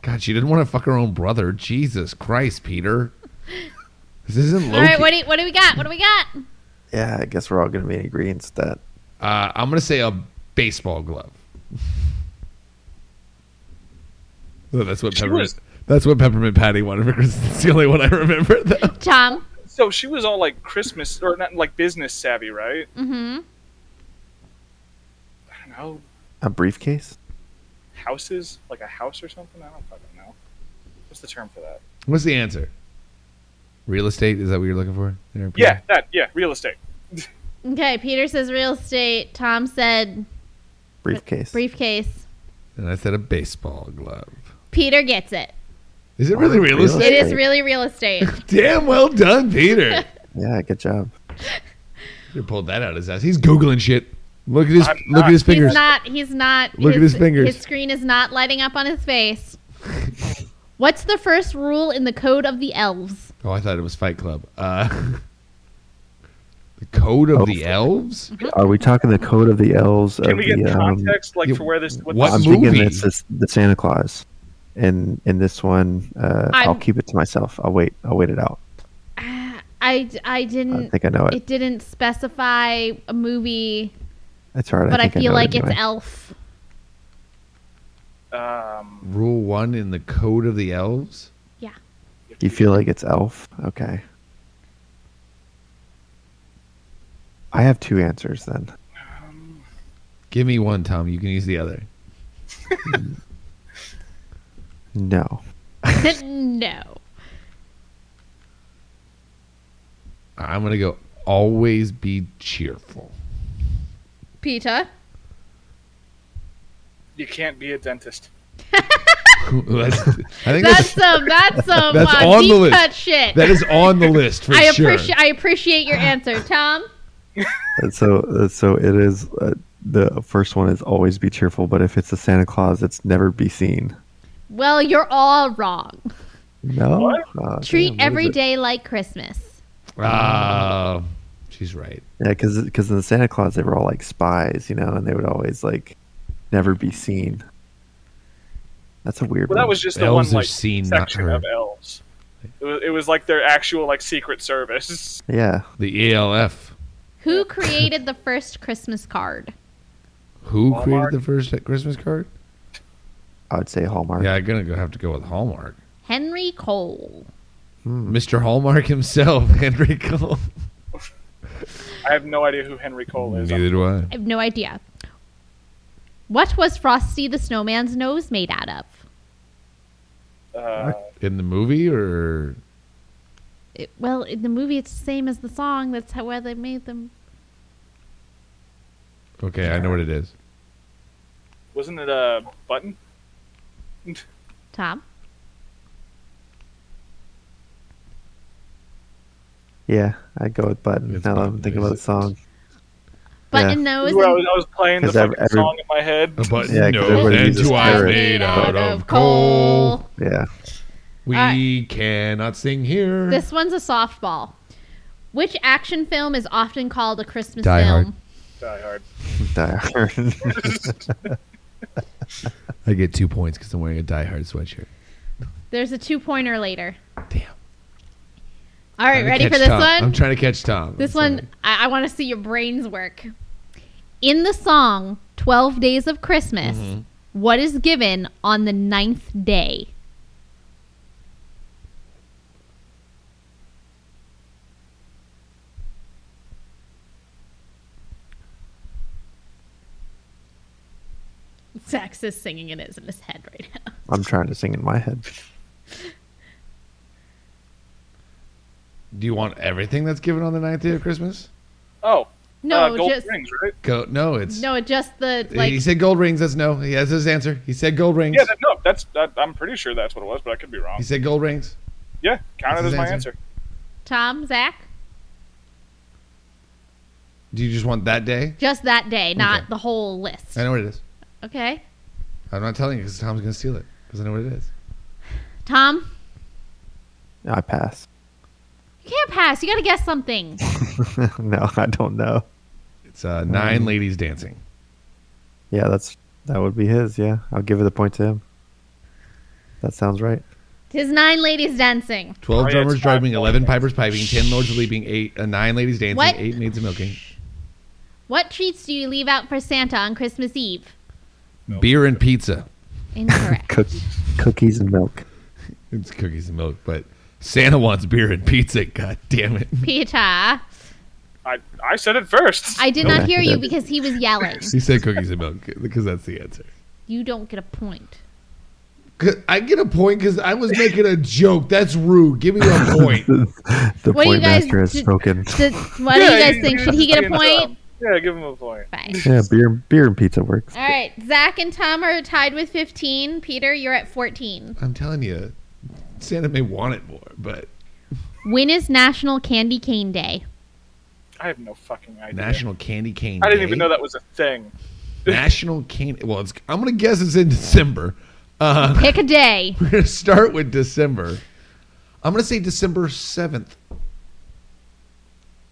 Speaker 3: God, she didn't want to fuck her own brother. Jesus Christ, Peter. This isn't
Speaker 1: All
Speaker 3: Loki.
Speaker 1: right, what do, you- what do we got? What do we got?
Speaker 2: Yeah, I guess we're all gonna be in agreement with that.
Speaker 3: uh, I'm gonna say a baseball glove. <laughs> No, that's what
Speaker 4: She
Speaker 3: peppermint.
Speaker 4: was-
Speaker 3: That's what peppermint Patty wanted for Christmas. It's the only one I remember <laughs> though.
Speaker 1: Tom.
Speaker 4: So she was all like Christmas or not like business savvy, right?
Speaker 1: Mm-hmm.
Speaker 4: I don't know.
Speaker 2: A uh, briefcase?
Speaker 4: Houses? Like a house or something? I don't fucking know. What's the term for that?
Speaker 3: What's the answer? Real estate? Is that what you're looking for? There, Peter?
Speaker 4: Yeah, that. Yeah, real estate.
Speaker 1: Okay, Peter says real estate. Tom said
Speaker 2: Briefcase.
Speaker 1: briefcase.
Speaker 3: And I said a baseball glove.
Speaker 1: Peter gets it.
Speaker 3: Is it really real
Speaker 2: Real
Speaker 1: It
Speaker 3: estate?
Speaker 1: is really real estate.
Speaker 3: Damn well done, Peter.
Speaker 2: yeah, good job.
Speaker 3: you pulled that out of his ass. He's googling shit. Look at his
Speaker 4: I'm
Speaker 3: look
Speaker 4: not.
Speaker 3: at his fingers.
Speaker 1: He's not. He's not.
Speaker 3: Look at his fingers.
Speaker 1: His screen is not lighting up on his face. What's the first rule in the Code of the Elves?
Speaker 3: Oh, I thought it was Fight Club. Uh, <laughs> the Code of
Speaker 2: Oh,
Speaker 3: the
Speaker 2: fuck.
Speaker 3: Elves.
Speaker 2: Are we talking the code of the elves?
Speaker 4: Can
Speaker 2: of
Speaker 4: we get
Speaker 2: the, um,
Speaker 4: context, like
Speaker 3: you-
Speaker 4: for where this? What,
Speaker 3: what
Speaker 4: this-
Speaker 2: I'm
Speaker 3: movie?
Speaker 2: thinking it's this, the Santa Claus, and in this one, uh, I'll
Speaker 1: I'm-
Speaker 2: keep it to myself. I'll wait. I'll wait it out.
Speaker 1: Uh, I, I
Speaker 2: I
Speaker 1: didn't.
Speaker 2: think I know it.
Speaker 1: Mm, It didn't specify a movie,
Speaker 2: That's all right.
Speaker 1: but I,
Speaker 2: think
Speaker 1: feel
Speaker 2: know
Speaker 1: like
Speaker 2: it
Speaker 1: it's
Speaker 2: anyway.
Speaker 1: Elf. <laughs>
Speaker 4: Um,
Speaker 3: Rule one in the Code of the Elves.
Speaker 2: You feel like it's Elf? Okay. I have two answers then.
Speaker 3: Give me one, Tom. You can use the other.
Speaker 2: No.
Speaker 1: no.
Speaker 3: I'm gonna go. Always be cheerful. <laughs>
Speaker 1: Peter.
Speaker 4: you can't be a dentist.
Speaker 3: that's, I think <laughs>
Speaker 1: That's
Speaker 3: that's,
Speaker 1: some. That's some.
Speaker 3: That's
Speaker 1: uh,
Speaker 3: on the
Speaker 1: deep
Speaker 3: list.
Speaker 1: cut shit.
Speaker 3: that is on the list <laughs> for
Speaker 1: I
Speaker 3: sure.
Speaker 1: appreciate. I appreciate your
Speaker 3: <laughs>
Speaker 1: answer, Tom.
Speaker 2: And So, uh, so it is. Uh, the first one is always be cheerful, but if it's the Santa Claus, it's never be seen.
Speaker 1: Well, you're all wrong.
Speaker 3: Oh,
Speaker 2: No.
Speaker 4: What?
Speaker 2: Aw,
Speaker 1: Treat
Speaker 2: damn, what is
Speaker 1: every
Speaker 2: it?
Speaker 1: day like Christmas.
Speaker 3: Ah, she's right.
Speaker 2: Yeah, because in the Santa Claus they were all like spies, you know, and they would always like never be seen. That's a weird.
Speaker 4: Well, that
Speaker 2: one.
Speaker 4: was just the
Speaker 3: Elves
Speaker 4: one
Speaker 3: are
Speaker 4: like
Speaker 3: seen, not
Speaker 4: section
Speaker 3: heard.
Speaker 4: of elves. It was, it was like their actual like secret service. <laughs>
Speaker 2: yeah.
Speaker 3: The E ELF. <laughs>
Speaker 1: Who created the first Christmas card?
Speaker 3: Who
Speaker 4: Hallmark.
Speaker 3: created the first Christmas card?
Speaker 2: I would say Hallmark.
Speaker 3: Yeah, I'm gonna go, have to go with Hallmark.
Speaker 1: Henry Cole.
Speaker 3: Mr. Hallmark himself, <laughs> Henry Cole.
Speaker 4: I have no idea who Henry Cole is.
Speaker 3: Neither do I.
Speaker 1: I have no idea. What was Frosty the Snowman's nose made out of?
Speaker 4: Uh,
Speaker 3: In the movie or
Speaker 1: It, well, in the movie, it's the same as the song. That's how where they made them.
Speaker 3: okay, I know what it is.
Speaker 4: wasn't it a button?
Speaker 1: Tom.
Speaker 2: Yeah, I'd go with Button.
Speaker 3: It's
Speaker 2: now that I'm
Speaker 3: Button,
Speaker 2: thinking about the
Speaker 3: is it?
Speaker 2: song.
Speaker 1: button nose.
Speaker 4: Where I
Speaker 1: and-
Speaker 4: was, I was playing the
Speaker 2: 'Cause ev-
Speaker 4: fucking
Speaker 2: every-
Speaker 4: song in my head.
Speaker 3: But
Speaker 2: Yeah, 'cause
Speaker 3: no,
Speaker 2: everybody
Speaker 3: that's
Speaker 2: uses
Speaker 3: why
Speaker 2: carrots.
Speaker 3: I'm made out of coal.
Speaker 2: Yeah. <laughs>
Speaker 3: We
Speaker 1: All
Speaker 3: cannot sing here.
Speaker 1: This one's a softball. Which action film is often called a Christmas
Speaker 3: Die
Speaker 1: film?
Speaker 3: Hard.
Speaker 4: Die Hard.
Speaker 2: Die Hard.
Speaker 3: I get two points because I'm wearing a Die Hard sweatshirt.
Speaker 1: There's a two pointer later.
Speaker 3: Damn.
Speaker 1: All right,
Speaker 3: Trying to
Speaker 1: ready for
Speaker 3: catch
Speaker 1: this
Speaker 3: Tom.
Speaker 1: one?
Speaker 3: I'm trying to catch Tom.
Speaker 1: This
Speaker 3: I'm
Speaker 1: one, I, I want to see your brains work. In the song 12 Days of Christmas,
Speaker 3: Mm-hmm.
Speaker 1: what is given on the ninth day? <laughs> Zach's is singing it is in his head right
Speaker 3: Uh,
Speaker 1: now.
Speaker 2: I'm trying to sing in my head.
Speaker 3: sorry. Do you want everything that's given on the ninth day of Christmas?
Speaker 4: Oh, uh,
Speaker 1: No,
Speaker 4: gold
Speaker 1: just
Speaker 4: rings, right?
Speaker 3: Go. No, it's
Speaker 1: no, just the
Speaker 3: he
Speaker 1: like.
Speaker 3: said gold rings. That's no. He has his answer. He said gold rings.
Speaker 4: Yeah, that, no, that's that, I'm pretty sure that's what it was, but I could be wrong.
Speaker 3: he said gold rings.
Speaker 4: Yeah, count it
Speaker 3: That's
Speaker 4: as
Speaker 3: his
Speaker 4: my
Speaker 3: answer.
Speaker 4: answer.
Speaker 1: Tom, Zach,
Speaker 3: Do you just want that day?
Speaker 1: just that day, not
Speaker 3: Okay.
Speaker 1: the whole list.
Speaker 3: I know what it is.
Speaker 1: Okay,
Speaker 3: I'm not telling you because Tom's gonna steal it because I know what it is.
Speaker 1: Tom.
Speaker 2: I pass. <laughs>
Speaker 1: You can't pass. You got to guess something.
Speaker 2: no, I don't know.
Speaker 3: It's uh, nine ladies dancing.
Speaker 2: Yeah, that's that would be his. Yeah, I'll give it the point to him. That sounds right.
Speaker 1: Tis nine ladies dancing.
Speaker 3: Twelve
Speaker 4: Oh, yeah,
Speaker 3: drummers
Speaker 4: it's five
Speaker 3: drumming,
Speaker 4: gold
Speaker 3: eleven pipers piping, ten lords leaping, eight uh, nine ladies dancing,
Speaker 1: What?
Speaker 3: eight maids a milking,
Speaker 1: What treats do you leave out for Santa on Christmas Eve?
Speaker 3: beer and pizza.
Speaker 1: <laughs> Incorrect.
Speaker 2: Cook, cookies and milk. <laughs>
Speaker 3: It's cookies and milk, but Santa wants beer and pizza. God damn it!
Speaker 1: Peter, I
Speaker 4: I I said it <laughs> first.
Speaker 1: did
Speaker 2: No.
Speaker 1: not hear you because he was yelling.
Speaker 3: He said cookies and milk because that's the answer.
Speaker 1: You don't get a point.
Speaker 3: I get a point because I was making a joke. That's rude. Give me a point.
Speaker 2: The
Speaker 1: What do you
Speaker 2: point
Speaker 1: guys
Speaker 2: master has
Speaker 1: did-
Speaker 2: spoken.
Speaker 1: Did, what do you guys think? Should he get a point?
Speaker 4: Yeah, give him a point.
Speaker 1: Fine.
Speaker 2: <laughs> yeah, beer, beer and pizza works.
Speaker 1: All right. Zach and Tom are tied with 15. Peter, you're at 14.
Speaker 3: <laughs> I'm telling you, Santa may want it more, but
Speaker 1: When is National Candy Cane Day?
Speaker 4: I have no fucking idea.
Speaker 3: National Candy Cane.
Speaker 4: I didn't
Speaker 3: Day?
Speaker 4: even know that was a thing.
Speaker 3: National Candy. Well, it's, I'm gonna guess it's in December. Uh,
Speaker 1: Pick a day.
Speaker 3: <laughs> we're gonna start with December. I'm gonna say December seventh.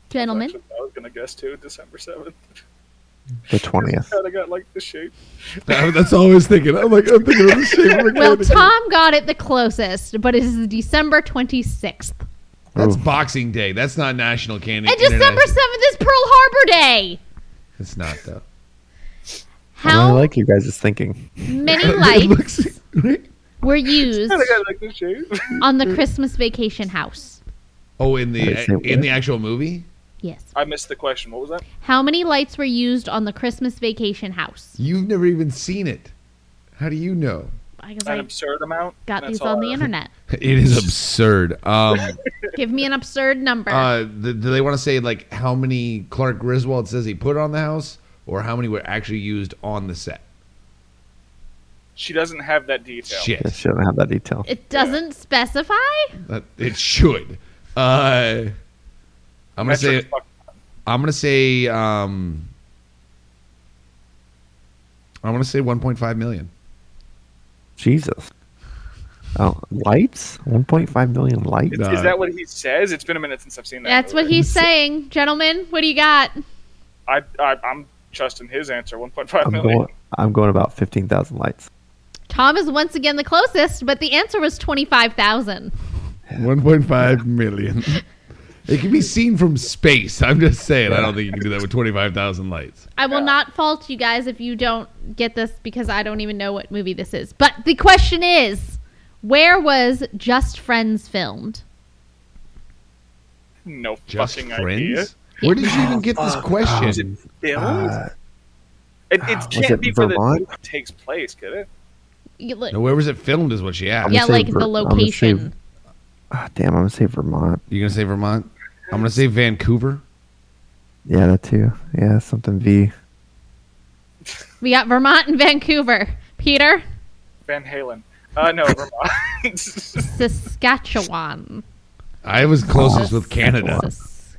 Speaker 1: Gentlemen,
Speaker 4: That's what I was gonna guess too. December seventh. <laughs>
Speaker 2: The twentieth.
Speaker 4: God, I got like the shape.
Speaker 3: That's all I was thinking. I'm like, I'm thinking of the shape of a
Speaker 1: well,
Speaker 3: candy cane.
Speaker 1: Tom got it the closest, but it is December 26th.
Speaker 3: That's
Speaker 2: Oof.
Speaker 3: Boxing Day. That's not National Candy.
Speaker 1: And December 7th
Speaker 3: International-
Speaker 1: is Pearl Harbor Day.
Speaker 3: It's not though.
Speaker 2: I
Speaker 1: How
Speaker 2: like you guys' thinking.
Speaker 1: many
Speaker 3: <laughs> It
Speaker 1: lights
Speaker 3: looks- <laughs> right?
Speaker 1: were used
Speaker 4: God, I got like the shape. <laughs>
Speaker 1: on the Christmas vacation house?
Speaker 3: Oh, in
Speaker 2: Wait,
Speaker 3: the
Speaker 2: say
Speaker 3: in
Speaker 2: what?
Speaker 3: the actual movie,
Speaker 1: Yes.
Speaker 4: I missed the question. What was that?
Speaker 1: How many lights were used on the Christmas vacation house?
Speaker 3: you've never even seen it. How do you know?
Speaker 1: Because
Speaker 4: An
Speaker 1: I
Speaker 4: absurd amount.
Speaker 1: got
Speaker 4: That's
Speaker 1: these
Speaker 4: all
Speaker 1: on
Speaker 4: I-
Speaker 1: the
Speaker 4: <laughs>
Speaker 1: internet.
Speaker 3: <laughs> It is absurd. Um,
Speaker 1: Give me an absurd number.
Speaker 3: uh, th- do they want to say like how many Clark Griswold says he put on the house, or how many were actually used on the set?
Speaker 4: She doesn't have that detail.
Speaker 2: It
Speaker 3: Shit,
Speaker 2: shouldn't have that detail.
Speaker 1: it doesn't specify.
Speaker 3: That- it should. Uh, I'm gonna
Speaker 4: That's
Speaker 3: say
Speaker 4: just fuck-
Speaker 3: I'm gonna say um, I'm gonna say 1.5 million.
Speaker 2: Jesus. Oh, lights. One point five million lights.
Speaker 3: No.
Speaker 4: Is that what he says? It's been a minute since I've seen that.
Speaker 1: That's what
Speaker 4: movie.
Speaker 1: he's saying. Gentlemen, what do you got?
Speaker 4: I, I I'm trusting his answer. One point five
Speaker 2: I'm
Speaker 4: million.
Speaker 2: going. I'm going about fifteen thousand lights.
Speaker 1: Tom is once again the closest, but the answer was 25,000.
Speaker 3: 1.5 million.
Speaker 4: <laughs>
Speaker 3: It can be seen from space. I'm just saying. I don't think you can do that with 25,000 lights.
Speaker 1: I will not fault you guys if you don't get this because I don't even know what movie this is. But the question is where was Just Friends filmed?
Speaker 4: No
Speaker 3: Just
Speaker 4: fucking idea.
Speaker 3: friends? Uh, Where did you even get this
Speaker 4: Is it
Speaker 2: Um,
Speaker 3: question?
Speaker 4: filmed? it it can't
Speaker 2: it
Speaker 4: be where the
Speaker 2: Vermont?
Speaker 4: movie takes place, could it?
Speaker 1: You look-
Speaker 3: No, where was it filmed is what she asked.
Speaker 1: yeah,
Speaker 2: gonna say
Speaker 1: like
Speaker 2: Ver-
Speaker 1: the
Speaker 2: I'm gonna say-
Speaker 1: location.
Speaker 2: Ah, damn, I'm gonna say Vermont.
Speaker 3: You're going to say Vermont? I'm going to say Vancouver.
Speaker 2: Yeah, that too. Yeah, something V.
Speaker 1: We got Vermont and Vancouver. Peter,
Speaker 4: Van Halen. Uh, no, Vermont. <laughs>
Speaker 1: Saskatchewan.
Speaker 3: I was closest with Canada.
Speaker 1: Sas-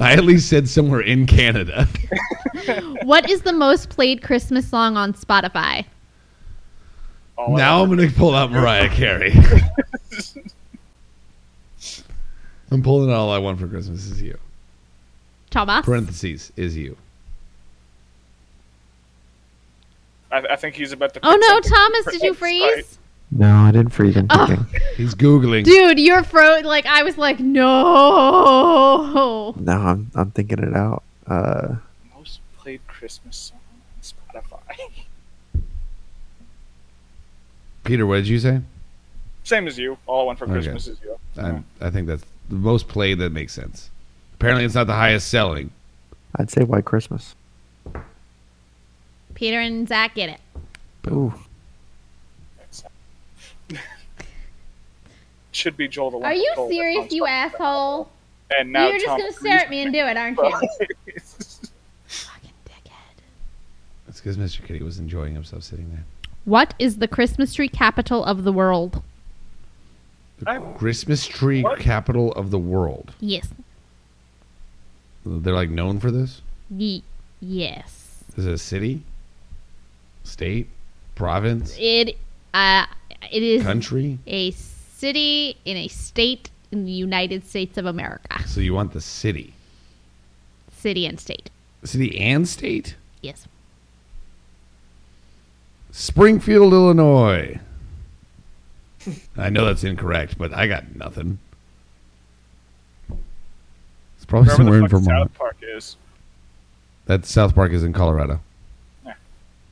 Speaker 3: I at least said somewhere in
Speaker 4: <laughs>
Speaker 3: Canada. <laughs>
Speaker 1: What is the most played Christmas song on Spotify?
Speaker 4: All I
Speaker 3: now
Speaker 4: ever-
Speaker 3: I'm going to pull out Mariah
Speaker 4: <laughs>
Speaker 3: Carey. I'm pulling out all I want for Christmas is you.
Speaker 1: Thomas.
Speaker 3: Parentheses is you.
Speaker 4: I, I think he's about to.
Speaker 1: Oh
Speaker 4: pick
Speaker 1: no,
Speaker 4: something.
Speaker 1: Thomas! Did you
Speaker 4: That's right.
Speaker 1: freeze?
Speaker 2: <laughs> No, I didn't freeze. I'm
Speaker 1: Oh.
Speaker 2: thinking.
Speaker 3: He's googling.
Speaker 1: Dude, you're fro. Like I was like, no.
Speaker 2: No, I'm I'm thinking it out. Uh,
Speaker 4: Most played Christmas song on Spotify. <laughs>
Speaker 3: Peter, what did you say?
Speaker 4: Same as you. All I want for
Speaker 3: Okay.
Speaker 4: Christmas is you.
Speaker 3: I, I think that's the most played that makes sense. Apparently, it's not the highest selling.
Speaker 2: I'd say White Christmas.
Speaker 1: Peter and Zach get it.
Speaker 2: Ooh,
Speaker 4: <laughs> Should be Joel the one.
Speaker 1: Are you
Speaker 4: Joel that
Speaker 1: serious,
Speaker 4: owns
Speaker 1: you
Speaker 4: Spotify.
Speaker 1: asshole?
Speaker 4: And now
Speaker 1: you're just
Speaker 4: Tom
Speaker 1: gonna
Speaker 4: Cruise
Speaker 1: stare at
Speaker 4: <laughs>
Speaker 1: me and do it, aren't you?
Speaker 3: <laughs>
Speaker 1: Fucking dickhead.
Speaker 3: It's because Mr. Kitty was enjoying himself sitting there.
Speaker 1: What is the Christmas tree capital of the world?
Speaker 3: The
Speaker 4: I'm-
Speaker 3: Christmas tree
Speaker 4: What?
Speaker 3: capital of the world.
Speaker 1: Yes.
Speaker 3: They're like known for this.
Speaker 1: Ye- yes.
Speaker 3: Is it a city, state, province,
Speaker 1: It. Uh. It is
Speaker 3: country?
Speaker 1: a city in a state in the United States of America.
Speaker 3: So you want the city,
Speaker 1: City and state.
Speaker 3: city and state?
Speaker 1: Yes.
Speaker 3: Springfield, Illinois. I know that's incorrect, but I got nothing. It's probably
Speaker 4: Wherever
Speaker 3: somewhere
Speaker 4: the
Speaker 3: in
Speaker 4: fuck
Speaker 3: Vermont.
Speaker 4: South Park is.
Speaker 3: That South Park is in Colorado.
Speaker 4: Yeah.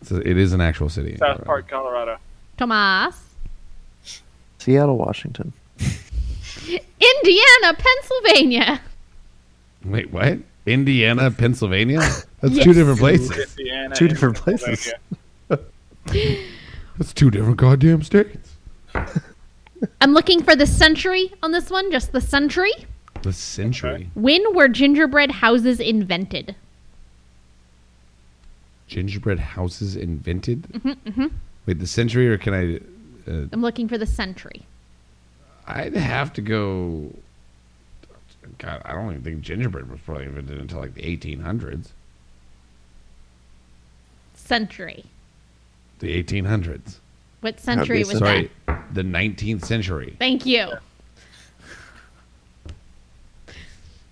Speaker 3: So it is an actual city. in Colorado.
Speaker 4: South Park, Colorado.
Speaker 1: Tomas.
Speaker 2: Seattle, Washington.
Speaker 1: Indiana, Pennsylvania.
Speaker 3: Wait, what? Indiana, Pennsylvania? That's <laughs> two
Speaker 1: Yes.
Speaker 3: different places.
Speaker 4: Indiana.
Speaker 2: Two
Speaker 4: and
Speaker 2: different places.
Speaker 4: Pennsylvania.
Speaker 1: Oh
Speaker 3: That's two different goddamn states.
Speaker 1: I'm looking for the century on this one, just the century.
Speaker 3: The century.
Speaker 1: When were gingerbread houses invented?
Speaker 3: Gingerbread houses invented? Mm-hmm, Wait, the century, or can I. Uh,
Speaker 1: I'm looking for the century.
Speaker 3: I'd have to go. God, I don't even think gingerbread was probably invented until like the 1800s.
Speaker 1: Century.
Speaker 3: The 1800s.
Speaker 1: What
Speaker 2: be
Speaker 1: century was
Speaker 3: Sorry,
Speaker 1: that?
Speaker 3: the 19th century.
Speaker 1: Thank you.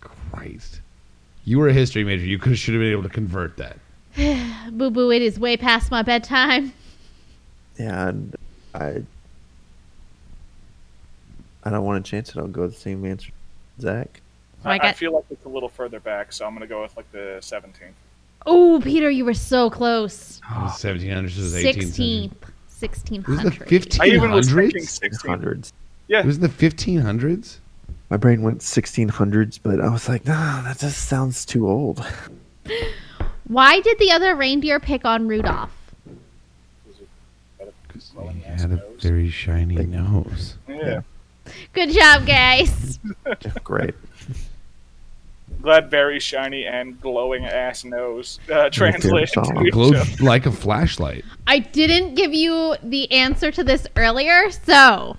Speaker 3: Christ. You were a history major. You could should have been able to convert that.
Speaker 1: Boo boo, it is way past my bedtime.
Speaker 2: Yeah, and I I don't want to chance it. I'll go with the same answer, Zach.
Speaker 1: So
Speaker 4: I,
Speaker 1: I
Speaker 4: I
Speaker 1: got-
Speaker 4: feel like it's a little further back, so I'm gonna go with like the 17th.
Speaker 1: Oh, Peter, you were so close.
Speaker 3: It
Speaker 2: Ah.
Speaker 3: was 1700s to the 18th century.
Speaker 1: 16th. 1600.
Speaker 3: It was the 15th.
Speaker 4: I even was thinking
Speaker 3: 1800s?
Speaker 4: 16th.
Speaker 2: Hundreds.
Speaker 3: It was in the 1500s?
Speaker 2: My brain went 1600s, but I was like, nah, that just sounds too old.
Speaker 1: Why did the other reindeer pick on Rudolph?
Speaker 3: He had a very shiny nose.
Speaker 4: Yeah.
Speaker 1: Good job, guys.
Speaker 2: <laughs> Great.
Speaker 4: Glad very shiny and glowing ass nose uh, translated
Speaker 2: Song.
Speaker 4: to each
Speaker 3: Glowed
Speaker 4: other.
Speaker 3: like a flashlight.
Speaker 1: I didn't give you the answer to this earlier, so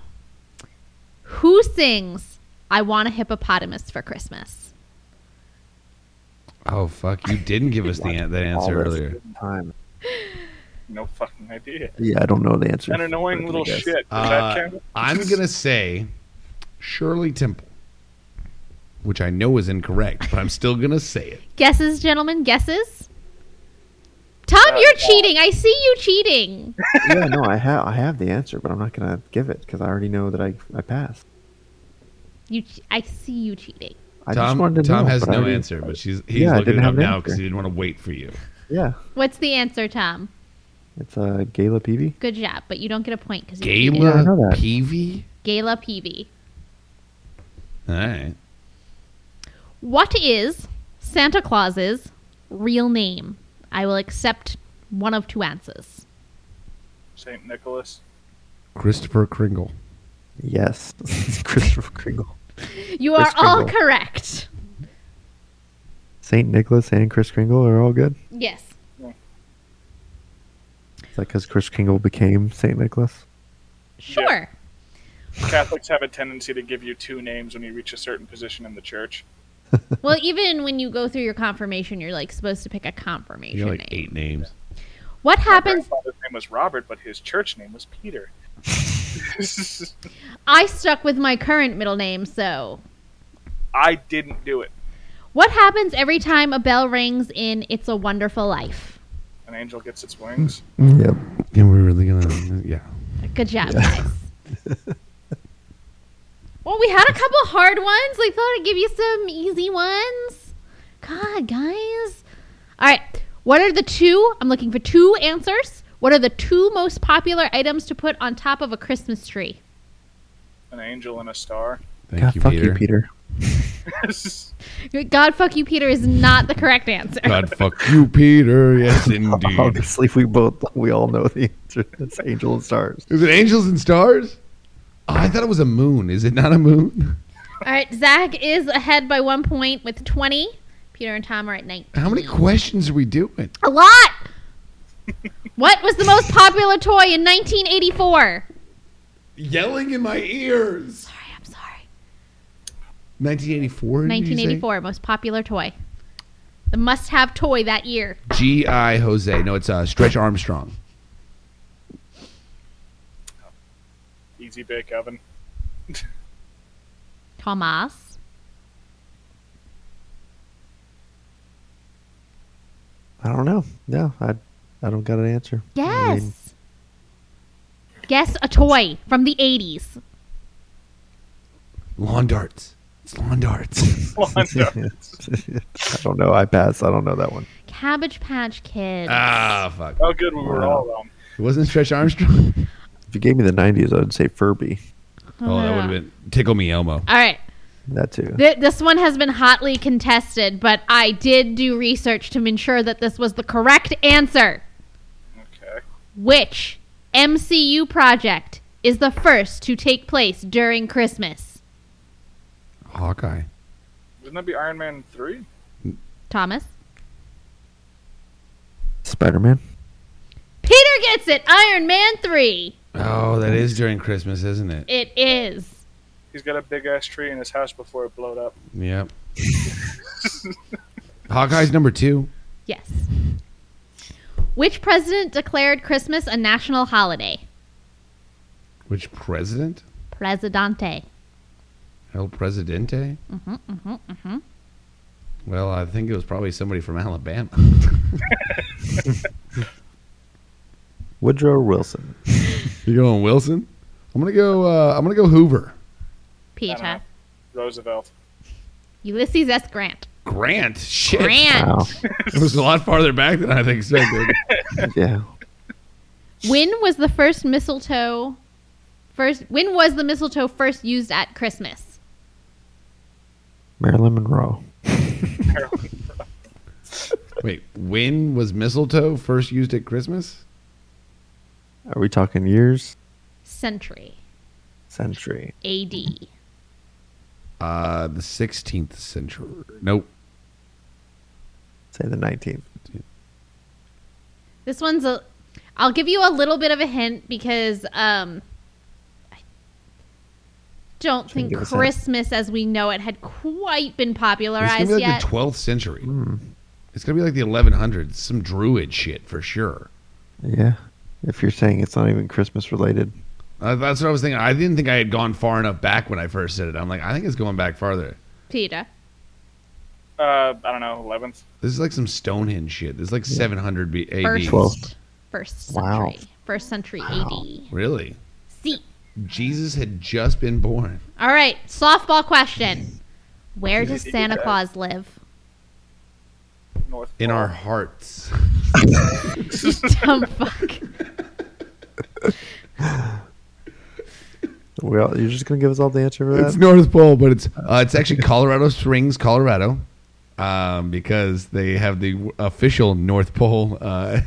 Speaker 1: who sings I Want a Hippopotamus for Christmas?
Speaker 3: Oh, fuck. You didn't give us the, an- that
Speaker 2: All
Speaker 3: answer
Speaker 2: this
Speaker 3: earlier.
Speaker 2: Time.
Speaker 4: No fucking idea.
Speaker 2: Yeah, I don't know the answer.
Speaker 4: An annoying little
Speaker 2: Yes.
Speaker 4: shit. Does
Speaker 3: Uh,
Speaker 4: that count? <laughs>
Speaker 3: I'm going to say Shirley Temple, which I know is incorrect, but I'm still going to say it.
Speaker 1: Guesses, gentlemen, guesses? Tom,
Speaker 4: Uh,
Speaker 1: you're
Speaker 4: Tom.
Speaker 1: cheating. I see you cheating.
Speaker 2: yeah, no, I have I have the answer, but I'm not gonna give it because I already know that I I passed.
Speaker 1: You che- I see you cheating.
Speaker 2: <laughs> I just
Speaker 3: Tom,
Speaker 2: wanted to
Speaker 3: Tom
Speaker 2: know,
Speaker 3: has
Speaker 2: but I
Speaker 3: no
Speaker 2: already-
Speaker 3: answer, but she's, he's
Speaker 2: Yeah, I
Speaker 3: looking
Speaker 2: didn't
Speaker 3: it up
Speaker 2: have an
Speaker 3: now because
Speaker 2: answer.
Speaker 3: he didn't want to wait for you.
Speaker 2: Yeah,
Speaker 1: What's the answer, Tom?
Speaker 2: it's uh, Gala Peavy.
Speaker 1: Good job, but you don't get a point because you cheated.
Speaker 2: Yeah, I know
Speaker 3: Gala
Speaker 2: that.
Speaker 3: Peavy?
Speaker 1: Gala Peavy.
Speaker 3: All right.
Speaker 1: What is Santa Claus's real name? I will accept one of two answers.
Speaker 4: St. Nicholas.
Speaker 3: Christopher Kringle.
Speaker 2: Yes, <laughs> Christopher Kringle,
Speaker 1: You are
Speaker 2: Chris
Speaker 1: all
Speaker 2: Kringle.
Speaker 1: correct.
Speaker 2: Saint Nicholas, and Chris Kringle are all good.
Speaker 1: Yes.
Speaker 2: Is that because Chris Kringle became Saint Nicholas?
Speaker 1: Sure.
Speaker 4: Catholics have a tendency to give you two names when you reach a certain position in the church.
Speaker 1: well, even when you go through your confirmation, you're like supposed to pick a confirmation
Speaker 5: You're like
Speaker 1: name.
Speaker 5: eight names.
Speaker 1: What
Speaker 4: My
Speaker 1: happens?
Speaker 4: grandfather's name was Robert, but his church name was Peter. <laughs>
Speaker 1: I stuck with my current middle name, so
Speaker 4: I didn't do it.
Speaker 1: what happens every time a bell rings in "It's a Wonderful Life"?
Speaker 4: An angel gets its wings.
Speaker 5: Yep. And we're really gonna. Yeah.
Speaker 1: Good job, guys. well, we had a couple hard ones. I thought I'd give you some easy ones. God, guys. All right. What are the two? I'm looking for two answers. What are the two most popular items to put on top of a Christmas tree?
Speaker 4: An angel and a star. <laughs>
Speaker 5: Thank
Speaker 2: God,
Speaker 5: you,
Speaker 2: fuck
Speaker 5: Peter.
Speaker 2: you, Peter.
Speaker 1: God fuck you, Peter is not the correct answer.
Speaker 3: God fuck you, Peter. Yes,
Speaker 2: <laughs>
Speaker 3: indeed.
Speaker 2: Obviously, we both we all know the answer. It's Angel and Stars.
Speaker 3: Is it angels and stars? Oh, I thought it was a moon. Is it not a moon?
Speaker 1: All right. Zach is ahead by one point with 20. Peter and Tom are at 19.
Speaker 3: How many questions are we doing?
Speaker 1: A lot. what was the most popular toy in 1984?
Speaker 3: Yelling in my ears.
Speaker 1: Sorry, I'm sorry.
Speaker 3: 1984. did you say?
Speaker 1: 1984, most popular toy. The must have toy that year.
Speaker 3: G.I. Jose. No, it's uh, Stretch Armstrong.
Speaker 4: Easy
Speaker 2: <laughs>
Speaker 4: bake oven.
Speaker 1: Thomas.
Speaker 2: I don't know. No, I I don't got an answer. I mean,
Speaker 1: Yes. Guess a toy from the 80s.
Speaker 3: Lawn darts. It's lawn
Speaker 4: <laughs>
Speaker 3: darts.
Speaker 2: <laughs> I don't know. I pass. I don't know that one.
Speaker 1: Cabbage Patch Kid.
Speaker 3: ah, fuck.
Speaker 4: Oh, good. We were all wrong.
Speaker 3: It wasn't Stretch Armstrong.
Speaker 2: If you gave me the '90s, I would say Furby.
Speaker 3: Oh, that would have been Tickle Me Elmo.
Speaker 1: All right.
Speaker 2: That too.
Speaker 1: Th- this one has been hotly contested, but I did do research to ensure that this was the correct answer.
Speaker 4: Okay.
Speaker 1: Which MCU project is the first to take place during Christmas?
Speaker 3: Hawkeye.
Speaker 4: Wouldn't that be Iron Man 3?
Speaker 1: Thomas?
Speaker 2: Spider-Man.
Speaker 1: Peter gets it! Iron Man 3!
Speaker 3: Oh, that is during Christmas, isn't it?
Speaker 1: It is.
Speaker 4: He's got a big ass tree in his house before it blowed up.
Speaker 3: Yep. Hawkeye's number two.
Speaker 1: Yes. Which president declared Christmas a national holiday?
Speaker 3: Which president?
Speaker 1: Presidente.
Speaker 3: El Presidente?
Speaker 1: Mm-hmm, mm-hmm, mm-hmm.
Speaker 3: Well, I think it was probably somebody from Alabama. <laughs>
Speaker 2: Woodrow Wilson. <laughs>
Speaker 3: you going Wilson? I'm gonna go. Uh, I'm gonna go Hoover.
Speaker 1: Peter.
Speaker 4: Roosevelt.
Speaker 1: Ulysses S.
Speaker 2: <laughs>
Speaker 1: Grant.
Speaker 3: Grant. Shit.
Speaker 1: Grant.
Speaker 2: Wow.
Speaker 3: It was a lot farther back than I think expected. <laughs>
Speaker 2: yeah.
Speaker 1: When was the first mistletoe? First, when was the mistletoe first used at Christmas?
Speaker 2: Marilyn Monroe.
Speaker 3: Wait, when was mistletoe first used at Christmas?
Speaker 2: Are we talking years?
Speaker 1: Century.
Speaker 2: Century.
Speaker 1: A.D.
Speaker 3: Uh, the 16th century. Nope.
Speaker 2: Say the 19th.
Speaker 1: This one's a. I'll give you a little bit of a hint because um, I don't
Speaker 2: Shouldn't
Speaker 1: think
Speaker 2: give us that.
Speaker 1: Christmas as we know it had quite been
Speaker 3: It's gonna
Speaker 1: popularized
Speaker 3: be like
Speaker 1: yet.
Speaker 3: the 12th century. It's gonna be like the 1100s. Some druid shit for sure.
Speaker 2: Yeah. If you're saying it's not even Christmas related,
Speaker 3: Uh, that's what I was thinking. I didn't think I had gone far enough back when I first said it. I'm like, I think it's going back farther.
Speaker 1: Peter.
Speaker 4: Uh, I don't know, 11th.
Speaker 3: This is like some Stonehenge shit. This is like 700 B- AD.
Speaker 1: First,
Speaker 2: Twelve.
Speaker 1: first
Speaker 2: Wow.
Speaker 1: century. First century AD.
Speaker 3: Really?
Speaker 1: C.
Speaker 3: Jesus had just been born.
Speaker 1: All right, softball question. Where
Speaker 3: <laughs>
Speaker 1: does Santa Claus live?
Speaker 4: North.
Speaker 3: In
Speaker 4: Pole.
Speaker 3: our hearts.
Speaker 1: You dumb fuck.
Speaker 2: we all, you're just going to give us all the answer for that?
Speaker 3: North Pole, but it's uh, it's actually Colorado Springs, Colorado, um, because they have the w- official North Pole. Uh,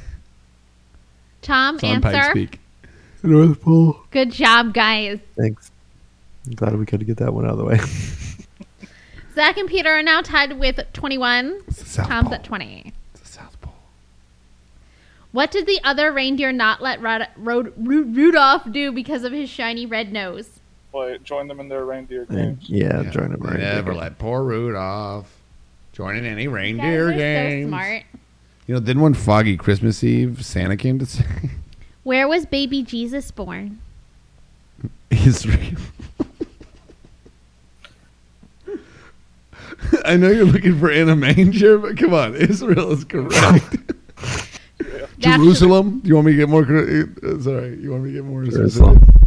Speaker 1: Tom,
Speaker 3: it's on Pikes
Speaker 1: answer.
Speaker 3: Peak.
Speaker 2: North Pole.
Speaker 1: Good job, guys.
Speaker 2: Thanks. I'm glad we could get that one out of the <laughs> way.
Speaker 1: Zach and Peter are now tied with 21.
Speaker 3: It's the South
Speaker 1: Tom's
Speaker 3: Pole.
Speaker 1: at 20.
Speaker 3: It's the South Pole.
Speaker 1: What did the other reindeer not let Rod- Rod- Ru- Rudolph do because of his shiny red nose?
Speaker 4: play, join them in their reindeer
Speaker 2: And,
Speaker 4: games.
Speaker 2: yeah,
Speaker 3: Yeah.
Speaker 2: join them. right
Speaker 3: Never
Speaker 2: there.
Speaker 3: let poor Rudolph join in any
Speaker 1: You
Speaker 3: reindeer
Speaker 1: guys are
Speaker 3: games.
Speaker 1: so smart.
Speaker 3: You know, then one foggy Christmas Eve, Santa came to <laughs> say,
Speaker 1: Where was baby Jesus born?
Speaker 3: Israel. I know you're looking for in a manger, but come on, Israel
Speaker 1: <laughs>
Speaker 3: is correct.
Speaker 1: That's-
Speaker 3: Jerusalem. Do you want me to get more? cor- uh, Sorry, you want me to get more
Speaker 2: Jerusalem.
Speaker 3: specific?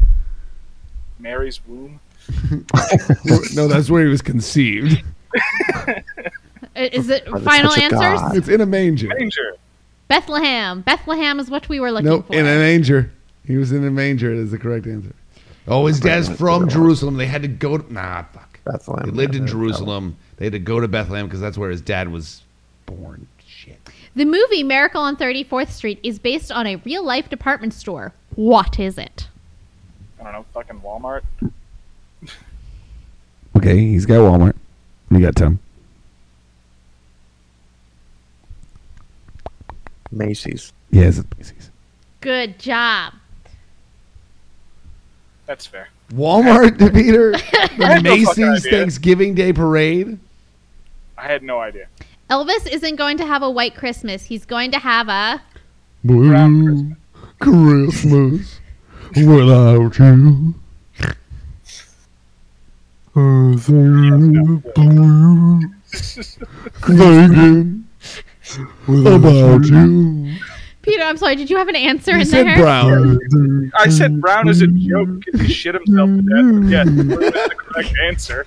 Speaker 4: Mary's womb.
Speaker 3: no, that's where he was <laughs> conceived.
Speaker 1: uh, Is it
Speaker 2: By the
Speaker 1: final
Speaker 2: touch of
Speaker 1: answers?
Speaker 2: God.
Speaker 3: It's in a manger.
Speaker 4: Danger.
Speaker 1: Bethlehem. Bethlehem is what we were looking
Speaker 3: No,
Speaker 1: for.
Speaker 3: in a manger. He was in a manger. Is the correct answer? Oh, his dad's
Speaker 2: Bethlehem.
Speaker 3: from Jerusalem. They had to go. To, nah, fuck.
Speaker 2: Bethlehem.
Speaker 3: They lived in
Speaker 2: Yeah,
Speaker 3: Jerusalem. They had to go to Bethlehem because that's where his dad was born. Shit.
Speaker 1: the movie Miracle on 34th Street is based on a real life department store. What is it?
Speaker 4: I don't know. Fucking Walmart.
Speaker 5: Okay, he's got Walmart. You got Tom.
Speaker 3: <laughs>
Speaker 2: Macy's. <laughs>
Speaker 5: Yeah, it's at Macy's.
Speaker 1: Good job.
Speaker 4: That's fair.
Speaker 3: Walmart, <laughs>
Speaker 4: <laughs>
Speaker 3: Peter. The
Speaker 4: had no fucking
Speaker 3: Macy's
Speaker 4: idea.
Speaker 3: Thanksgiving Day Parade.
Speaker 4: I had no idea. <laughs>
Speaker 1: Elvis isn't going to have a white Christmas. He's going to have a.
Speaker 5: Blue Christmas without you. I think blue thinking about you.
Speaker 1: Peter, I'm sorry. Did you have an answer
Speaker 3: You
Speaker 1: in
Speaker 3: said
Speaker 1: there?
Speaker 3: brown.
Speaker 4: I said Brown is a joke because he shit himself to death.
Speaker 2: <laughs>
Speaker 4: Yeah, that's the correct answer.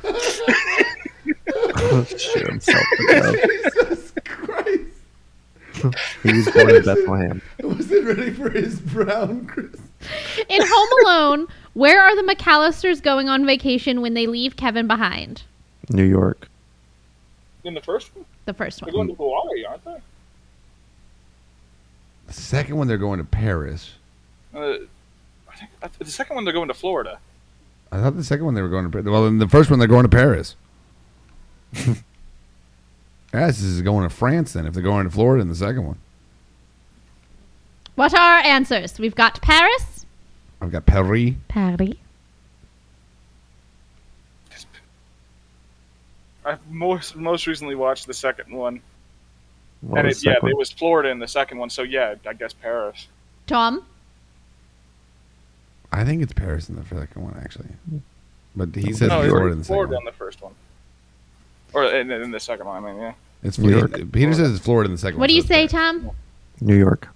Speaker 2: Oh, Shit himself. to
Speaker 3: Jesus Christ.
Speaker 2: death. he was born in Bethlehem.
Speaker 3: I wasn't ready for his brown Christmas.
Speaker 1: <laughs> In Home Alone, where are the McAllisters going on vacation when they leave Kevin behind?
Speaker 2: New York.
Speaker 4: In the first one,
Speaker 1: The first
Speaker 4: they're
Speaker 1: one.
Speaker 4: going to Hawaii, aren't they?
Speaker 3: The second one, they're going to Paris.
Speaker 4: Uh, I think I th- the second one they're going to Florida.
Speaker 3: I thought the second one they were going to Paris. Well, in the first one, they're going to <laughs> Paris. Yes, this is going to France then, if they're going to Florida in the second one.
Speaker 1: What are our answers? We've got Paris.
Speaker 3: I've got Paris.
Speaker 1: Paris.
Speaker 4: I've most most recently watched the second one,
Speaker 2: What
Speaker 4: and
Speaker 2: was
Speaker 4: it, yeah,
Speaker 2: that one?
Speaker 4: it was Florida in the second one. So yeah, I guess Paris.
Speaker 1: Tom.
Speaker 3: I think it's Paris in the second one, actually. But he says
Speaker 4: no, it's
Speaker 3: Florida in the second
Speaker 4: Florida
Speaker 3: one.
Speaker 4: in the first one, or in, in the second one. I mean, yeah.
Speaker 3: It's
Speaker 2: New
Speaker 3: Florida. Peter says it's Florida in the second
Speaker 1: What
Speaker 3: one.
Speaker 1: do you
Speaker 3: so
Speaker 1: say,
Speaker 3: it's
Speaker 1: Tom?
Speaker 2: New York.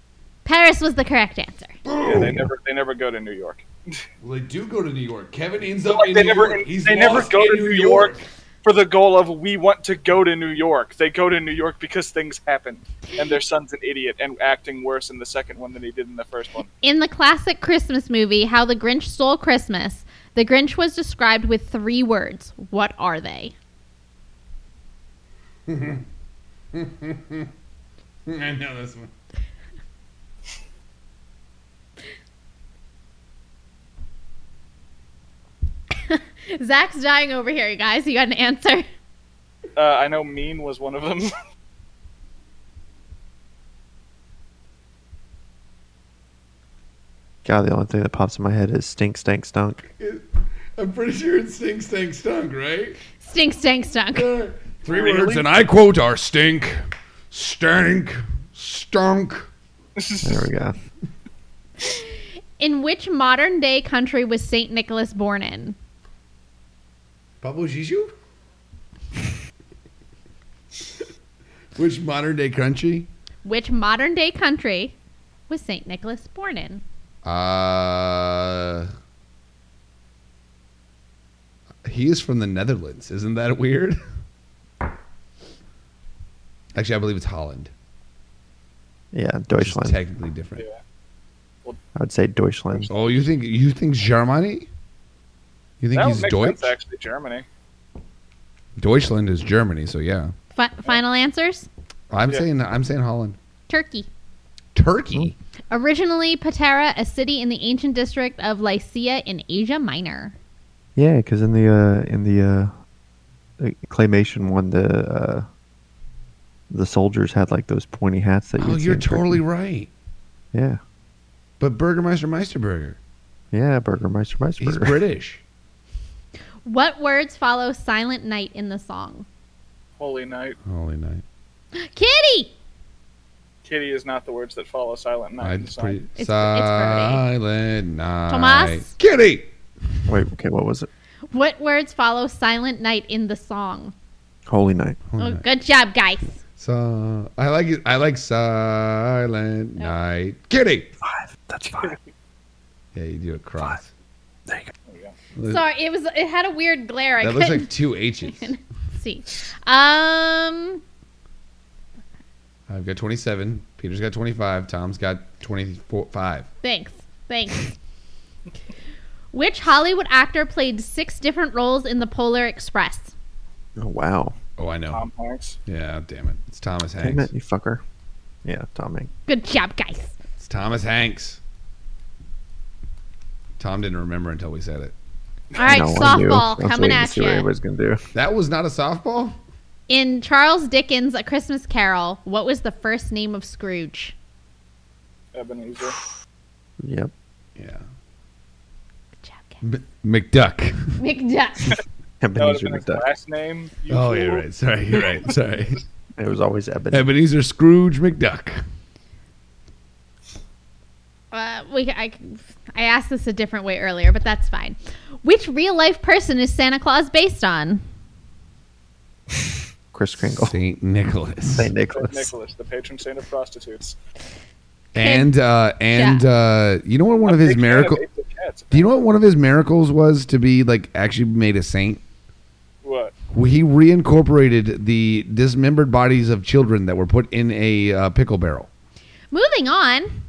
Speaker 1: Paris was the correct answer.
Speaker 4: yeah they never they never go to New York.
Speaker 3: Paris. Well, they do go to New York. Kevin ends up
Speaker 4: Like,
Speaker 3: in
Speaker 4: they
Speaker 3: New
Speaker 4: never
Speaker 3: York. He's
Speaker 4: they never
Speaker 3: lost
Speaker 4: go
Speaker 3: in
Speaker 4: to New York. for the goal of we want to go to New York. They go to New York because things happen, and their son's an idiot and acting worse in the second one than he did in the first one.
Speaker 1: In the classic Christmas movie, How the Grinch Stole Christmas, the Grinch was described with three words. What are
Speaker 3: <laughs>
Speaker 1: they?
Speaker 3: I know this one.
Speaker 1: <laughs> Zach's dying over here, you guys. You got an answer? <laughs>
Speaker 4: Uh, I know mean was one of them. <laughs>
Speaker 2: God, the only thing that pops in my head is stink, stank, stunk.
Speaker 3: I'm pretty sure it's stink, stink, stunk, right?
Speaker 1: Stink, stink, stunk.
Speaker 3: Three words, and I quote are stink, stank, stunk.
Speaker 2: There we
Speaker 3: <laughs>
Speaker 2: go.
Speaker 1: In which modern day country was St. Nicholas born in?
Speaker 3: Pablo Gijou? Which modern day country?
Speaker 1: Which modern day country was St. Nicholas born in?
Speaker 3: Uh, he is from the Netherlands. Isn't that weird? Actually, I believe it's Holland.
Speaker 2: Yeah,
Speaker 3: Which is
Speaker 2: Deutschland.
Speaker 3: technically different.
Speaker 4: Yeah.
Speaker 2: I would say Deutschland.
Speaker 3: Oh, you think you think Germany? You think
Speaker 4: that
Speaker 3: he's
Speaker 4: would make
Speaker 3: Deutsch?
Speaker 4: sense, actually. Germany.
Speaker 3: Deutschland is Germany, so yeah.
Speaker 1: Fi- final answers?
Speaker 3: I'm
Speaker 4: Yeah.
Speaker 3: saying I'm saying Holland.
Speaker 1: Turkey.
Speaker 3: Turkey.
Speaker 1: Originally, Patera, a city in the ancient district of Lycia in Asia Minor.
Speaker 2: Yeah, because in the uh, in the uh, claymation one, the uh, the soldiers had like those pointy hats that.
Speaker 3: Oh,
Speaker 2: you'd see
Speaker 3: you're
Speaker 2: in Turkey.
Speaker 3: totally right.
Speaker 2: Yeah,
Speaker 3: But Burgermeister Meisterburger,
Speaker 2: yeah, Burger Meister Meister.
Speaker 3: <laughs> he's British.
Speaker 1: What words follow Silent Night in the song?
Speaker 4: Holy night.
Speaker 5: Holy night.
Speaker 1: Kitty!
Speaker 4: Kitty is not the words that follow Silent Night.
Speaker 5: I'd
Speaker 4: so-
Speaker 5: pretty,
Speaker 1: it's Friday.
Speaker 5: silent night.
Speaker 1: Tomas?
Speaker 3: Kitty.
Speaker 2: <laughs> Wait, okay, what was it?
Speaker 1: What words follow Silent Night in the song?
Speaker 2: Holy night.
Speaker 5: Holy
Speaker 1: Oh,
Speaker 5: night.
Speaker 1: good job, guys.
Speaker 3: So I like it. I like silent night. Kitty.
Speaker 2: Five. That's five.
Speaker 3: Yeah, you do a cross.
Speaker 2: There you go.
Speaker 3: Look-
Speaker 1: Sorry, it was it had a weird glare. I
Speaker 3: That looks
Speaker 1: couldn't
Speaker 3: like two H's.
Speaker 1: <laughs> see. Um,
Speaker 3: I've got 27. Peter's got 25. Tom's got 24. Five.
Speaker 1: thanks, thanks. Which Hollywood actor played six different roles in the Polar Express?
Speaker 2: Oh wow.
Speaker 3: Oh, I know.
Speaker 4: Tom Hanks.
Speaker 3: Yeah, damn it. It's Thomas
Speaker 2: Damn
Speaker 3: Hanks.
Speaker 2: it, you fucker. Yeah, Tommy.
Speaker 1: Good job,
Speaker 2: <laughs>
Speaker 1: guys.
Speaker 3: It's Thomas Hanks. Tom didn't remember until we said it.
Speaker 1: All right,
Speaker 2: No, I knew. I
Speaker 1: softball
Speaker 2: was
Speaker 1: coming
Speaker 2: waiting to
Speaker 1: at
Speaker 2: see what
Speaker 1: you.
Speaker 2: everybody's gonna do.
Speaker 3: That was not a softball?
Speaker 1: In Charles Dickens' A Christmas Carol, what was the first name of Scrooge?
Speaker 4: Ebenezer.
Speaker 2: Yep.
Speaker 3: Yeah.
Speaker 1: Good job, guys.
Speaker 3: M- McDuck.
Speaker 2: <laughs>
Speaker 1: McDuck.
Speaker 4: That would have
Speaker 2: Ebenezer
Speaker 4: been his
Speaker 2: McDuck.
Speaker 4: last name. you
Speaker 3: Oh,
Speaker 4: fool.
Speaker 3: yeah, right. Sorry, you're <laughs> right. Sorry.
Speaker 2: It was always Ebenezer.
Speaker 3: Ebenezer Scrooge McDuck.
Speaker 1: Uh, we, I, I asked this a different way earlier, but that's fine. Which real life person is Santa Claus based on?
Speaker 2: Chris Kringle.
Speaker 3: St. Nicholas.
Speaker 2: <laughs> Saint
Speaker 4: Saint
Speaker 2: Nicholas.
Speaker 4: Nicholas, the patron saint of prostitutes.
Speaker 3: And, uh, and, uh, you know what one of his
Speaker 4: Big fan
Speaker 3: miracles.
Speaker 4: Apes and Cats.
Speaker 3: Do you know what one of his miracles was to be, like, actually made a saint?
Speaker 4: What?
Speaker 3: He reincorporated the dismembered bodies of children that were put in a uh, pickle barrel.
Speaker 1: Moving on.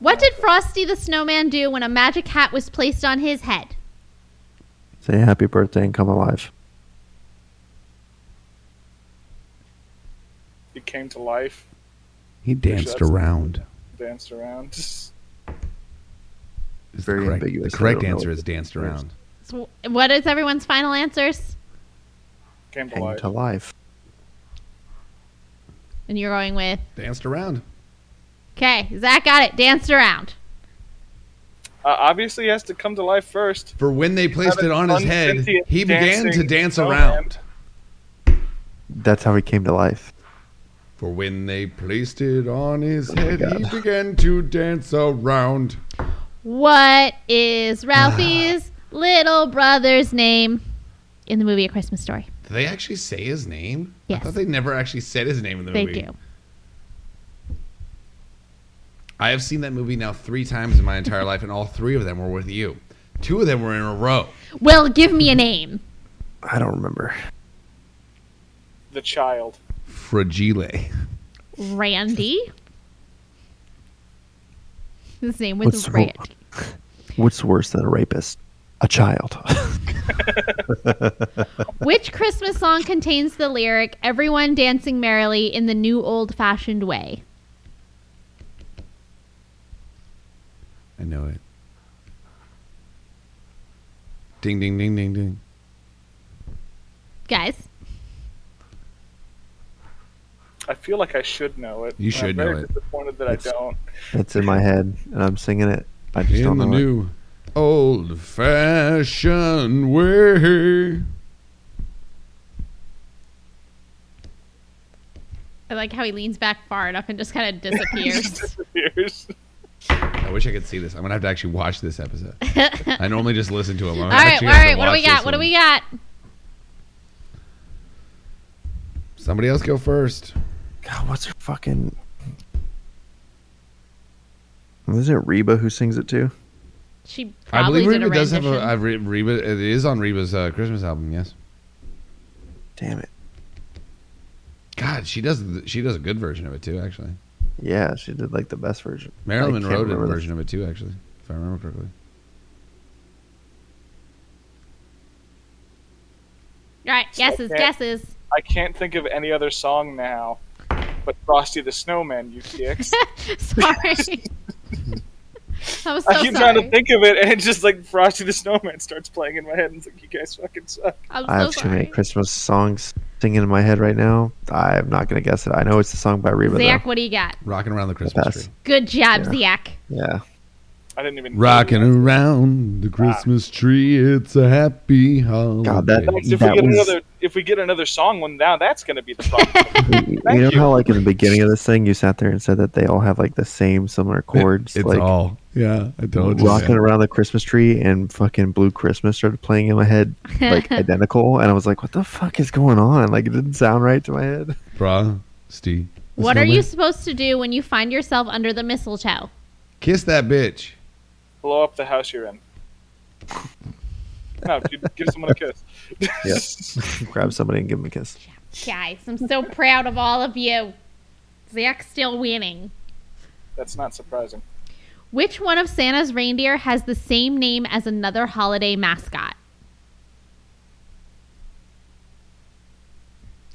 Speaker 1: What did Frosty the Snowman do when a magic hat was placed on his head?
Speaker 2: Say happy birthday and come alive.
Speaker 4: He came to life,
Speaker 3: He danced
Speaker 4: that's-
Speaker 3: around.
Speaker 4: danced around. <laughs>
Speaker 3: Is
Speaker 2: Very
Speaker 3: the correct,
Speaker 2: ambiguous.
Speaker 3: The
Speaker 2: I
Speaker 3: correct
Speaker 2: don't know
Speaker 3: answer
Speaker 2: what
Speaker 3: is
Speaker 2: it
Speaker 3: danced
Speaker 2: is.
Speaker 3: around.
Speaker 1: So what is everyone's final answers?
Speaker 4: Came to
Speaker 2: Came
Speaker 4: life.
Speaker 2: to life.
Speaker 1: And you're going with,
Speaker 3: Danced around.
Speaker 1: okay, Zach got it. Danced around.
Speaker 4: Uh, obviously, he has to come to life first.
Speaker 3: For when they placed it on his head,
Speaker 4: Unsentient
Speaker 3: he began to
Speaker 4: dancing
Speaker 3: dance
Speaker 4: snowman.
Speaker 3: around.
Speaker 2: That's how he came to life.
Speaker 3: For when they placed it on his
Speaker 2: my
Speaker 3: head, he
Speaker 2: God.
Speaker 3: began to dance around.
Speaker 1: What is Ralphie's little brother's name in the movie A Christmas Story?
Speaker 3: Do they actually say his name? I
Speaker 1: Yes.
Speaker 3: thought they never actually said his name in the
Speaker 1: They
Speaker 3: movie.
Speaker 1: do.
Speaker 3: I have seen that movie now three times in my entire life, and all three of them were with you. Two of them were in a row.
Speaker 1: Well, give me a name.
Speaker 2: I don't remember.
Speaker 4: The child.
Speaker 3: Fragile.
Speaker 1: Randy. His name
Speaker 2: What's
Speaker 1: was
Speaker 2: the-
Speaker 1: Randy.
Speaker 2: What's worse than a rapist? A child.
Speaker 1: Which Christmas song contains the lyric "Everyone dancing merrily in the new old-fashioned way"?
Speaker 3: I know it. Ding, ding, ding, ding, ding.
Speaker 1: Guys,
Speaker 4: I feel like I should know it.
Speaker 3: You
Speaker 4: and
Speaker 3: should
Speaker 4: I'm very
Speaker 3: know it.
Speaker 4: Disappointed that
Speaker 2: It's-
Speaker 4: I don't. <laughs>
Speaker 2: it's in my head, and I'm singing it. I just
Speaker 3: in
Speaker 2: don't
Speaker 3: the
Speaker 2: know. it.
Speaker 3: new old fashioned way.
Speaker 1: I like how he leans back far enough and just kind of disappears.
Speaker 4: Years.
Speaker 3: I wish I could see this. I'm gonna have to actually watch this
Speaker 1: <laughs>
Speaker 3: episode. I normally just listen to him.
Speaker 1: all right, all right. What do we got? What do we got?
Speaker 3: Somebody else go first.
Speaker 2: God, what's her fucking? Is it Reba who sings it too?
Speaker 1: She
Speaker 3: I
Speaker 1: probably
Speaker 3: believe
Speaker 1: did
Speaker 3: Reba
Speaker 1: a
Speaker 3: does have a
Speaker 1: rendition.
Speaker 3: I re- Reba. It is on Reba's uh, Christmas album. Yes.
Speaker 2: Damn it.
Speaker 3: God, she does. th- She does a good version of it too. Actually,
Speaker 2: Yeah, she did like the best version. I
Speaker 3: Marilyn
Speaker 2: can't
Speaker 3: Monroe did a
Speaker 2: remember the-
Speaker 3: version of it too. Actually, if I remember correctly.
Speaker 1: All right, guesses,
Speaker 4: Okay.
Speaker 1: guesses. <laughs>
Speaker 4: I can't think of any other song now. But Frosty the Snowman, you dicks.
Speaker 1: sorry. I was <laughs> so
Speaker 4: I
Speaker 1: sorry.
Speaker 4: keep trying to think of it, and it's just like Frosty the Snowman starts playing in my head, and it's like, you guys fucking suck.
Speaker 1: I'm so
Speaker 2: I have too
Speaker 1: sorry.
Speaker 2: many Christmas songs singing in my head right now. I'm not gonna guess it. I know it's the song by Reba
Speaker 1: Zach,
Speaker 2: though.
Speaker 1: what do you got?
Speaker 3: Rocking around the Christmas
Speaker 2: Pass.
Speaker 3: tree.
Speaker 1: <laughs> Good job, Zach.
Speaker 2: Yeah,
Speaker 4: I didn't even
Speaker 5: Rocking around the Christmas tree, it's a happy holiday.
Speaker 2: Ah. God, that-
Speaker 4: Like, if
Speaker 2: That
Speaker 4: we get
Speaker 2: was-
Speaker 4: another if we get another song one now, that's going to be the problem.
Speaker 2: you
Speaker 4: Thank
Speaker 2: know
Speaker 4: you.
Speaker 2: how like in the beginning of this thing you sat there and said that they all have like the same similar chords
Speaker 5: it's
Speaker 2: like
Speaker 5: all. Yeah, I told you.
Speaker 2: rocking around the christmas tree and fucking blue christmas started playing in my head
Speaker 1: <laughs>
Speaker 2: like identical and i was like what the fuck is going on like it didn't sound right to my head <laughs>
Speaker 5: Bra, Steve.
Speaker 1: What are you supposed to do when you find yourself under the mistletoe?
Speaker 3: Kiss that bitch.
Speaker 4: Blow up the house you're in. No, dude, give someone a kiss.
Speaker 2: grab somebody and give them a kiss
Speaker 1: Guys, I'm
Speaker 4: <laughs>
Speaker 1: so proud of all of you. Zach's still winning.
Speaker 4: That's not surprising.
Speaker 1: Which one of Santa's reindeer has the same name as another holiday mascot? <laughs>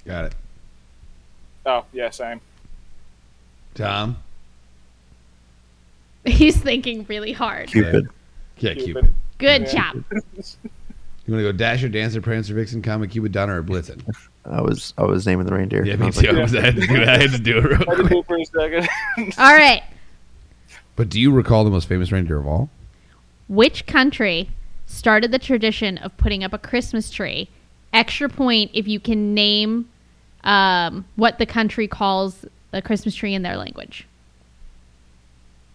Speaker 3: Got it.
Speaker 4: Oh yeah, same.
Speaker 3: Tom?
Speaker 1: He's thinking really hard.
Speaker 2: cupid
Speaker 3: Yeah,
Speaker 4: Cupid.
Speaker 3: Cupid.
Speaker 1: Good
Speaker 4: Yeah.
Speaker 1: job.
Speaker 3: You want to go Dasher, Dancer, Prancer, Vixen, Comet, Cupid, Donner, or Blitzen?
Speaker 2: i was i was naming the reindeer
Speaker 3: Yeah,
Speaker 2: I
Speaker 3: me
Speaker 2: was like,
Speaker 3: too. <laughs> I, was- I had to do it. I had to do it real
Speaker 4: I did
Speaker 3: quick.
Speaker 4: it for a second. <laughs>
Speaker 1: All right.
Speaker 3: But do you recall the most famous reindeer of all?
Speaker 1: Which country started the tradition of putting up a Christmas tree? Extra point if you can name um, what the country calls the Christmas tree in their language.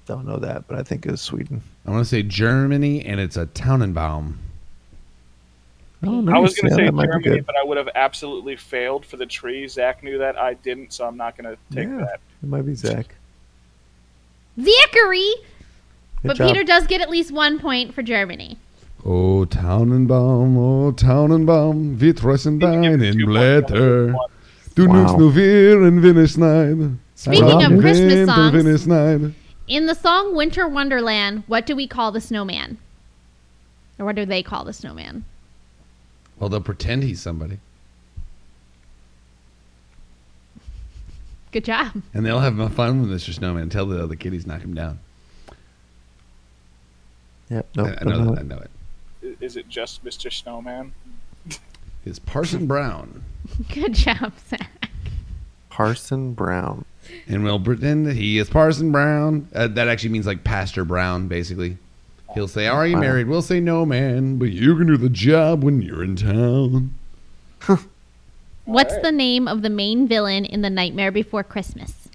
Speaker 2: don't know that but i think it was sweden
Speaker 3: I want to say Germany, and it's a Tannenbaum.
Speaker 2: i don't know
Speaker 4: I was going
Speaker 2: Yeah,
Speaker 4: to say
Speaker 2: that might be
Speaker 4: Germany,
Speaker 2: good.
Speaker 4: but I would have absolutely failed for the tree. Zach knew that. I didn't, so I'm not going to take
Speaker 2: yeah
Speaker 4: that.
Speaker 2: it might be zach
Speaker 1: Zachary!
Speaker 2: Good
Speaker 1: but
Speaker 2: job.
Speaker 1: Peter does get at least one point for Germany.
Speaker 5: Oh, Tannenbaum, oh, Tannenbaum, wir trösten
Speaker 4: Give me
Speaker 5: deinen
Speaker 4: two points, I'll give
Speaker 5: Blätter.
Speaker 4: you one.
Speaker 5: Du
Speaker 2: Wow.
Speaker 5: nimmst nur wir in Winterschneid.
Speaker 1: Speaking
Speaker 2: of
Speaker 1: Christmas songs-
Speaker 5: Winterschneid.
Speaker 1: In the song Winter Wonderland, what do we call the snowman? Or what do they call the snowman?
Speaker 3: Well, they'll pretend he's somebody,
Speaker 1: Good job. <laughs>
Speaker 3: and they'll have fun with Mr. Snowman. Tell the other kiddies knock him down.
Speaker 2: yeah no,
Speaker 3: I, I know that. I know it.
Speaker 4: I- Is it just Mr. Snowman? <laughs>
Speaker 3: It's Parson Brown,
Speaker 1: Good job, Zach.
Speaker 2: parson brown
Speaker 3: and we'll pretend that he is Parson Brown. Uh, that actually means like Pastor Brown, basically. He'll say, "Are you
Speaker 2: Wow.
Speaker 3: married?" We'll say, "No, man."
Speaker 5: But you can do the job when you're in town.
Speaker 1: What's
Speaker 4: right.
Speaker 1: the name of the main villain in The Nightmare Before Christmas?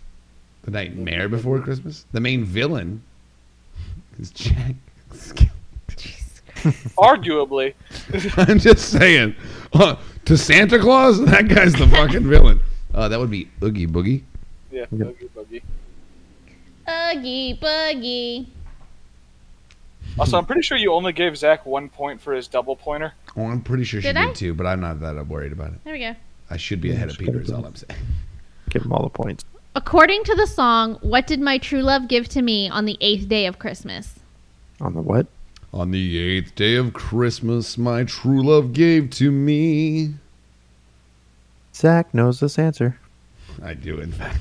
Speaker 3: The Nightmare Before Christmas. The main villain is Jack. Skellington. <laughs>
Speaker 4: Arguably.
Speaker 5: I'm just saying. Uh, to Santa Claus, that guy's the fucking villain.
Speaker 3: Uh, that would be Oogie Boogie.
Speaker 4: Yeah, boogie boogie.
Speaker 1: Oogie Boogie.
Speaker 4: Also, I'm pretty sure you only gave Zach one point for his double pointer.
Speaker 3: Oh, I'm pretty sure she
Speaker 1: Did
Speaker 3: did,
Speaker 1: I?
Speaker 3: too, but I'm not that worried about it.
Speaker 1: There we go.
Speaker 3: I should be ahead of Peter. Is all I'm saying.
Speaker 2: give him all the points
Speaker 1: According to the song, What Did My True Love Give to Me on the Eighth Day of Christmas?
Speaker 2: on the what
Speaker 5: On the eighth day of Christmas, my true love gave to me.
Speaker 2: zach knows this answer
Speaker 3: I do, in fact.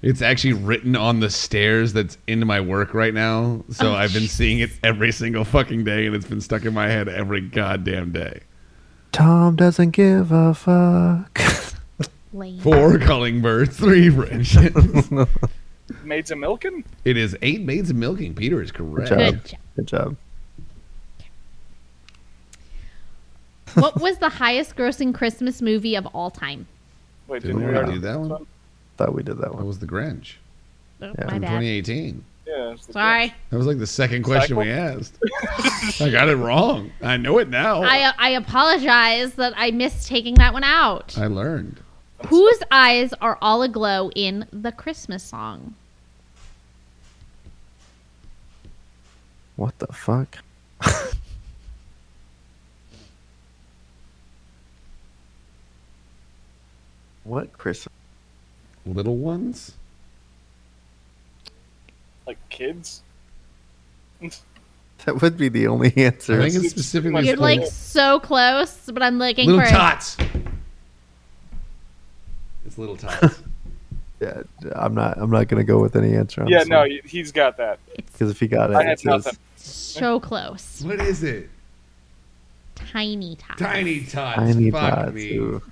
Speaker 3: It's actually written on the stairs that's into my work right now. So
Speaker 1: Oh,
Speaker 3: I've been seeing it every single fucking day, and it's been stuck in my head every goddamn day.
Speaker 2: tom doesn't give a fuck <laughs>
Speaker 1: Lame.
Speaker 3: Four calling birds, three branches.
Speaker 4: Maids a milking?
Speaker 3: it is eight maids of milking. Peter is correct.
Speaker 2: Good
Speaker 1: Good
Speaker 2: job. Good job.
Speaker 1: job. what was the highest grossing Christmas movie of all time?
Speaker 4: Wait,
Speaker 3: Didn't
Speaker 4: didn't
Speaker 3: we
Speaker 4: we
Speaker 3: already
Speaker 4: already
Speaker 3: do that one?
Speaker 2: Thought we did that
Speaker 3: That
Speaker 2: one.
Speaker 3: was the Grinch
Speaker 1: Oh,
Speaker 2: Yeah,
Speaker 1: my
Speaker 3: from
Speaker 1: bad.
Speaker 3: 2018.
Speaker 4: Yeah. it's the-
Speaker 1: Sorry.
Speaker 3: That was like the second question we asked. I got it wrong. I know it now. I,
Speaker 1: I, uh, I apologize that I missed taking that one out.
Speaker 3: learned.
Speaker 1: Whose eyes are all aglow in the Christmas song?
Speaker 2: What the fuck? <laughs> what Chris?
Speaker 3: Little ones?
Speaker 4: Like kids?
Speaker 2: That would be the only
Speaker 3: I
Speaker 2: answer.
Speaker 3: think it's
Speaker 4: it's
Speaker 3: specifically
Speaker 1: You're
Speaker 4: Yes,
Speaker 1: like
Speaker 4: please.
Speaker 1: so close, but I'm looking
Speaker 3: little
Speaker 1: for
Speaker 3: tots. It's little tots.
Speaker 2: Yeah, I'm not. I'm not gonna go with any answer. On
Speaker 4: Yeah, no, y- he's got that.
Speaker 2: Because if he got it,
Speaker 4: I had
Speaker 2: it's his.
Speaker 4: nothing.
Speaker 1: it. So close.
Speaker 3: <laughs> what is it?
Speaker 1: Tiny tots.
Speaker 3: Tiny tots.
Speaker 2: Tiny
Speaker 3: Fuck
Speaker 2: pots.
Speaker 3: me.
Speaker 2: Ooh.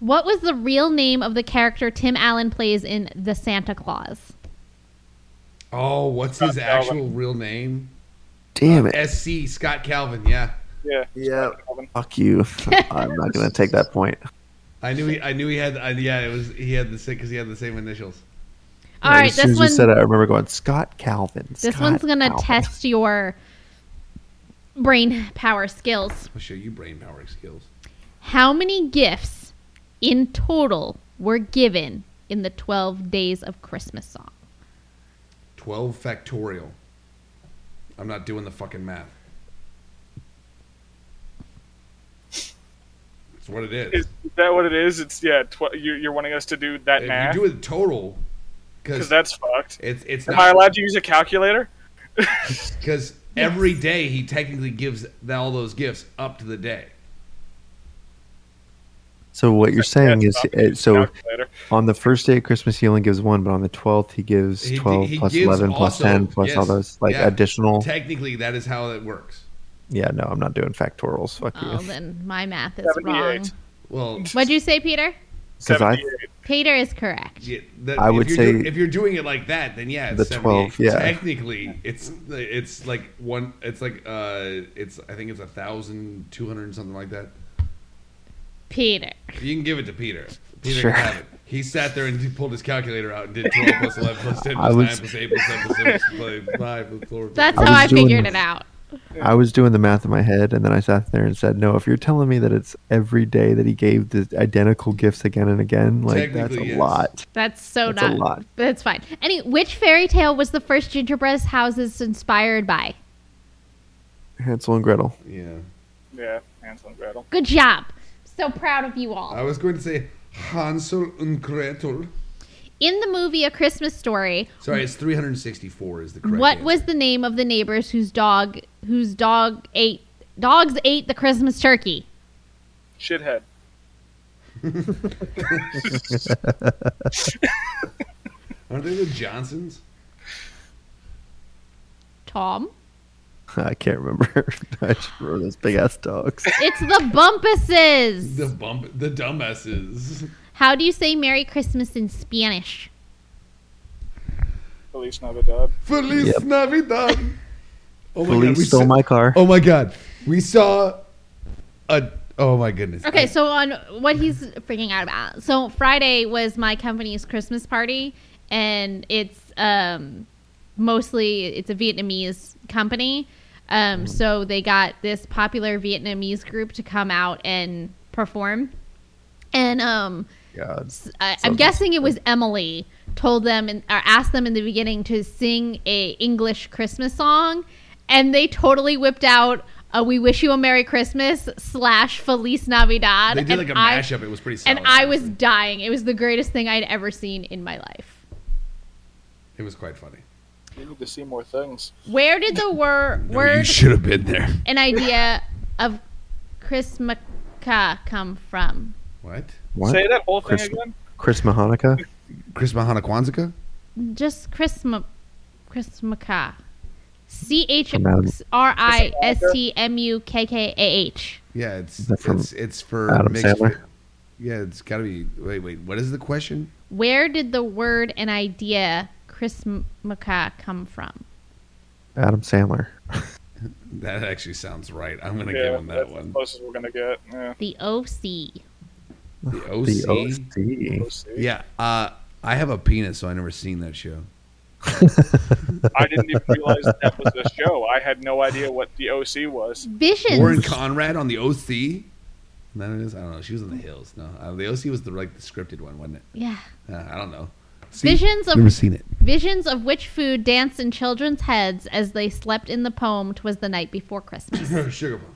Speaker 1: What was the real name of the character Tim Allen plays in The Santa Claus?
Speaker 3: Oh, what's his actual real name?
Speaker 6: Damn it.
Speaker 3: SC Scott Calvin. Yeah,
Speaker 4: Yeah.
Speaker 2: Yeah.
Speaker 4: Calvin.
Speaker 2: Fuck you. <laughs> I'm not gonna take that point.
Speaker 3: I knew he. I knew he had. I, yeah, it was. He had the same because he had the same initials.
Speaker 1: All right,
Speaker 2: as soon
Speaker 1: this
Speaker 2: as you
Speaker 1: one.
Speaker 2: said it, I remember going Scott Calvin.
Speaker 1: This
Speaker 2: Scott
Speaker 1: one's gonna
Speaker 2: Calvin."
Speaker 1: test your brain power skills.
Speaker 3: I'll show Oh, you brain power skills.
Speaker 1: How many gifts in total were given in the 12 days of Christmas song?
Speaker 3: Twelve factorial. I'm not doing the fucking math. That's what it is.
Speaker 4: Is that what it is? It's yeah. Tw- you, you're wanting us to do that
Speaker 3: If
Speaker 4: math
Speaker 3: you do it total,
Speaker 4: because
Speaker 3: because
Speaker 4: that's fucked.
Speaker 3: it's it's
Speaker 4: Am I
Speaker 3: not
Speaker 4: allowed to use a calculator?
Speaker 3: because every day he technically gives all those gifts up to the day.
Speaker 2: So what you're saying
Speaker 4: Yeah,
Speaker 2: is,
Speaker 4: stop
Speaker 2: uh,
Speaker 4: using
Speaker 2: so
Speaker 4: calculator.
Speaker 2: on the first day of Christmas he only gives one, but on the twelfth he gives
Speaker 3: He-
Speaker 2: twelve
Speaker 3: he
Speaker 2: plus
Speaker 3: gives
Speaker 2: eleven plus
Speaker 3: also-
Speaker 2: ten plus all
Speaker 3: yes,
Speaker 2: those like
Speaker 3: yeah.
Speaker 2: additional.
Speaker 3: Technically, that is how it works.
Speaker 2: Yeah, no, I'm not doing factorials. Fuck
Speaker 1: Oh,
Speaker 2: you.
Speaker 1: then my math is wrong.
Speaker 4: 78.
Speaker 3: Well,
Speaker 1: What'd you say, Peter?
Speaker 2: 'Cause I-
Speaker 4: 78.
Speaker 1: Peter is correct.
Speaker 3: yeah, that,
Speaker 2: I would
Speaker 3: if you're
Speaker 2: say
Speaker 3: do- if you're doing it like that, then yeah, it's
Speaker 2: the
Speaker 3: 78.
Speaker 2: 12, yeah.
Speaker 3: Technically, it's it's like one. It's like uh, it's I think it's a thousand two hundred something like that.
Speaker 1: Peter.
Speaker 3: You can give it to Peter. Peter
Speaker 2: Sure.
Speaker 3: can have it. He sat there and he pulled his calculator out and did twelve plus eleven plus
Speaker 2: <laughs>
Speaker 3: ten
Speaker 2: I
Speaker 3: plus
Speaker 2: was-
Speaker 3: nine plus eight plus seven plus six plus five plus four. plus
Speaker 1: That's
Speaker 2: I
Speaker 1: how
Speaker 2: was
Speaker 1: I figured
Speaker 2: doing-
Speaker 1: it out.
Speaker 2: I was doing the math in my head, and then I sat there and said, "No, if you're telling me that it's every day that he gave the identical gifts again and again, like that's a
Speaker 3: Technically, yes.
Speaker 2: lot."
Speaker 1: That's so
Speaker 2: That's a
Speaker 1: not.
Speaker 2: lot.
Speaker 1: That's fine. Any which fairy tale was the first gingerbread houses inspired by?
Speaker 2: Hansel and Gretel. <laughs>
Speaker 3: Yeah.
Speaker 4: Yeah, Hansel and Gretel.
Speaker 1: Good job. So proud of you
Speaker 3: I
Speaker 2: Uh,
Speaker 1: all.
Speaker 3: was going to say Hansel and Gretel.
Speaker 1: In the movie A Christmas Story,
Speaker 3: Sorry, it's 364 is the correct.
Speaker 1: what
Speaker 3: answer.
Speaker 1: was the name of the neighbors whose dog whose dog ate dogs ate the Christmas turkey?
Speaker 4: Shithead.
Speaker 3: Aren't they the Johnsons?
Speaker 1: Tom.
Speaker 2: I can't remember. <laughs> I just remember those big ass dogs.
Speaker 1: It's the Bumpuses.
Speaker 3: The bump, the dumbasses.
Speaker 1: How do you say Merry Christmas in Spanish?
Speaker 4: Feliz Navidad.
Speaker 3: Feliz
Speaker 2: Yep.
Speaker 3: Navidad. Oh my
Speaker 2: Police stole
Speaker 3: saw-
Speaker 2: my car.
Speaker 3: Oh my god, we saw a. Oh my goodness.
Speaker 1: Okay,
Speaker 3: I-
Speaker 1: so on what he's freaking out about. So Friday was my company's Christmas party, and it's um, mostly it's a Vietnamese company.
Speaker 3: Mm-hmm.
Speaker 1: Um, so they got this popular Vietnamese group to come out and perform, and um,
Speaker 2: God.
Speaker 1: I, I'm
Speaker 2: Sounds
Speaker 1: guessing it was Emily told them and or asked them in the beginning to sing a English Christmas song, and they totally whipped out a "We Wish You a Merry Christmas" slash "Feliz Navidad."
Speaker 3: they did
Speaker 1: and
Speaker 3: like a
Speaker 1: I-
Speaker 3: mashup. It was pretty. Solid,
Speaker 1: and I was
Speaker 3: honestly.
Speaker 1: dying. It was the greatest thing I'd ever seen in my life.
Speaker 3: It was quite funny.
Speaker 4: You need to see more things.
Speaker 1: Where did the
Speaker 3: <laughs>
Speaker 1: wor- word
Speaker 3: should have been there.
Speaker 1: and idea of Chrismica come from?
Speaker 3: What?
Speaker 2: What?
Speaker 4: Say that whole thing
Speaker 2: Christmas.
Speaker 4: again.
Speaker 2: Chris Mahanica?
Speaker 3: Chris Mahana Kwanzaa?
Speaker 1: Just Chrism Chrismica. C H
Speaker 2: Adam.
Speaker 1: R I S T M U K K A H.
Speaker 3: Yeah, it's
Speaker 2: that from
Speaker 3: it's it's for
Speaker 2: Adam Sandler?
Speaker 3: Yeah, it's got to be. Wait, wait. What is the question?
Speaker 1: Where did the word and idea Chrismica come from?
Speaker 2: Adam Sandler.
Speaker 3: That actually sounds right. I'm gonna
Speaker 4: Yeah,
Speaker 3: give him that
Speaker 4: that's the
Speaker 3: one.
Speaker 4: closest we're gonna get. Yeah.
Speaker 1: The OC.
Speaker 3: The OC.
Speaker 2: The OC.
Speaker 4: we'll see.
Speaker 3: Yeah. Uh, I have a penis, so I never seen that show.
Speaker 4: I didn't even realize that was a show. I had no idea what the OC was.
Speaker 1: Visions.
Speaker 3: Warren Conrad on the OC. No, it is. I don't know. She was on the Hills. No, uh, the OC was the like the scripted one, wasn't it?
Speaker 1: yeah.
Speaker 3: Uh, I don't know. See,
Speaker 1: Visions of
Speaker 3: Never seen it.
Speaker 1: Visions of which food danced in children's heads as they slept in the poem 'Twas the night before Christmas.
Speaker 3: <laughs> Sugar Plum.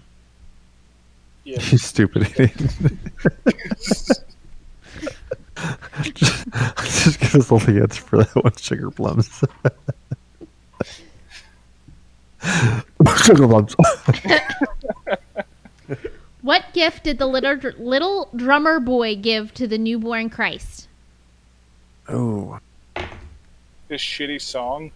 Speaker 4: Yeah.
Speaker 2: <laughs> You stupid idiot. just, just give us all the answer for that one, sugar plums. <laughs> sugar plums.
Speaker 1: what gift did the little, little drummer boy give to the newborn Christ?
Speaker 2: oh,
Speaker 4: This shitty song.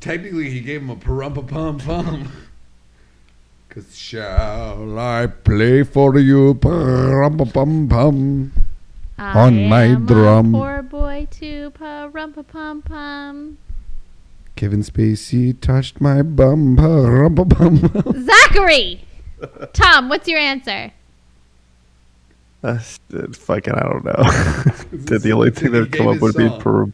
Speaker 3: Technically, he gave him a parumpa pum pum. <laughs> Cause shall I play for you, parumpa pum pum?
Speaker 1: I
Speaker 7: On my
Speaker 1: am a
Speaker 7: drum.
Speaker 1: poor boy too, pa rum pa pum pum.
Speaker 7: Kevin Spacey touched my bum. Pa-rum-pa-bum.
Speaker 1: Zachary, Tom, what's your answer?
Speaker 2: That's, that's fucking, I don't know. <laughs> the, the only thing that would
Speaker 3: He
Speaker 2: come
Speaker 3: gave
Speaker 2: up
Speaker 3: his
Speaker 2: would be
Speaker 3: song.
Speaker 2: per,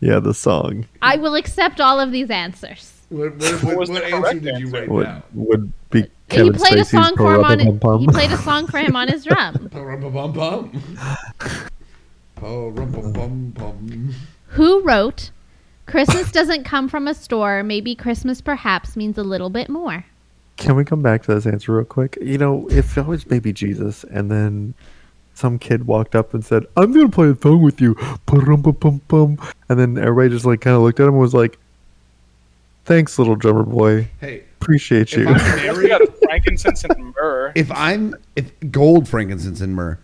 Speaker 2: yeah, the song
Speaker 1: I will accept all of these answers.
Speaker 4: <laughs>
Speaker 3: What, what, what,
Speaker 4: was
Speaker 3: what
Speaker 4: the
Speaker 3: answer
Speaker 4: correct
Speaker 3: did you write
Speaker 2: would
Speaker 3: down?
Speaker 2: would be
Speaker 1: he
Speaker 2: Kevin
Speaker 1: played
Speaker 2: Spacey's
Speaker 1: a song for him on.
Speaker 2: Parappa-Pum-Pum.
Speaker 1: He played a song for him on his
Speaker 2: <laughs>
Speaker 1: drum.
Speaker 3: Pa-rum-pa-bum-bum. <laughs> Pa-rum-pa-bum-bum.
Speaker 1: Who wrote? Christmas doesn't come from a store. Maybe Christmas perhaps means a little bit more.
Speaker 2: Can we come back to this answer real quick? You know, if I was baby Jesus and then some kid walked up and said, I'm going to play a song with you. Pum-pum-pum-pum. And then everybody just like kind of looked at him and was like, thanks, little drummer boy.
Speaker 3: Hey,
Speaker 2: Appreciate
Speaker 3: if
Speaker 2: you. <laughs>
Speaker 3: I'm
Speaker 4: We
Speaker 3: married,
Speaker 4: got
Speaker 3: <laughs>
Speaker 4: frankincense and myrrh.
Speaker 3: if I'm if gold, frankincense, and myrrh.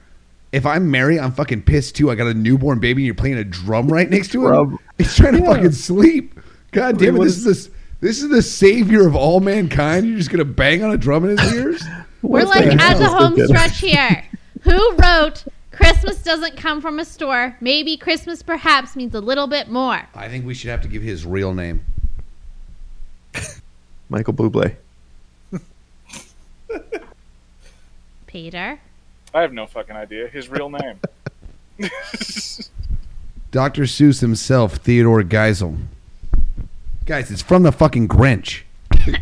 Speaker 3: If I'm Mary, I'm fucking pissed too. I got a newborn baby, and you're playing a drum right next to him.
Speaker 2: Drum.
Speaker 3: He's trying to fucking sleep. God damn it!
Speaker 2: what
Speaker 3: This is this this is the savior of all mankind. You're just gonna bang on a drum in his ears.
Speaker 1: We're
Speaker 2: What
Speaker 1: like
Speaker 2: the
Speaker 1: at
Speaker 2: hell
Speaker 1: the
Speaker 2: is
Speaker 1: home
Speaker 2: this?
Speaker 1: stretch here. Who wrote Christmas doesn't come from a store? Maybe Christmas perhaps means a little bit more.
Speaker 3: I think we should have to give his real name.
Speaker 2: Michael Bublé.
Speaker 1: Peter.
Speaker 4: I have no fucking idea. His real name.
Speaker 3: Dr. Seuss himself, Theodore Geisel. Guys, it's from the fucking Grinch.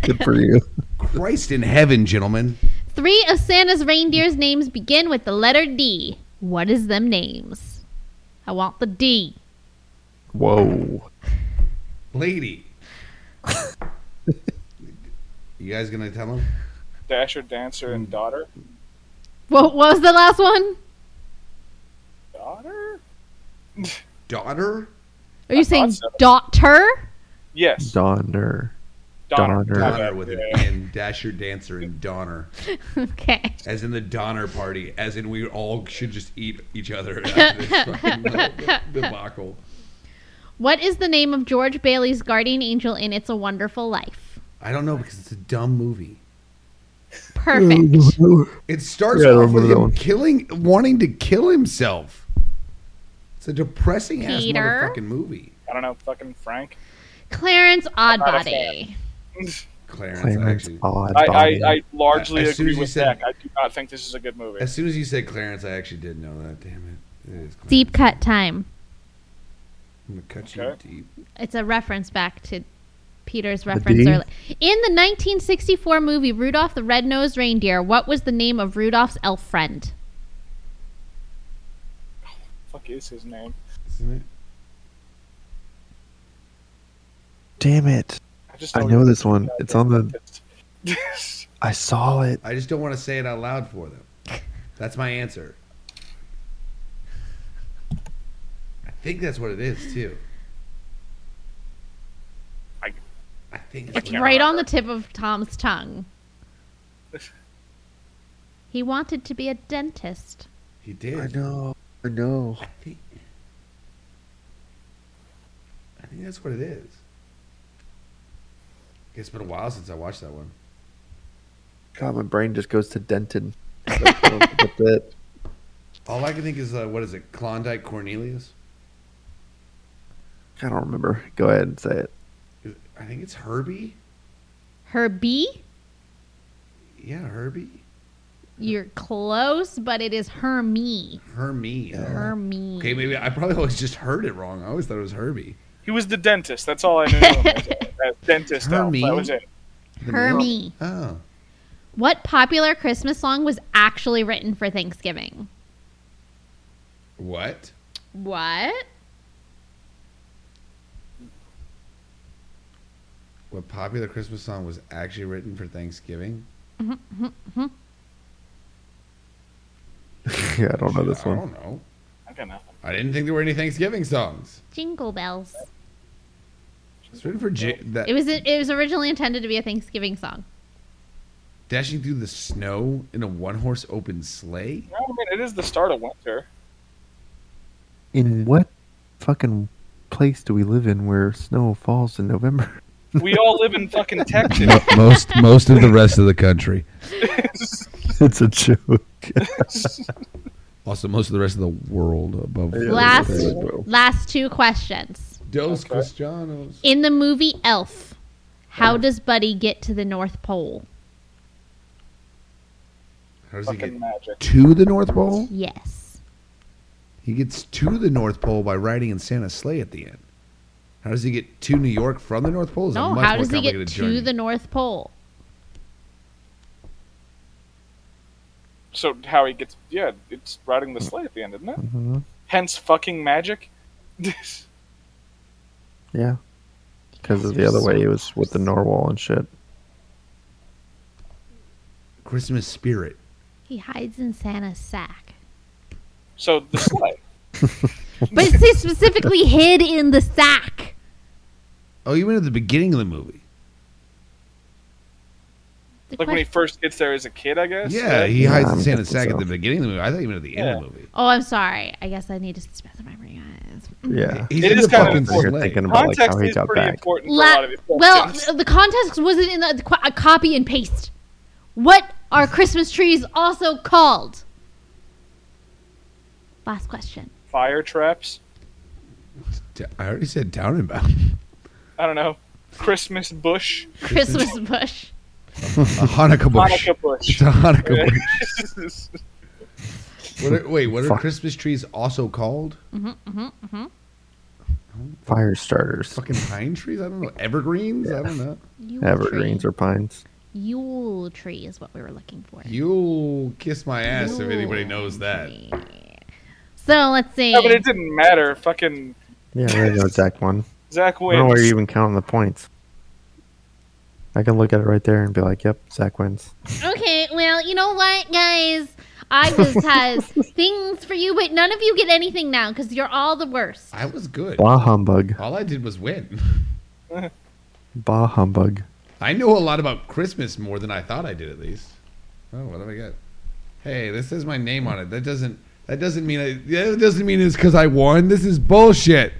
Speaker 2: Good
Speaker 1: <laughs>
Speaker 2: for you.
Speaker 3: Christ in heaven, gentlemen.
Speaker 1: Three of Santa's reindeer's names begin with the letter D. What is them names? I want the D.
Speaker 2: Whoa.
Speaker 3: Lady. you guys gonna tell him?
Speaker 4: Dasher, dancer, and daughter.
Speaker 1: What, what was the last one?
Speaker 4: Daughter?
Speaker 3: Daughter?
Speaker 1: Are you
Speaker 4: I
Speaker 1: saying
Speaker 4: thought so.
Speaker 1: daughter? <laughs>
Speaker 4: Yes.
Speaker 2: Donner.
Speaker 4: Daughter.
Speaker 2: Donner.
Speaker 3: Donner with an N. Dasher, dancer, and Donner.
Speaker 1: Okay.
Speaker 3: As in the Donner party. As in we all should just eat each other after this fucking <laughs> debacle.
Speaker 1: What is the name of George Bailey's guardian angel in It's a Wonderful Life?
Speaker 3: I don't know because it's a dumb movie.
Speaker 1: Perfect.
Speaker 3: It starts
Speaker 2: Yeah, I
Speaker 3: off with
Speaker 2: remember that
Speaker 3: him
Speaker 2: one.
Speaker 3: killing, wanting to kill himself. It's a depressing ass
Speaker 1: Peter?
Speaker 3: motherfucking movie.
Speaker 4: I don't know. Fucking Frank.
Speaker 1: Clarence
Speaker 4: not a
Speaker 1: Oddbody.
Speaker 3: Clarence,
Speaker 2: Clarence
Speaker 3: actually.
Speaker 2: Odd.
Speaker 4: I, I, I largely
Speaker 3: As soon
Speaker 4: agree
Speaker 3: as you
Speaker 4: with
Speaker 3: said-
Speaker 4: Zach. I do not think this is a good movie.
Speaker 3: As soon as you said Clarence, I actually did know that. Damn it. It is Clarence.
Speaker 1: Deep cut time.
Speaker 3: I'm gonna cut you
Speaker 4: Okay.
Speaker 3: deep.
Speaker 1: It's a reference back to Peter's reference
Speaker 2: D?
Speaker 1: earlier. In the 1964 movie Rudolph the Red-Nosed Reindeer, what was the name of Rudolph's elf friend?
Speaker 4: fuck is his name?
Speaker 3: Isn't it?
Speaker 2: Damn it.
Speaker 4: I just
Speaker 2: I
Speaker 4: don't
Speaker 2: know
Speaker 4: even-
Speaker 2: this one. It's on the.
Speaker 4: It's-
Speaker 2: I saw it.
Speaker 3: I just don't want to say it out loud for them.
Speaker 1: <laughs>
Speaker 3: That's my answer. I think that's what it is too.
Speaker 4: I-
Speaker 3: I think
Speaker 1: It's
Speaker 3: that's what
Speaker 4: can't
Speaker 1: right
Speaker 4: remember.
Speaker 1: on the tip of Tom's
Speaker 4: <laughs>
Speaker 1: tongue. He wanted to be a dentist.
Speaker 3: he did.
Speaker 2: I know. I know.
Speaker 3: I think, I think that's what it is. It's been a while since I watched that one.
Speaker 2: God, my brain just goes
Speaker 1: <laughs>
Speaker 2: to Denton. That's it.
Speaker 3: All I can think is, uh, what is it, Klondike Cornelius?
Speaker 2: I don't remember. Go ahead and say it. <laughs>
Speaker 3: Is- I think it's Herbie.
Speaker 1: Her B?
Speaker 3: Yeah, Herbie.
Speaker 1: You're close, but it is her me.
Speaker 3: Hermie.
Speaker 1: Her me.
Speaker 3: Uh-huh. Okay, maybe I probably <laughs> always just heard it wrong. I always thought it was Herbie.
Speaker 4: <laughs> He was the dentist. That's all I knew. him as. That
Speaker 2: <laughs>
Speaker 4: dentist. elf.
Speaker 3: Hermie?
Speaker 4: That was it.
Speaker 1: Her me.
Speaker 3: Oh.
Speaker 1: What popular Christmas song was actually written for Thanksgiving?
Speaker 3: What?
Speaker 1: What?
Speaker 3: What popular Christmas song was actually written for Thanksgiving?
Speaker 2: yeah, I don't know this
Speaker 3: I
Speaker 2: one.
Speaker 3: don't know.
Speaker 4: I got nothing.
Speaker 3: I didn't think there were any Thanksgiving songs.
Speaker 1: Jingle bells.
Speaker 3: It's written for J- that
Speaker 1: It was it was originally intended to be a Thanksgiving song.
Speaker 3: dashing through the snow in a one-horse open sleigh.
Speaker 4: No, I mean, it is the start of winter.
Speaker 2: In what fucking place do we live in where snow falls in November? <laughs>
Speaker 4: We all live in fucking Texas.
Speaker 3: most
Speaker 2: <laughs>
Speaker 3: most of the rest of the country.
Speaker 2: it's a joke.
Speaker 3: Also, most of the rest of the world above.
Speaker 1: Last
Speaker 8: Okay,
Speaker 3: Oh.
Speaker 8: well.
Speaker 1: last two questions.
Speaker 3: Dos Cristianos.
Speaker 1: In the movie Elf,
Speaker 3: Uh-huh.
Speaker 1: how does Buddy get to the North Pole?
Speaker 3: How does he get
Speaker 4: Fucking magic.
Speaker 3: to the North Pole?
Speaker 1: Yes.
Speaker 3: He gets to the North Pole by riding in Santa's sleigh at the end. How does he get to New York from the North Pole? Is
Speaker 1: No,
Speaker 3: a much
Speaker 1: how
Speaker 3: more
Speaker 1: does he get to
Speaker 3: complicated journey.
Speaker 1: the North Pole?
Speaker 4: So how he gets? Yeah, it's riding the sleigh at the end, isn't it?
Speaker 2: Mm-hmm.
Speaker 4: Hence, fucking magic. <laughs>
Speaker 2: Yeah, because the other way it was with the norwal and shit.
Speaker 3: Christmas spirit?
Speaker 1: He hides in Santa's
Speaker 3: <laughs>
Speaker 1: sack.
Speaker 4: so the sleigh.
Speaker 1: But he specifically hid in the sack.
Speaker 3: Oh, you went at the beginning of the movie.
Speaker 1: The <laughs>
Speaker 4: Like when he
Speaker 1: question-
Speaker 4: first gets there as a kid, I guess.
Speaker 3: Yeah, he hides in
Speaker 2: I'm
Speaker 3: Santa's
Speaker 2: thinking
Speaker 3: sack at
Speaker 2: so.
Speaker 3: the beginning of the movie. I thought you meant at the end of the
Speaker 4: Yeah.
Speaker 3: movie.
Speaker 1: oh, I'm sorry. I guess I need to suspend my brain. Mm-hmm.
Speaker 2: Yeah,
Speaker 3: He's
Speaker 4: It
Speaker 3: in
Speaker 4: is
Speaker 3: the
Speaker 4: kind of
Speaker 3: fucking
Speaker 2: You're
Speaker 4: important.
Speaker 3: sleigh.
Speaker 2: thinking about like
Speaker 4: Context
Speaker 2: how he
Speaker 4: is
Speaker 2: got
Speaker 4: pretty
Speaker 2: back.
Speaker 4: important for a
Speaker 1: La-
Speaker 4: lot of it.
Speaker 1: well, the context wasn't in the qu- a copy and paste. What are Christmas trees also called? Last question.
Speaker 4: fire traps.
Speaker 3: I already said down and back.
Speaker 4: I don't know. Christmas bush.
Speaker 1: Christmas bush.
Speaker 3: A Hanukkah bush.
Speaker 4: Hanukkah bush.
Speaker 3: It's a Hanukkah
Speaker 4: <laughs>
Speaker 3: bush.
Speaker 4: Christmas
Speaker 3: What are, wait, what are
Speaker 2: Fuck.
Speaker 3: Christmas trees also called?
Speaker 2: Fire starters,
Speaker 3: Fucking pine trees? I don't know. Evergreens? I don't know.
Speaker 1: Yule
Speaker 2: evergreens
Speaker 1: tree.
Speaker 2: or pines.
Speaker 1: Yule tree is what we were looking for.
Speaker 3: You'll kiss my ass if anybody
Speaker 1: Yule
Speaker 3: knows that.
Speaker 1: tree. So let's see.
Speaker 4: Yeah, but it didn't matter. Fucking
Speaker 2: Yeah, there's no exact one.
Speaker 4: Zach
Speaker 2: I don't know why
Speaker 4: wins.
Speaker 2: you're even counting the points. I can look at it right there and be like, "Yep, Zach wins."
Speaker 1: okay, well, you know what, guys? I
Speaker 4: <laughs>
Speaker 1: just has things for you, but none of you get anything now because you're all the worst.
Speaker 3: I was good.
Speaker 2: Bah humbug!
Speaker 3: All I did was win.
Speaker 2: Bah humbug!
Speaker 3: I know a lot about Christmas more than I thought I did, at least. Oh, what have I got? Hey, this says my name on it. That doesn't. That doesn't mean. I, that doesn't mean it's because I won. This is bullshit.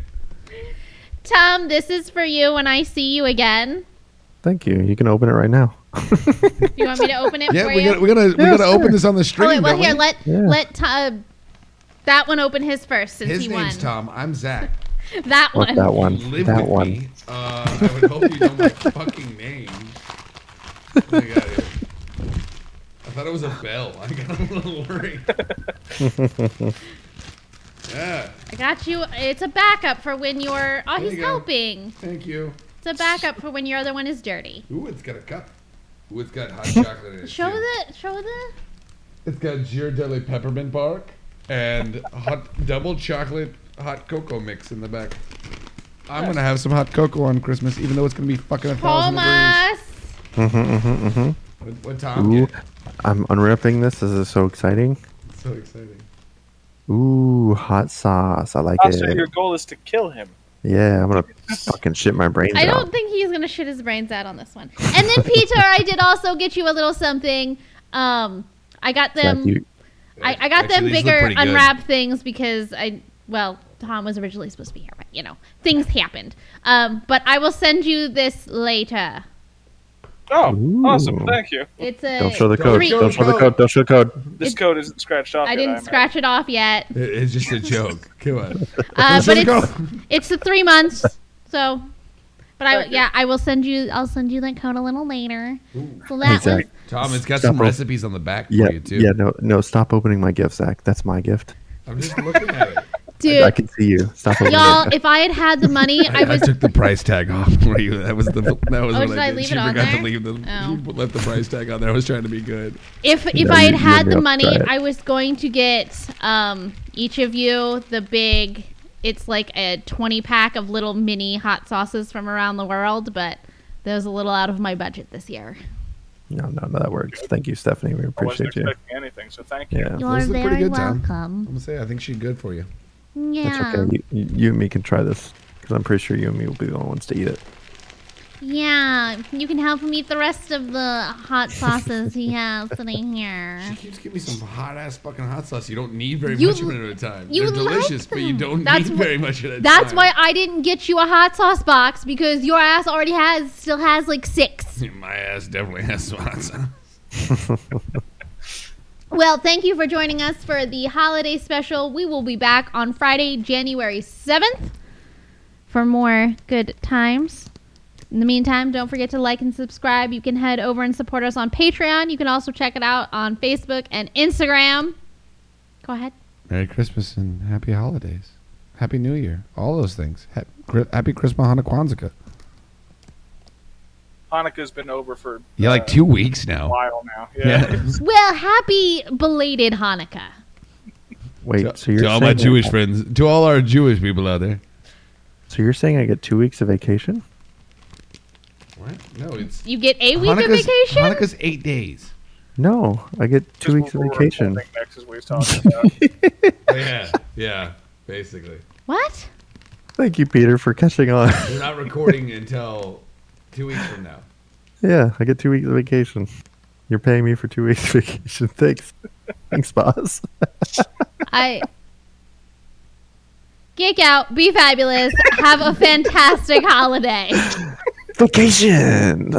Speaker 1: Tom, this is for you when I see you again.
Speaker 2: Thank you. You can open it right now.
Speaker 1: You want me to open it
Speaker 3: <laughs> Yeah,
Speaker 1: for
Speaker 3: we
Speaker 1: you?
Speaker 3: gotta, we gotta, we gotta open this on the stream.
Speaker 1: oh, wait, well,
Speaker 3: don't
Speaker 1: here,
Speaker 3: we?
Speaker 1: let
Speaker 2: Yeah.
Speaker 1: let Tom, that one open his first since
Speaker 3: His
Speaker 1: he
Speaker 3: name's
Speaker 1: won.
Speaker 3: Tom. I'm Zach.
Speaker 1: That
Speaker 2: Fuck
Speaker 1: <laughs> one.
Speaker 2: that
Speaker 3: You
Speaker 2: one.
Speaker 3: live
Speaker 2: That
Speaker 3: with
Speaker 2: one.
Speaker 3: me. Uh, I would hope you know
Speaker 2: <laughs>
Speaker 3: my fucking name. Oh What I got here? I thought it was a bell. I got a little worried.
Speaker 2: <laughs>
Speaker 3: yeah,
Speaker 1: I got you. It's a backup for when you're. Oh,
Speaker 3: There you
Speaker 1: he's
Speaker 3: go.
Speaker 1: helping.
Speaker 3: thank you.
Speaker 1: It's a backup for when your other one is dirty.
Speaker 3: Ooh, it's got a cup. Ooh,
Speaker 2: <laughs>
Speaker 3: it's got hot chocolate in it.
Speaker 1: Show
Speaker 3: too.
Speaker 1: the show the
Speaker 3: It's got Ghirardelli peppermint bark and hot double chocolate hot cocoa mix in the back. I'm gonna have some hot cocoa on Christmas, even though it's gonna be fucking a thousand degrees.
Speaker 1: Thomas.
Speaker 3: What, what Tom?
Speaker 2: Ooh,
Speaker 3: get?
Speaker 2: Mm-hmm, I'm unwrapping this. This is so exciting.
Speaker 3: So exciting.
Speaker 2: Ooh, hot sauce. I like
Speaker 4: Also, your
Speaker 2: it.
Speaker 4: goal is to kill him.
Speaker 2: Yeah, <laughs> I'm gonna fucking shit my brains
Speaker 1: I
Speaker 2: out.
Speaker 1: don't think he's gonna shit his brains out on this one. And then Peter, I did also get you a little something. Um, I got
Speaker 2: Zach,
Speaker 1: them.
Speaker 2: you-
Speaker 1: I, I got
Speaker 3: Actually,
Speaker 1: them
Speaker 3: these look
Speaker 1: bigger
Speaker 3: pretty good.
Speaker 1: unwrapped things because I well Tom was originally supposed to be here, but you know things happened. Um, but I will send you this later.
Speaker 4: Oh,
Speaker 2: Ooh.
Speaker 4: awesome! Thank you.
Speaker 1: It's a.
Speaker 2: Don't show the code.
Speaker 1: Three-
Speaker 2: Don't show the code. Don't show the code.
Speaker 4: This
Speaker 1: It-
Speaker 4: code isn't scratched off.
Speaker 1: I
Speaker 4: yet,
Speaker 1: didn't
Speaker 4: I'm-
Speaker 1: scratch it off yet,
Speaker 3: It- It's just a joke. Come on.
Speaker 1: uh, but
Speaker 3: show the
Speaker 1: it's
Speaker 2: <laughs>
Speaker 3: code.
Speaker 1: it's the three months. So, but I
Speaker 4: Thank you.
Speaker 1: yeah I will send you I'll send you that code a little later. So that was
Speaker 2: Zach.
Speaker 3: Tom, it's got
Speaker 2: Stop
Speaker 3: some
Speaker 2: roll.
Speaker 3: recipes on the back for
Speaker 2: Yeah,
Speaker 3: you too.
Speaker 2: yeah. No, no. Stop opening my gift, Zach. That's my gift.
Speaker 3: I'm just looking at it.
Speaker 2: I
Speaker 1: dude.
Speaker 2: can see you. Stop opening.
Speaker 1: Y'all,
Speaker 2: it.
Speaker 1: if I had had the
Speaker 2: <laughs>
Speaker 1: money, <laughs> I
Speaker 3: I, I
Speaker 1: was
Speaker 3: took the price tag off for you. That was the that was
Speaker 1: Oh,
Speaker 3: what
Speaker 1: did
Speaker 3: I
Speaker 1: I
Speaker 3: did.
Speaker 1: leave
Speaker 3: she
Speaker 1: it on
Speaker 3: forgot to
Speaker 1: there?
Speaker 3: leave the
Speaker 1: Oh.
Speaker 3: she left the price tag on there. I was trying to be good.
Speaker 1: if if
Speaker 2: Yeah,
Speaker 1: I had
Speaker 2: you- you
Speaker 1: had
Speaker 2: may
Speaker 1: the
Speaker 2: have
Speaker 1: money,
Speaker 2: tried.
Speaker 1: I was going to get um each of you the big. It's like a twenty pack of little mini hot sauces from around the world, but that was a little out of my budget this year.
Speaker 2: No, no, no. That works. Thank you, Stephanie. We
Speaker 4: I wasn't
Speaker 2: appreciate you.
Speaker 4: expecting anything, so thank you.
Speaker 2: Yeah.
Speaker 1: You
Speaker 3: Those
Speaker 1: are
Speaker 3: look pretty
Speaker 1: very
Speaker 3: good, Tom.
Speaker 1: welcome.
Speaker 3: I'm gonna say I think she's good for you.
Speaker 2: That's
Speaker 1: Yeah,
Speaker 2: okay. You, you and me can try this because I'm pretty sure you and me will be the only ones to eat it.
Speaker 1: yeah. You can help him eat the rest of the hot sauces he
Speaker 3: <laughs>
Speaker 1: has sitting here.
Speaker 3: She keeps giving me some hot ass fucking hot sauce. You don't need very
Speaker 1: You
Speaker 3: much of
Speaker 1: l-
Speaker 3: it at a time.
Speaker 1: you
Speaker 3: They're
Speaker 1: like
Speaker 3: delicious, but you
Speaker 1: them.
Speaker 3: don't
Speaker 1: That's
Speaker 3: need
Speaker 1: wh-
Speaker 3: very much at a
Speaker 1: That's
Speaker 3: time. <laughs>
Speaker 1: why I didn't get you a hot sauce box because your ass already has still has like six.
Speaker 3: <laughs> my ass definitely has some hot sauce.
Speaker 1: Well, thank you for joining us for the holiday special. We will be back on Friday, January 7th for more good times. In the meantime, don't forget to like and subscribe. You can head over and support us on Patreon. You can also check it out on Facebook and Instagram. Go ahead.
Speaker 9: Merry Christmas and happy holidays.
Speaker 3: Happy New Year. All those things. Hap- Gri- Happy Christmas, Hanukkah, Kwanzaa.
Speaker 4: Hanukkah's been over for
Speaker 3: Yeah,
Speaker 4: uh,
Speaker 3: like two weeks
Speaker 4: a
Speaker 3: now.
Speaker 4: while now. yeah.
Speaker 3: <laughs> Yeah.
Speaker 1: Well, happy belated Hanukkah.
Speaker 2: Wait, so you're
Speaker 3: to all
Speaker 2: saying
Speaker 3: my Jewish friends, to all our Jewish people out there.
Speaker 2: So you're saying I get two weeks of vacation?
Speaker 3: What? No, it's
Speaker 1: You get a week of vacation?
Speaker 3: Hanukkah's eight days.
Speaker 2: No, I get two
Speaker 4: Just
Speaker 2: weeks of
Speaker 4: what we're
Speaker 2: vacation.
Speaker 4: recording Next is what he's talking about.
Speaker 3: yeah, yeah, basically.
Speaker 1: What?
Speaker 2: Thank you, Peter, for catching on.
Speaker 3: <laughs> We're not recording until two weeks from now.
Speaker 2: yeah, I get two weeks of vacation. You're paying me for two weeks of vacation.
Speaker 3: <laughs>
Speaker 2: Thanks. Thanks, boss.
Speaker 1: I. <laughs> Geek out, be fabulous, have a fantastic holiday.
Speaker 2: Vacation!